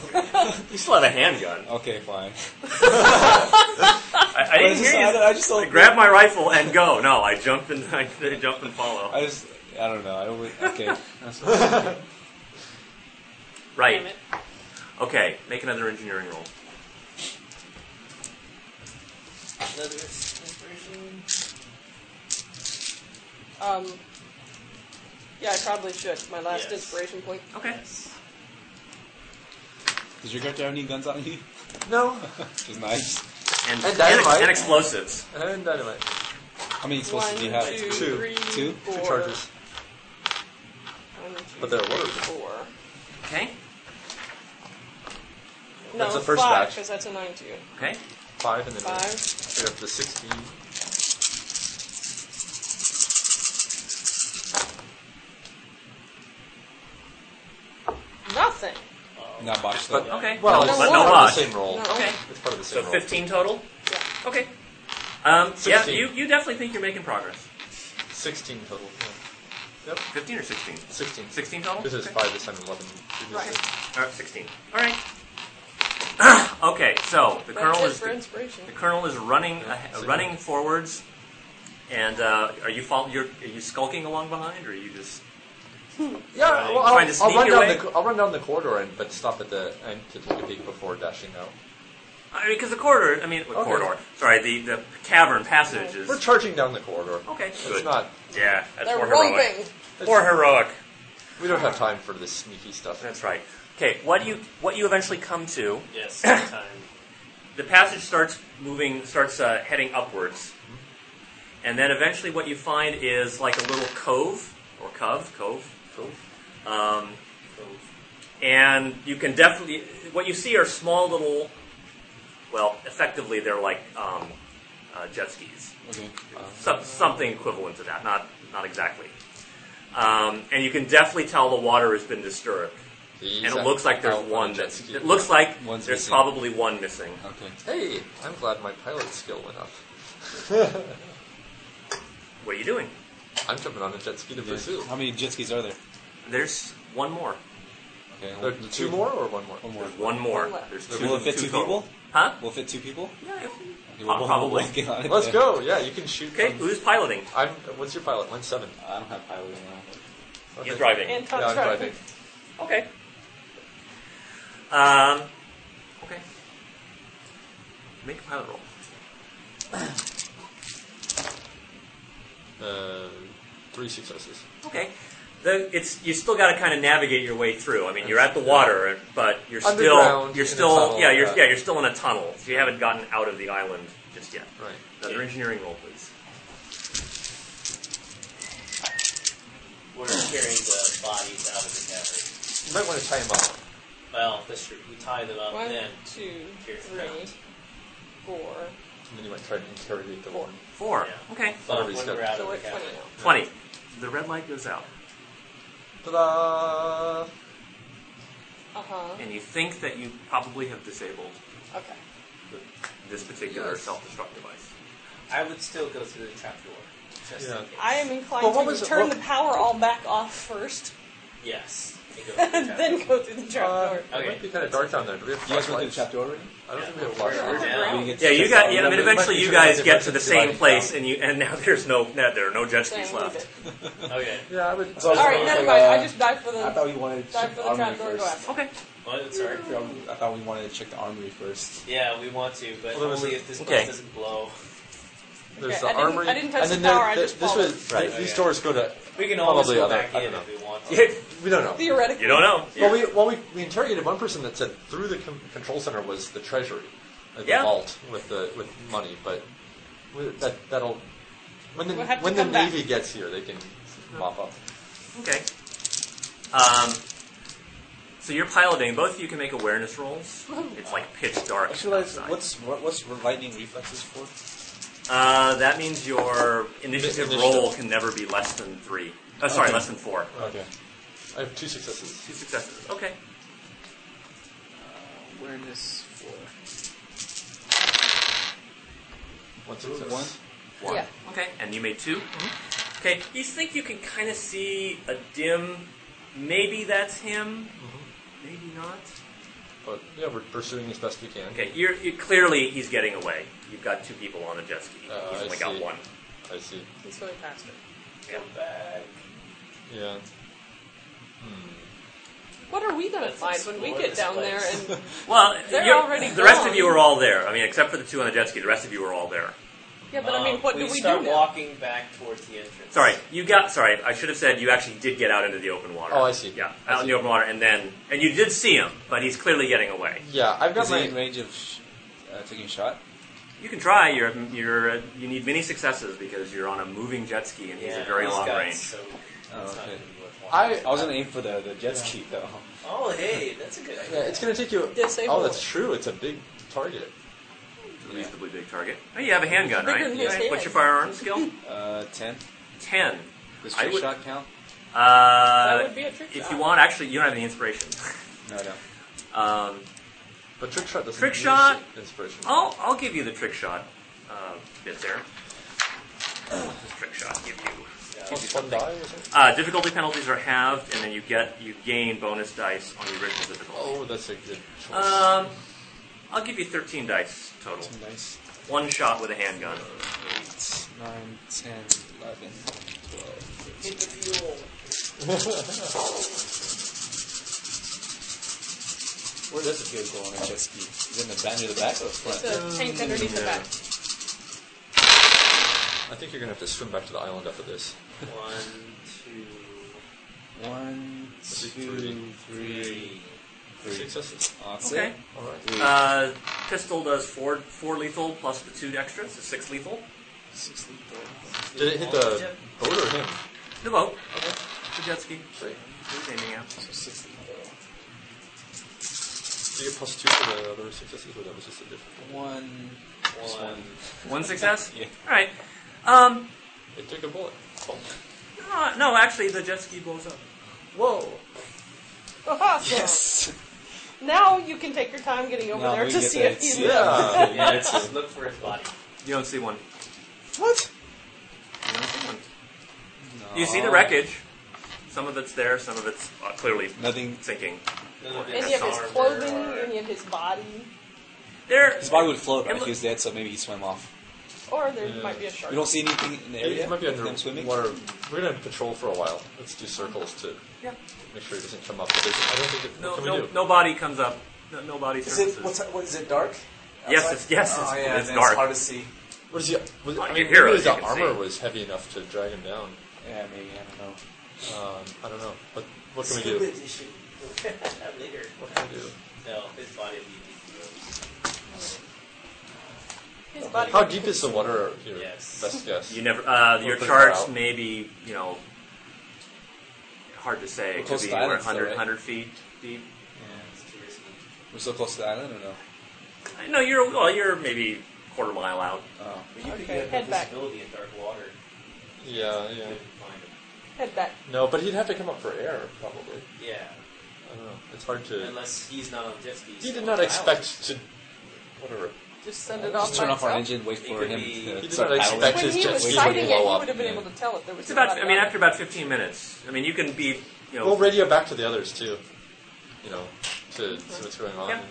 Speaker 7: You still have a handgun.
Speaker 9: okay, fine.
Speaker 7: I, I
Speaker 9: But I
Speaker 7: didn't
Speaker 9: just,
Speaker 7: hear
Speaker 9: I,
Speaker 7: you.
Speaker 9: don't- I just don't.
Speaker 7: grab my rifle and go. No, I jump and I jump and follow.
Speaker 9: I just. I don't know. I always, okay.
Speaker 8: Damn
Speaker 7: Right.
Speaker 8: it.
Speaker 7: Okay. Make another engineering roll.
Speaker 6: Another inspiration.
Speaker 8: Um, yeah, I probably should. My last
Speaker 6: Yes.
Speaker 8: inspiration point.
Speaker 7: Okay.
Speaker 9: Does your character have any guns on you?
Speaker 4: No,
Speaker 9: Just knives.
Speaker 7: And
Speaker 4: And dynamite.
Speaker 7: and explosives.
Speaker 4: and dynamite.
Speaker 9: How many
Speaker 8: One,
Speaker 9: explosives do you have?
Speaker 8: two,
Speaker 4: Two.
Speaker 8: three,
Speaker 9: Two? Two
Speaker 8: four.
Speaker 4: Two charges.
Speaker 8: One, two,
Speaker 4: But they're
Speaker 8: three,
Speaker 4: waterproof.
Speaker 8: Four.
Speaker 7: Okay.
Speaker 8: No,
Speaker 4: That's the first
Speaker 8: five,
Speaker 4: batch.
Speaker 8: because that's a nine to you.
Speaker 7: Okay.
Speaker 4: Five and then
Speaker 8: Five.
Speaker 4: Straight up to sixteen.
Speaker 8: Nothing.
Speaker 9: Not box
Speaker 4: But
Speaker 9: though.
Speaker 7: Okay.
Speaker 4: well,
Speaker 7: No,
Speaker 4: it's
Speaker 7: but
Speaker 4: part
Speaker 7: no
Speaker 4: of
Speaker 7: lodge.
Speaker 4: the same roll.
Speaker 8: No.
Speaker 7: Okay.
Speaker 4: It's part of the
Speaker 7: So
Speaker 4: same roll.
Speaker 7: 15 total.
Speaker 8: Yeah.
Speaker 7: Okay. Um, yeah,
Speaker 4: Sixteen.
Speaker 7: you, you definitely think you're making progress.
Speaker 4: Sixteen total. yeah.
Speaker 7: 15 or 16?
Speaker 4: Sixteen.
Speaker 7: 16 total?
Speaker 4: This is
Speaker 7: Okay.
Speaker 4: five this time eleven. previously.
Speaker 7: All right, 16. All right. Uh, okay, so the
Speaker 8: But
Speaker 7: colonel
Speaker 8: just
Speaker 7: is
Speaker 8: for inspiration.
Speaker 7: The colonel is running, ahe-
Speaker 4: so-
Speaker 7: running forwards, and uh, are you follow, you're, are you skulking along behind, or are you just?
Speaker 4: Yeah,
Speaker 7: Right.
Speaker 4: well, I'll,
Speaker 7: Trying to sneak
Speaker 4: I'll run
Speaker 7: your
Speaker 4: down
Speaker 7: way?
Speaker 4: the I'll run down the corridor and but stop at the end to take a peek before dashing out.
Speaker 7: I mean, because the corridor, I mean, the
Speaker 4: Okay.
Speaker 7: corridor. Sorry, the, the cavern passage is
Speaker 4: We're charging down the corridor.
Speaker 7: okay.
Speaker 4: It's
Speaker 7: Good.
Speaker 4: not.
Speaker 7: Yeah, that's
Speaker 8: They're
Speaker 7: more
Speaker 8: roping.
Speaker 7: heroic. More heroic.
Speaker 4: We don't have time for this sneaky stuff.
Speaker 7: That's right. Okay, what you what you eventually come to?
Speaker 6: Yes, time.
Speaker 7: The passage starts moving, starts uh, heading upwards, and then eventually what you find is like a little cove or cove, cove, cove. Um, and you can definitely what you see are small little well effectively they're like um, uh, jet skis
Speaker 9: Okay.
Speaker 7: Some, something equivalent to that not not exactly um, and you can definitely tell the water has been disturbed
Speaker 4: These
Speaker 7: and
Speaker 4: are
Speaker 7: it looks like
Speaker 4: out
Speaker 7: there's
Speaker 4: on a
Speaker 7: one
Speaker 4: jet
Speaker 7: that
Speaker 4: ski.
Speaker 7: it looks like
Speaker 9: One's
Speaker 7: there's
Speaker 9: missing.
Speaker 7: probably one missing
Speaker 9: Okay.
Speaker 4: Hey, I'm glad my pilot skill went up.
Speaker 7: what are you doing
Speaker 4: I'm jumping on a jet ski to
Speaker 9: Yeah.
Speaker 4: pursue.
Speaker 9: How many jet skis are there?
Speaker 7: there's one more
Speaker 9: Okay.
Speaker 4: There,
Speaker 9: we'll-
Speaker 4: two more or one more?
Speaker 9: One more.
Speaker 7: There's one more.
Speaker 8: One left.
Speaker 7: There's two.
Speaker 9: Will it fit two,
Speaker 4: total.
Speaker 9: people?
Speaker 7: Huh?
Speaker 9: Will it fit two people?
Speaker 7: Yeah,
Speaker 9: Okay, we'll- we'll-
Speaker 7: probably.
Speaker 9: we'll get on it
Speaker 4: Let's
Speaker 9: then.
Speaker 4: go. Yeah, you can shoot.
Speaker 7: Okay,
Speaker 4: from-
Speaker 7: who's piloting?
Speaker 4: I'm. What's your pilot? Mine's seven.
Speaker 9: I don't have pilot now.
Speaker 4: Okay.
Speaker 7: He's driving.
Speaker 8: And
Speaker 4: Yeah,
Speaker 8: Tom's
Speaker 4: I'm
Speaker 8: driving.
Speaker 4: driving.
Speaker 7: Okay. Um, okay. Make a pilot roll.
Speaker 4: Uh, three successes.
Speaker 7: Okay. The, it's you still got to kind of navigate your way through. I mean, you're at the water, but you're still
Speaker 4: Underground,
Speaker 7: you're
Speaker 4: in a
Speaker 7: still
Speaker 4: tunnel,
Speaker 7: yeah you're
Speaker 4: yeah.
Speaker 7: yeah you're still in a tunnel. So you haven't gotten out of the island just yet.
Speaker 4: Right.
Speaker 7: Another engineering roll, please.
Speaker 6: We're carrying the bodies out of the cavern.
Speaker 4: You might want to tie him up.
Speaker 6: Well, that's true. We tie them up
Speaker 8: One,
Speaker 6: then.
Speaker 8: two,
Speaker 6: Here's the
Speaker 8: three,
Speaker 6: ground.
Speaker 8: four.
Speaker 4: And then you might try to interrogate the one.
Speaker 7: Four. Okay.
Speaker 6: But
Speaker 4: Everybody's
Speaker 6: when
Speaker 4: got-
Speaker 6: we're out
Speaker 8: So
Speaker 6: of
Speaker 8: we're
Speaker 6: the
Speaker 8: at 20
Speaker 6: cavern.
Speaker 8: now.
Speaker 7: Twenty. The red light goes out,
Speaker 4: Ta-da!
Speaker 8: Uh huh.
Speaker 7: and you think that you probably have disabled
Speaker 8: Okay.
Speaker 7: the, this particular
Speaker 4: Yes.
Speaker 7: self-destruct device.
Speaker 6: I would still go through the trapdoor. Just
Speaker 4: Yeah.
Speaker 6: in case.
Speaker 8: I am inclined
Speaker 4: Well, what
Speaker 8: to
Speaker 4: was it-
Speaker 8: turn
Speaker 4: what-
Speaker 8: the power all back off first,
Speaker 6: Yes. I go through
Speaker 8: and
Speaker 6: the
Speaker 8: then
Speaker 6: trapdoor.
Speaker 8: go through the
Speaker 4: Uh,
Speaker 8: trapdoor.
Speaker 4: It
Speaker 6: Okay.
Speaker 4: might be kind of dark down there. Do we have
Speaker 9: You guys went through
Speaker 4: flashlights?
Speaker 9: the chapter already?
Speaker 4: I don't
Speaker 6: Yeah.
Speaker 4: think we have
Speaker 8: We're- we're
Speaker 4: flashlights.
Speaker 8: down.
Speaker 9: We get
Speaker 7: Yeah, you got. Yeah, I mean,
Speaker 9: Remember-
Speaker 7: eventually
Speaker 4: Might be
Speaker 7: you
Speaker 4: turned
Speaker 7: guys
Speaker 4: on
Speaker 7: get to the
Speaker 4: emergency
Speaker 7: same
Speaker 4: lights
Speaker 7: place, and you and now there's no now there are no jet skis
Speaker 8: Saying leave
Speaker 7: left.
Speaker 8: it.
Speaker 6: Okay.
Speaker 4: Yeah, I would.
Speaker 9: So-
Speaker 8: All right,
Speaker 6: Uh,
Speaker 8: never mind.
Speaker 9: uh,
Speaker 8: I just died for
Speaker 9: I
Speaker 8: the
Speaker 9: thought we wanted to
Speaker 8: died
Speaker 9: check
Speaker 8: for
Speaker 9: the
Speaker 8: the
Speaker 9: armory
Speaker 8: trapdoor. Go
Speaker 9: first.
Speaker 8: after.
Speaker 7: Okay.
Speaker 6: What? Sorry.
Speaker 9: I thought we wanted to check the armory first.
Speaker 6: Yeah, we want to, but
Speaker 4: Well, there was
Speaker 6: only
Speaker 4: a-
Speaker 6: if this
Speaker 7: okay.
Speaker 6: place doesn't blow.
Speaker 4: There's
Speaker 8: Okay,
Speaker 4: the
Speaker 8: I didn't-
Speaker 4: armory.
Speaker 8: I didn't touch
Speaker 4: and then
Speaker 8: the tower,
Speaker 4: there-
Speaker 8: I
Speaker 4: th-
Speaker 8: just
Speaker 4: This
Speaker 8: followed.
Speaker 4: was,
Speaker 6: Right,
Speaker 4: these
Speaker 6: yeah.
Speaker 4: doors go to.
Speaker 6: We can always
Speaker 4: Probably
Speaker 6: go
Speaker 4: other-
Speaker 6: back
Speaker 4: I
Speaker 6: in
Speaker 4: don't
Speaker 6: if we want to.
Speaker 4: We don't know.
Speaker 8: Theoretically,
Speaker 7: You don't know.
Speaker 4: Well, we well we, we interrogated one person that said through the com- control center was the treasury, like
Speaker 7: Yeah.
Speaker 4: the vault with the with money, but we, that that'll when the
Speaker 8: We'll have to
Speaker 4: when the
Speaker 8: come back.
Speaker 4: navy gets here they can mop up.
Speaker 7: Okay. Um, so you're piloting. Both of you can make awareness rolls. It's like pitch dark
Speaker 9: Actually, let's-
Speaker 7: outside.
Speaker 9: what's what, what's lightning reflexes for?
Speaker 7: Uh, that means your initiative,
Speaker 4: Initiative.
Speaker 7: roll can never be less than three. Oh, sorry,
Speaker 9: Okay.
Speaker 7: less than four.
Speaker 9: Okay.
Speaker 4: I have two successes.
Speaker 7: Two successes. Okay.
Speaker 9: Awareness for
Speaker 4: One success.
Speaker 9: one.
Speaker 7: One.
Speaker 8: Yeah.
Speaker 7: Okay. And you made 2
Speaker 8: Mm-hmm.
Speaker 7: Okay. You think you can kind of see a dim. Maybe that's him.
Speaker 8: Mm-hmm.
Speaker 7: Maybe not.
Speaker 4: But yeah, we're pursuing as best we can.
Speaker 7: Okay. You're, you clearly he's getting away. You've got two people on a jet ski.
Speaker 4: Uh,
Speaker 7: he's
Speaker 4: I
Speaker 7: only got
Speaker 4: see.
Speaker 7: one.
Speaker 4: I see.
Speaker 8: he's going faster.
Speaker 4: Yeah.
Speaker 8: What are we gonna find when we
Speaker 6: explore
Speaker 8: get
Speaker 6: this
Speaker 8: down there?
Speaker 6: place.
Speaker 8: And
Speaker 7: Well,
Speaker 8: They're
Speaker 7: you're-
Speaker 8: already
Speaker 7: the rest of
Speaker 8: gone.
Speaker 7: you are all there. I mean, except for the two on the jet ski, the rest of you are all there.
Speaker 8: yeah, but I mean,
Speaker 6: Um,
Speaker 8: what do
Speaker 6: we
Speaker 8: we
Speaker 6: start
Speaker 8: do now?
Speaker 6: walking back towards the entrance.
Speaker 7: Sorry, you got. Sorry, I should have said you actually did get out into the open water.
Speaker 4: Oh, I see.
Speaker 7: Yeah,
Speaker 4: I
Speaker 7: out in
Speaker 4: see.
Speaker 7: the open water, and then and you did see him, but he's clearly getting away.
Speaker 4: Yeah, I've got
Speaker 9: Is he in
Speaker 4: my.
Speaker 9: range of sh- uh, taking a shot?
Speaker 7: You can try. You're you're uh, you need many successes because you're on a moving jet ski and he's
Speaker 6: Yeah,
Speaker 7: a very
Speaker 6: these
Speaker 7: long
Speaker 6: guys,
Speaker 7: range.
Speaker 6: So
Speaker 9: Oh,
Speaker 6: it's not
Speaker 9: okay.
Speaker 6: gonna be worthwhile.
Speaker 4: I,
Speaker 9: I was gonna aim for the, the jet ski though.
Speaker 6: Oh, hey, that's a good idea.
Speaker 4: yeah, it's gonna take you.
Speaker 8: Disable
Speaker 4: Oh, that's
Speaker 8: it.
Speaker 4: true. It's a big target.
Speaker 7: Reasonably big target. Oh, you have a handgun,
Speaker 8: Bigger
Speaker 7: right?
Speaker 8: than his
Speaker 7: Yeah. What's
Speaker 8: hand.
Speaker 7: your firearm skill?
Speaker 9: Uh, ten.
Speaker 7: Ten.
Speaker 9: Does
Speaker 7: I
Speaker 9: trick
Speaker 7: would-
Speaker 9: shot count?
Speaker 7: Uh,
Speaker 8: That would be a trick
Speaker 7: if
Speaker 8: shot.
Speaker 7: you want, actually, you don't have any inspiration.
Speaker 9: No, no.
Speaker 7: um,
Speaker 4: But trick shot doesn't
Speaker 7: Trick
Speaker 4: use
Speaker 7: shot. Oh.
Speaker 4: inspiration.
Speaker 7: I'll, I'll give you the trick shot uh, bit there. What does trick shot give you?
Speaker 4: Plus one die or something.
Speaker 7: Uh, difficulty penalties are halved, and then you get you gain bonus dice on the original difficulty.
Speaker 4: Oh, that's a good choice.
Speaker 7: Um, I'll give you 13 dice total.
Speaker 9: Some dice.
Speaker 7: One shot with a handgun.
Speaker 9: Eight, nine, ten, eleven, twelve.
Speaker 8: Hit the fuel.
Speaker 9: Where does it go on a jet ski? Is it in the back, near the back or the
Speaker 8: It's
Speaker 9: front?
Speaker 8: a
Speaker 6: Mm,
Speaker 8: tank underneath the
Speaker 4: yeah.
Speaker 8: back.
Speaker 4: I think you're gonna have to swim back to the island after this.
Speaker 6: One, two,
Speaker 9: One, two, three,
Speaker 6: three.
Speaker 9: three.
Speaker 4: Successes.
Speaker 9: Oh, That's
Speaker 7: Okay.
Speaker 9: it.
Speaker 4: All right.
Speaker 9: Three,
Speaker 7: Uh, pistol does four four lethal plus the two extras, so six lethal.
Speaker 9: six,
Speaker 4: Did it hit the boat or him?
Speaker 7: The boat, the jet ski.
Speaker 4: Great.
Speaker 7: He's aiming at.
Speaker 9: so six lethal.
Speaker 4: Do you get plus two for the other successes, or that was just a different
Speaker 9: One, just
Speaker 6: one.
Speaker 9: one.
Speaker 7: One success.
Speaker 9: Yeah.
Speaker 7: All right. Um,
Speaker 4: one? It took a bullet.
Speaker 7: uh, no, actually, the jet ski blows up.
Speaker 4: Whoa!
Speaker 8: Awesome.
Speaker 9: Yes.
Speaker 8: Oh, Now you can take your time getting over
Speaker 9: Now
Speaker 8: there
Speaker 9: we
Speaker 8: to
Speaker 9: get
Speaker 8: see
Speaker 9: to
Speaker 8: if
Speaker 9: see
Speaker 8: he
Speaker 9: it.
Speaker 4: Yeah.
Speaker 6: Yeah, just look for his body.
Speaker 7: You don't see one.
Speaker 9: What?
Speaker 7: You don't see one. You see the wreckage. Some of it's there. Some of it's uh, clearly
Speaker 9: Nothing.
Speaker 7: sinking.
Speaker 6: None of
Speaker 8: Any of his
Speaker 6: armor
Speaker 8: clothing,
Speaker 6: or-
Speaker 8: any of his body,
Speaker 7: There,
Speaker 9: His body would float, right?
Speaker 7: It
Speaker 9: If he was dead, so maybe he swam off.
Speaker 8: or there might be a shark.
Speaker 9: We don't see anything in the area.
Speaker 4: It might be
Speaker 9: of
Speaker 4: under
Speaker 9: them swimming.
Speaker 4: water. We're gonna patrol for a while. Let's do circles to make sure it doesn't come up. But there's- I don't think it.
Speaker 7: no,
Speaker 4: what can
Speaker 7: no,
Speaker 4: we do?
Speaker 7: nobody comes up. No, nobody
Speaker 9: Is it
Speaker 7: surfaces.
Speaker 9: what's what is it dark?
Speaker 7: Yes,
Speaker 9: Outside?
Speaker 7: it's- yes, it's-
Speaker 9: oh, yeah,
Speaker 7: it's
Speaker 9: then
Speaker 7: dark.
Speaker 9: It's hard to see.
Speaker 4: What is he? Was,
Speaker 7: I
Speaker 4: I
Speaker 7: can
Speaker 4: mean,
Speaker 7: hear
Speaker 4: maybe
Speaker 7: us,
Speaker 4: the
Speaker 7: I can
Speaker 4: armor
Speaker 7: see.
Speaker 4: was heavy enough to drag him down.
Speaker 9: Yeah, maybe I don't know.
Speaker 4: Um, I don't know. What, what can we
Speaker 5: Scuba
Speaker 4: do?
Speaker 5: edition.
Speaker 6: Later.
Speaker 4: What can we do?
Speaker 6: No, his body would be decomposed.
Speaker 8: His body.
Speaker 4: How deep is the water here?
Speaker 6: Yes.
Speaker 4: Best guess.
Speaker 7: You never. Uh, your
Speaker 4: put it
Speaker 7: charts
Speaker 4: out.
Speaker 7: may be, you know, hard to say. It
Speaker 9: close
Speaker 7: could be
Speaker 9: to
Speaker 7: anywhere
Speaker 9: islands, though,
Speaker 7: 100,
Speaker 9: right?
Speaker 7: 100 feet deep.
Speaker 6: It's too risky.
Speaker 9: We're so close to the island, or no?
Speaker 7: No, you're well, you're maybe quarter mile out.
Speaker 9: Oh,
Speaker 6: But you could
Speaker 8: Okay,
Speaker 6: you have
Speaker 8: head
Speaker 6: no
Speaker 8: back.
Speaker 6: visibility in dark water.
Speaker 4: Yeah,
Speaker 6: You
Speaker 4: yeah.
Speaker 6: couldn't find him.
Speaker 8: Head back.
Speaker 4: No, but he'd have to come up for air, probably.
Speaker 6: Yeah,
Speaker 4: I don't know. It's hard to.
Speaker 6: unless he's not on jet skis.
Speaker 4: He did
Speaker 6: on
Speaker 4: not
Speaker 6: the
Speaker 4: expect to. Whatever.
Speaker 8: Just send it off.
Speaker 9: just turn
Speaker 8: by
Speaker 9: off our
Speaker 8: itself.
Speaker 9: engine, wait
Speaker 6: It
Speaker 9: for
Speaker 6: could
Speaker 9: him.
Speaker 6: be-
Speaker 9: to
Speaker 4: He did
Speaker 9: start
Speaker 4: not
Speaker 9: paddling.
Speaker 4: expect
Speaker 8: When
Speaker 4: his
Speaker 8: he
Speaker 4: jet
Speaker 8: was
Speaker 4: skis
Speaker 8: sighting
Speaker 4: would
Speaker 8: it,
Speaker 4: blow
Speaker 8: he
Speaker 4: up.
Speaker 8: would have been
Speaker 9: yeah.
Speaker 8: able to tell if there was.
Speaker 7: It's about.
Speaker 8: somebody
Speaker 7: I mean,
Speaker 8: out
Speaker 7: after about 15 minutes. I mean, you can be, you know,
Speaker 4: We'll radio back to the others too. You know, to see what's going on.
Speaker 7: Yeah.
Speaker 4: and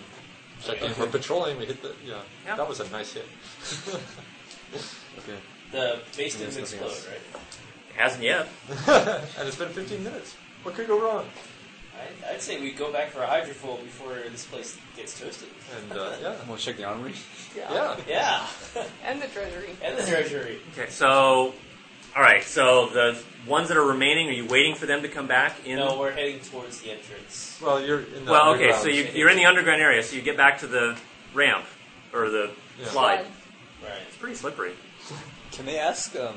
Speaker 4: Check in. We're patrolling. We hit the. Yeah.
Speaker 7: Yeah.
Speaker 4: That was a nice hit.
Speaker 9: Okay.
Speaker 6: The base
Speaker 9: There's
Speaker 6: didn't
Speaker 9: nothing
Speaker 6: explode,
Speaker 9: else.
Speaker 6: right?
Speaker 7: hasn't yet.
Speaker 4: and it's been 15 minutes. What could go wrong?
Speaker 6: I, I'd say we go back for a hydrofoil before this place gets toasted.
Speaker 4: And uh, yeah,
Speaker 9: We'll check the armory.
Speaker 4: yeah.
Speaker 6: Yeah,
Speaker 8: there. and the treasury.
Speaker 6: and the treasury.
Speaker 7: Okay, so, all right. So the ones that are remaining, are you waiting for them to come back in?
Speaker 6: No, we're heading towards the entrance.
Speaker 4: Well, you're in the
Speaker 7: well, okay.
Speaker 4: underground.
Speaker 7: So you, you're in the underground area. So you get back to the ramp or the
Speaker 4: Yeah.
Speaker 7: slide.
Speaker 6: Right.
Speaker 7: It's pretty slippery.
Speaker 9: Can they ask um,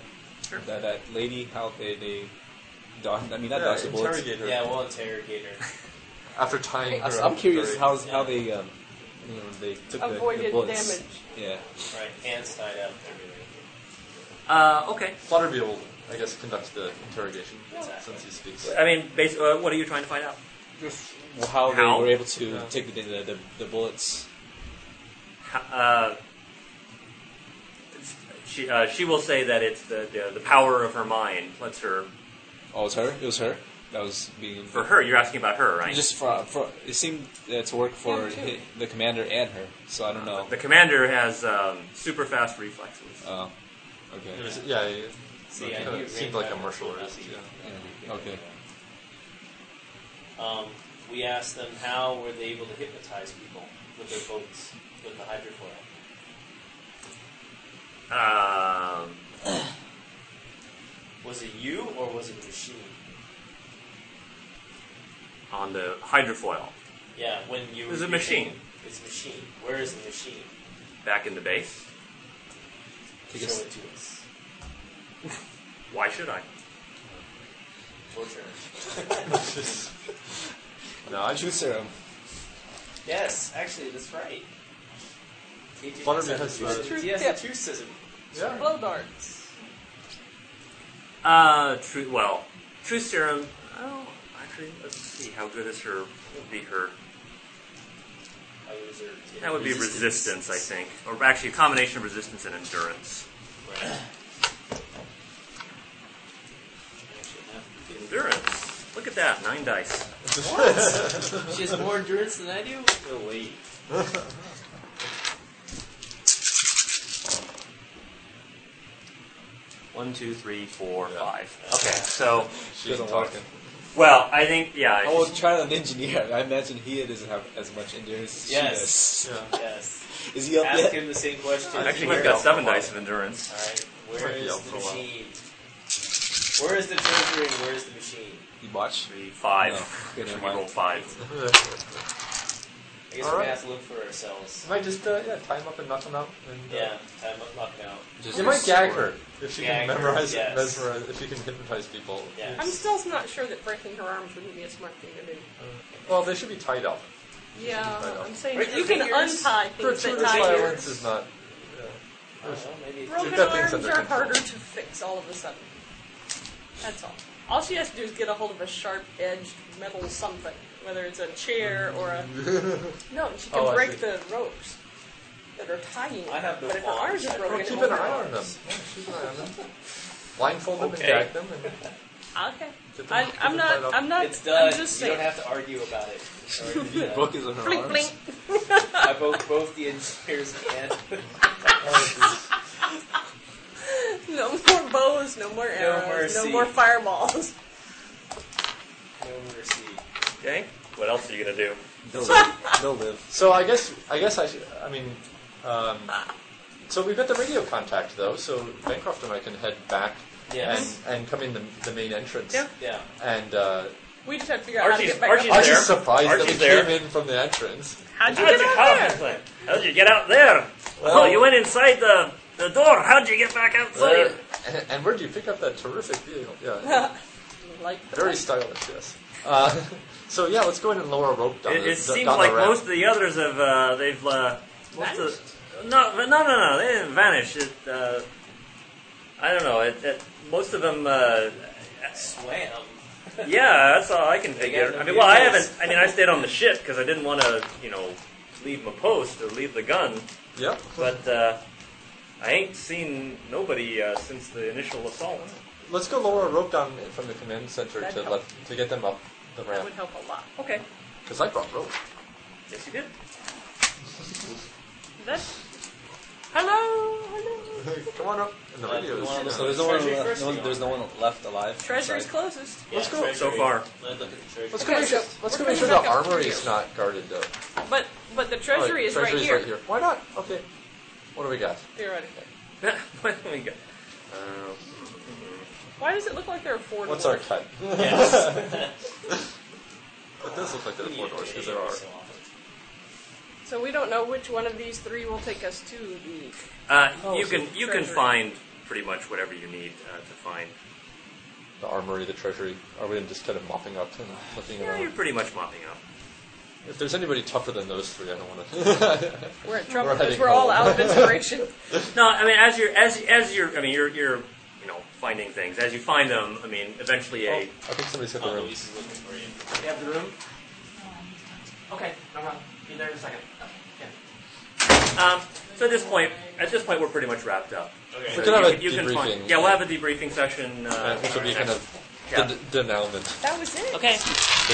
Speaker 7: Sure.
Speaker 9: that, that lady how they they dodged? I mean, not
Speaker 4: yeah,
Speaker 9: dodged the bullets.
Speaker 4: interrogate her
Speaker 6: Yeah, we'll interrogate her.
Speaker 4: after tying
Speaker 9: I
Speaker 4: her.
Speaker 9: am
Speaker 4: up
Speaker 9: curious
Speaker 4: very-
Speaker 9: how how they um, you know they took the- the,
Speaker 8: Avoided
Speaker 9: bullets.
Speaker 8: damage.
Speaker 9: Yeah.
Speaker 6: Right, hands tied up, everything.
Speaker 7: Uh, okay.
Speaker 4: Flutterby will, I guess, conduct the interrogation
Speaker 6: Yeah.
Speaker 4: since he speaks.
Speaker 7: I mean, bas uh, what are you trying to find out?
Speaker 9: Just how,
Speaker 7: How?
Speaker 9: they were able to
Speaker 4: Yeah.
Speaker 9: take the, the, the, the bullets.
Speaker 7: Ho- Uh, she uh, she will say that it's the, the the power of her mind lets her.
Speaker 9: Oh, it was her. It was her. That was being
Speaker 7: For her, you're asking about her, right?
Speaker 9: Just for, for it seemed uh, to work for
Speaker 8: too.
Speaker 9: hi- the commander and her. So I don't know.
Speaker 7: The commander has um, super fast reflexes.
Speaker 9: Oh,
Speaker 4: It
Speaker 9: okay.
Speaker 4: was, yeah, yeah.
Speaker 6: See,
Speaker 4: it
Speaker 6: I
Speaker 4: kinda
Speaker 6: knew it
Speaker 4: seemed
Speaker 6: rained
Speaker 4: like a
Speaker 6: back
Speaker 4: martial
Speaker 6: and
Speaker 4: artist.
Speaker 6: forth.
Speaker 4: Yeah.
Speaker 9: Okay.
Speaker 6: Um, we asked them how were they able to hypnotize people with their boats with the hydrofoil.
Speaker 7: Um,
Speaker 6: Was it you or was it a machine?
Speaker 7: on the hydrofoil
Speaker 6: Yeah, when you.
Speaker 7: It was a
Speaker 6: you-
Speaker 7: machine.
Speaker 6: It's a machine. Where is the machine?
Speaker 7: back in the base.
Speaker 9: Take
Speaker 6: Show
Speaker 9: us-
Speaker 6: it to us.
Speaker 7: Why should I?
Speaker 6: Torture.
Speaker 4: No, I
Speaker 9: Truth serum.
Speaker 6: Yes, actually, that's right. KJ
Speaker 4: Wonder
Speaker 6: does have
Speaker 4: because
Speaker 6: the
Speaker 4: the-
Speaker 6: truth-
Speaker 8: Truth
Speaker 6: he has
Speaker 8: tip.
Speaker 6: the truth schism.
Speaker 4: yeah.
Speaker 8: Blow darts.
Speaker 7: Uh, true. Well, true serum. Oh, actually, let's see. How good is her? Would be her.
Speaker 6: I would reserve it.
Speaker 7: That would be resistance, I think, or actually a combination of resistance and endurance.
Speaker 6: Right. I actually have to get-
Speaker 7: Endurance. Look at that, nine dice.
Speaker 6: She has more endurance than I do? No way.
Speaker 7: One, two, three, four,
Speaker 4: Yeah.
Speaker 7: five. Okay, so
Speaker 4: She's
Speaker 9: Doesn't
Speaker 4: talking.
Speaker 7: well, I think yeah.
Speaker 9: I will try on an engineer. I imagine he doesn't have as much endurance as
Speaker 6: Yes.
Speaker 9: she
Speaker 4: Yeah.
Speaker 6: Yes.
Speaker 9: does. Is he up
Speaker 6: Ask
Speaker 9: yet?
Speaker 6: him the same question.
Speaker 7: actually,
Speaker 6: Where-
Speaker 7: he's got seven dice of endurance.
Speaker 6: Alright, where
Speaker 4: Might be
Speaker 6: is
Speaker 4: out for
Speaker 6: the
Speaker 4: a while.
Speaker 6: machine? Where is the treasury and where is the machine?
Speaker 9: You watch.
Speaker 7: Three, five.
Speaker 9: No, good,
Speaker 7: So
Speaker 9: never
Speaker 7: we
Speaker 9: mind.
Speaker 7: roll five.
Speaker 6: I guess
Speaker 4: All
Speaker 6: we're
Speaker 4: right.
Speaker 6: gonna have to look for ourselves.
Speaker 4: Might just uh, yeah, tie him up and knock him out. And, uh,
Speaker 6: Yeah, time up, lock out.
Speaker 9: Just
Speaker 4: You might gag
Speaker 9: explore.
Speaker 4: her if she
Speaker 6: Gag
Speaker 4: can
Speaker 6: her,
Speaker 4: memorize,
Speaker 6: yes.
Speaker 4: mesmerize, if she can hypnotize people.
Speaker 6: Yeah.
Speaker 8: I'm still not sure that breaking her arms wouldn't be a smart thing to do.
Speaker 4: Well, they should be tied up.
Speaker 8: Yeah, I'm saying
Speaker 6: Break
Speaker 8: you
Speaker 6: the
Speaker 8: can
Speaker 6: fingers.
Speaker 8: untie things that
Speaker 4: Gratuitous
Speaker 8: tie you.
Speaker 4: violence is not.
Speaker 6: I don't know, maybe it's
Speaker 8: Broken
Speaker 4: That thing's
Speaker 8: arms
Speaker 4: under
Speaker 8: are
Speaker 4: control.
Speaker 8: harder to fix all of a sudden. That's all. All she has to do is get a hold of a sharp-edged metal something, whether it's a chair or a. No, she can
Speaker 4: Oh, I see.
Speaker 8: break the ropes that are tying.
Speaker 6: I have no
Speaker 8: but if her
Speaker 6: wand.
Speaker 8: arms
Speaker 6: I
Speaker 8: are
Speaker 6: don't
Speaker 8: broken,
Speaker 4: Well, keep
Speaker 8: it
Speaker 4: an
Speaker 8: won't
Speaker 4: eye
Speaker 8: work.
Speaker 4: on them. Yeah, keep an eye on them. Blindfold them
Speaker 6: Okay.
Speaker 4: and gag them. And
Speaker 8: Okay.
Speaker 4: Get the-
Speaker 8: I,
Speaker 4: get
Speaker 8: I'm
Speaker 4: the title.
Speaker 8: not. I'm not.
Speaker 6: It's done.
Speaker 8: I'm just
Speaker 6: you
Speaker 8: saying.
Speaker 6: don't have to argue about it. Sorry.
Speaker 4: The book is in her
Speaker 8: blink,
Speaker 4: arms.
Speaker 8: blink.
Speaker 6: I both both the engineers and
Speaker 8: No more bows. No more arrows. No,
Speaker 6: mercy.
Speaker 8: more fireballs.
Speaker 6: no mercy.
Speaker 7: Okay. What else are you gonna do?
Speaker 4: They'll live. They'll live. So I guess I guess I should. I mean, um, so we've got the radio contact though. So Bancroft and I can head back
Speaker 6: Yes.
Speaker 4: and and come in the, the main entrance.
Speaker 8: Yeah.
Speaker 6: Yeah.
Speaker 4: And uh,
Speaker 8: We just have to figure out
Speaker 7: Archie's-
Speaker 8: how to get
Speaker 7: Archie's-
Speaker 8: back
Speaker 4: I
Speaker 8: up.
Speaker 4: was
Speaker 7: there.
Speaker 4: just surprised
Speaker 7: Archie's
Speaker 4: that we
Speaker 7: there.
Speaker 4: came in from the entrance.
Speaker 8: How'd you
Speaker 7: How'd
Speaker 8: get
Speaker 7: you,
Speaker 8: out
Speaker 7: how,
Speaker 8: there?
Speaker 7: how'd you get out there? oh, you went inside the, the door. How'd you get back outside?
Speaker 4: And, and where'd you pick up that terrific vehicle? Yeah,
Speaker 8: Like
Speaker 4: very stylish. Yes. Uh, so yeah, let's go in and lower a rope down.
Speaker 7: it
Speaker 4: the,
Speaker 7: it seems
Speaker 4: down
Speaker 7: like
Speaker 4: the ramp.
Speaker 7: most of the others have uh, they've uh, most of, no no no no they didn't vanish. It, uh, I don't know. It, it, most of them. Uh,
Speaker 6: Swam.
Speaker 7: yeah, that's all I can figure.
Speaker 6: got no
Speaker 7: I mean, well, I
Speaker 6: vehicles.
Speaker 7: haven't. I mean, I stayed on the ship because I didn't want to, you know, leave my post or leave the gun.
Speaker 4: Yeah.
Speaker 7: But uh, I ain't seen nobody uh, since the initial assault.
Speaker 4: Let's go lower a rope down from the command center
Speaker 8: That'd
Speaker 4: to
Speaker 8: help.
Speaker 4: let, to get them up the
Speaker 8: that
Speaker 4: ramp.
Speaker 8: would help a lot.
Speaker 7: Okay.
Speaker 4: Because I brought rope.
Speaker 7: Yes, you did.
Speaker 8: That. Hello, hello.
Speaker 4: Come on up. And the
Speaker 6: Uh,
Speaker 4: radio
Speaker 6: you
Speaker 4: is.
Speaker 6: wanna
Speaker 9: So there's no one,
Speaker 6: Treasury
Speaker 9: left,
Speaker 6: first,
Speaker 9: no one-
Speaker 6: you know.
Speaker 9: there's no one left alive.
Speaker 8: Treasure's
Speaker 9: Sorry.
Speaker 8: closest.
Speaker 4: Let's
Speaker 6: Yeah,
Speaker 4: go.
Speaker 6: treasury.
Speaker 7: So far.
Speaker 6: Let's look at the treasury.
Speaker 4: Let's go make sure. Let's go
Speaker 8: We're
Speaker 4: make sure
Speaker 8: coming
Speaker 4: the
Speaker 8: back up
Speaker 4: armory
Speaker 8: here.
Speaker 4: is not guarded though.
Speaker 8: But but the
Speaker 4: Oh,
Speaker 8: treasury is right
Speaker 4: treasury's
Speaker 8: here.
Speaker 4: Why not? Okay. What do we got?
Speaker 8: Theoretically.
Speaker 7: What do we got? Uh,
Speaker 8: Why does it look like there are four
Speaker 4: What's our
Speaker 8: doors?
Speaker 4: cut?
Speaker 6: Yes.
Speaker 4: It does look like there are four doors because there are.
Speaker 6: So often.
Speaker 8: So we don't know which one of these three will take us to the.
Speaker 7: Uh,
Speaker 8: Oh,
Speaker 7: you
Speaker 8: so
Speaker 7: can
Speaker 8: it's
Speaker 7: you can
Speaker 8: treasury.
Speaker 7: find pretty much whatever you need uh, to find.
Speaker 4: The armory, the treasury. Are we just kind of mopping up and looking
Speaker 7: Yeah, you're
Speaker 4: around?
Speaker 7: pretty much mopping up.
Speaker 4: If there's anybody tougher than those three, I don't want to.
Speaker 8: We're in trouble
Speaker 4: We're
Speaker 8: because
Speaker 4: heading
Speaker 8: we're, all
Speaker 4: home.
Speaker 8: out of inspiration.
Speaker 7: No, I mean as you're as as you're I mean you're you're you know finding things as you find them. I mean eventually
Speaker 4: I
Speaker 7: a
Speaker 4: think somebody's hit the
Speaker 6: Oh,
Speaker 4: room.
Speaker 6: Luis is looking for you.
Speaker 7: you have the room. Okay, no problem. Be there in a second. Um, so at this point, at this point, we're pretty much wrapped up.
Speaker 6: Okay.
Speaker 4: We
Speaker 7: So
Speaker 4: can have
Speaker 7: you
Speaker 4: a
Speaker 7: you can
Speaker 4: debriefing.
Speaker 7: find, yeah, we'll have a debriefing session. Uh,
Speaker 4: Uh, Which will be kind of
Speaker 7: Yeah.
Speaker 4: the denouement.
Speaker 8: that was it.
Speaker 7: okay.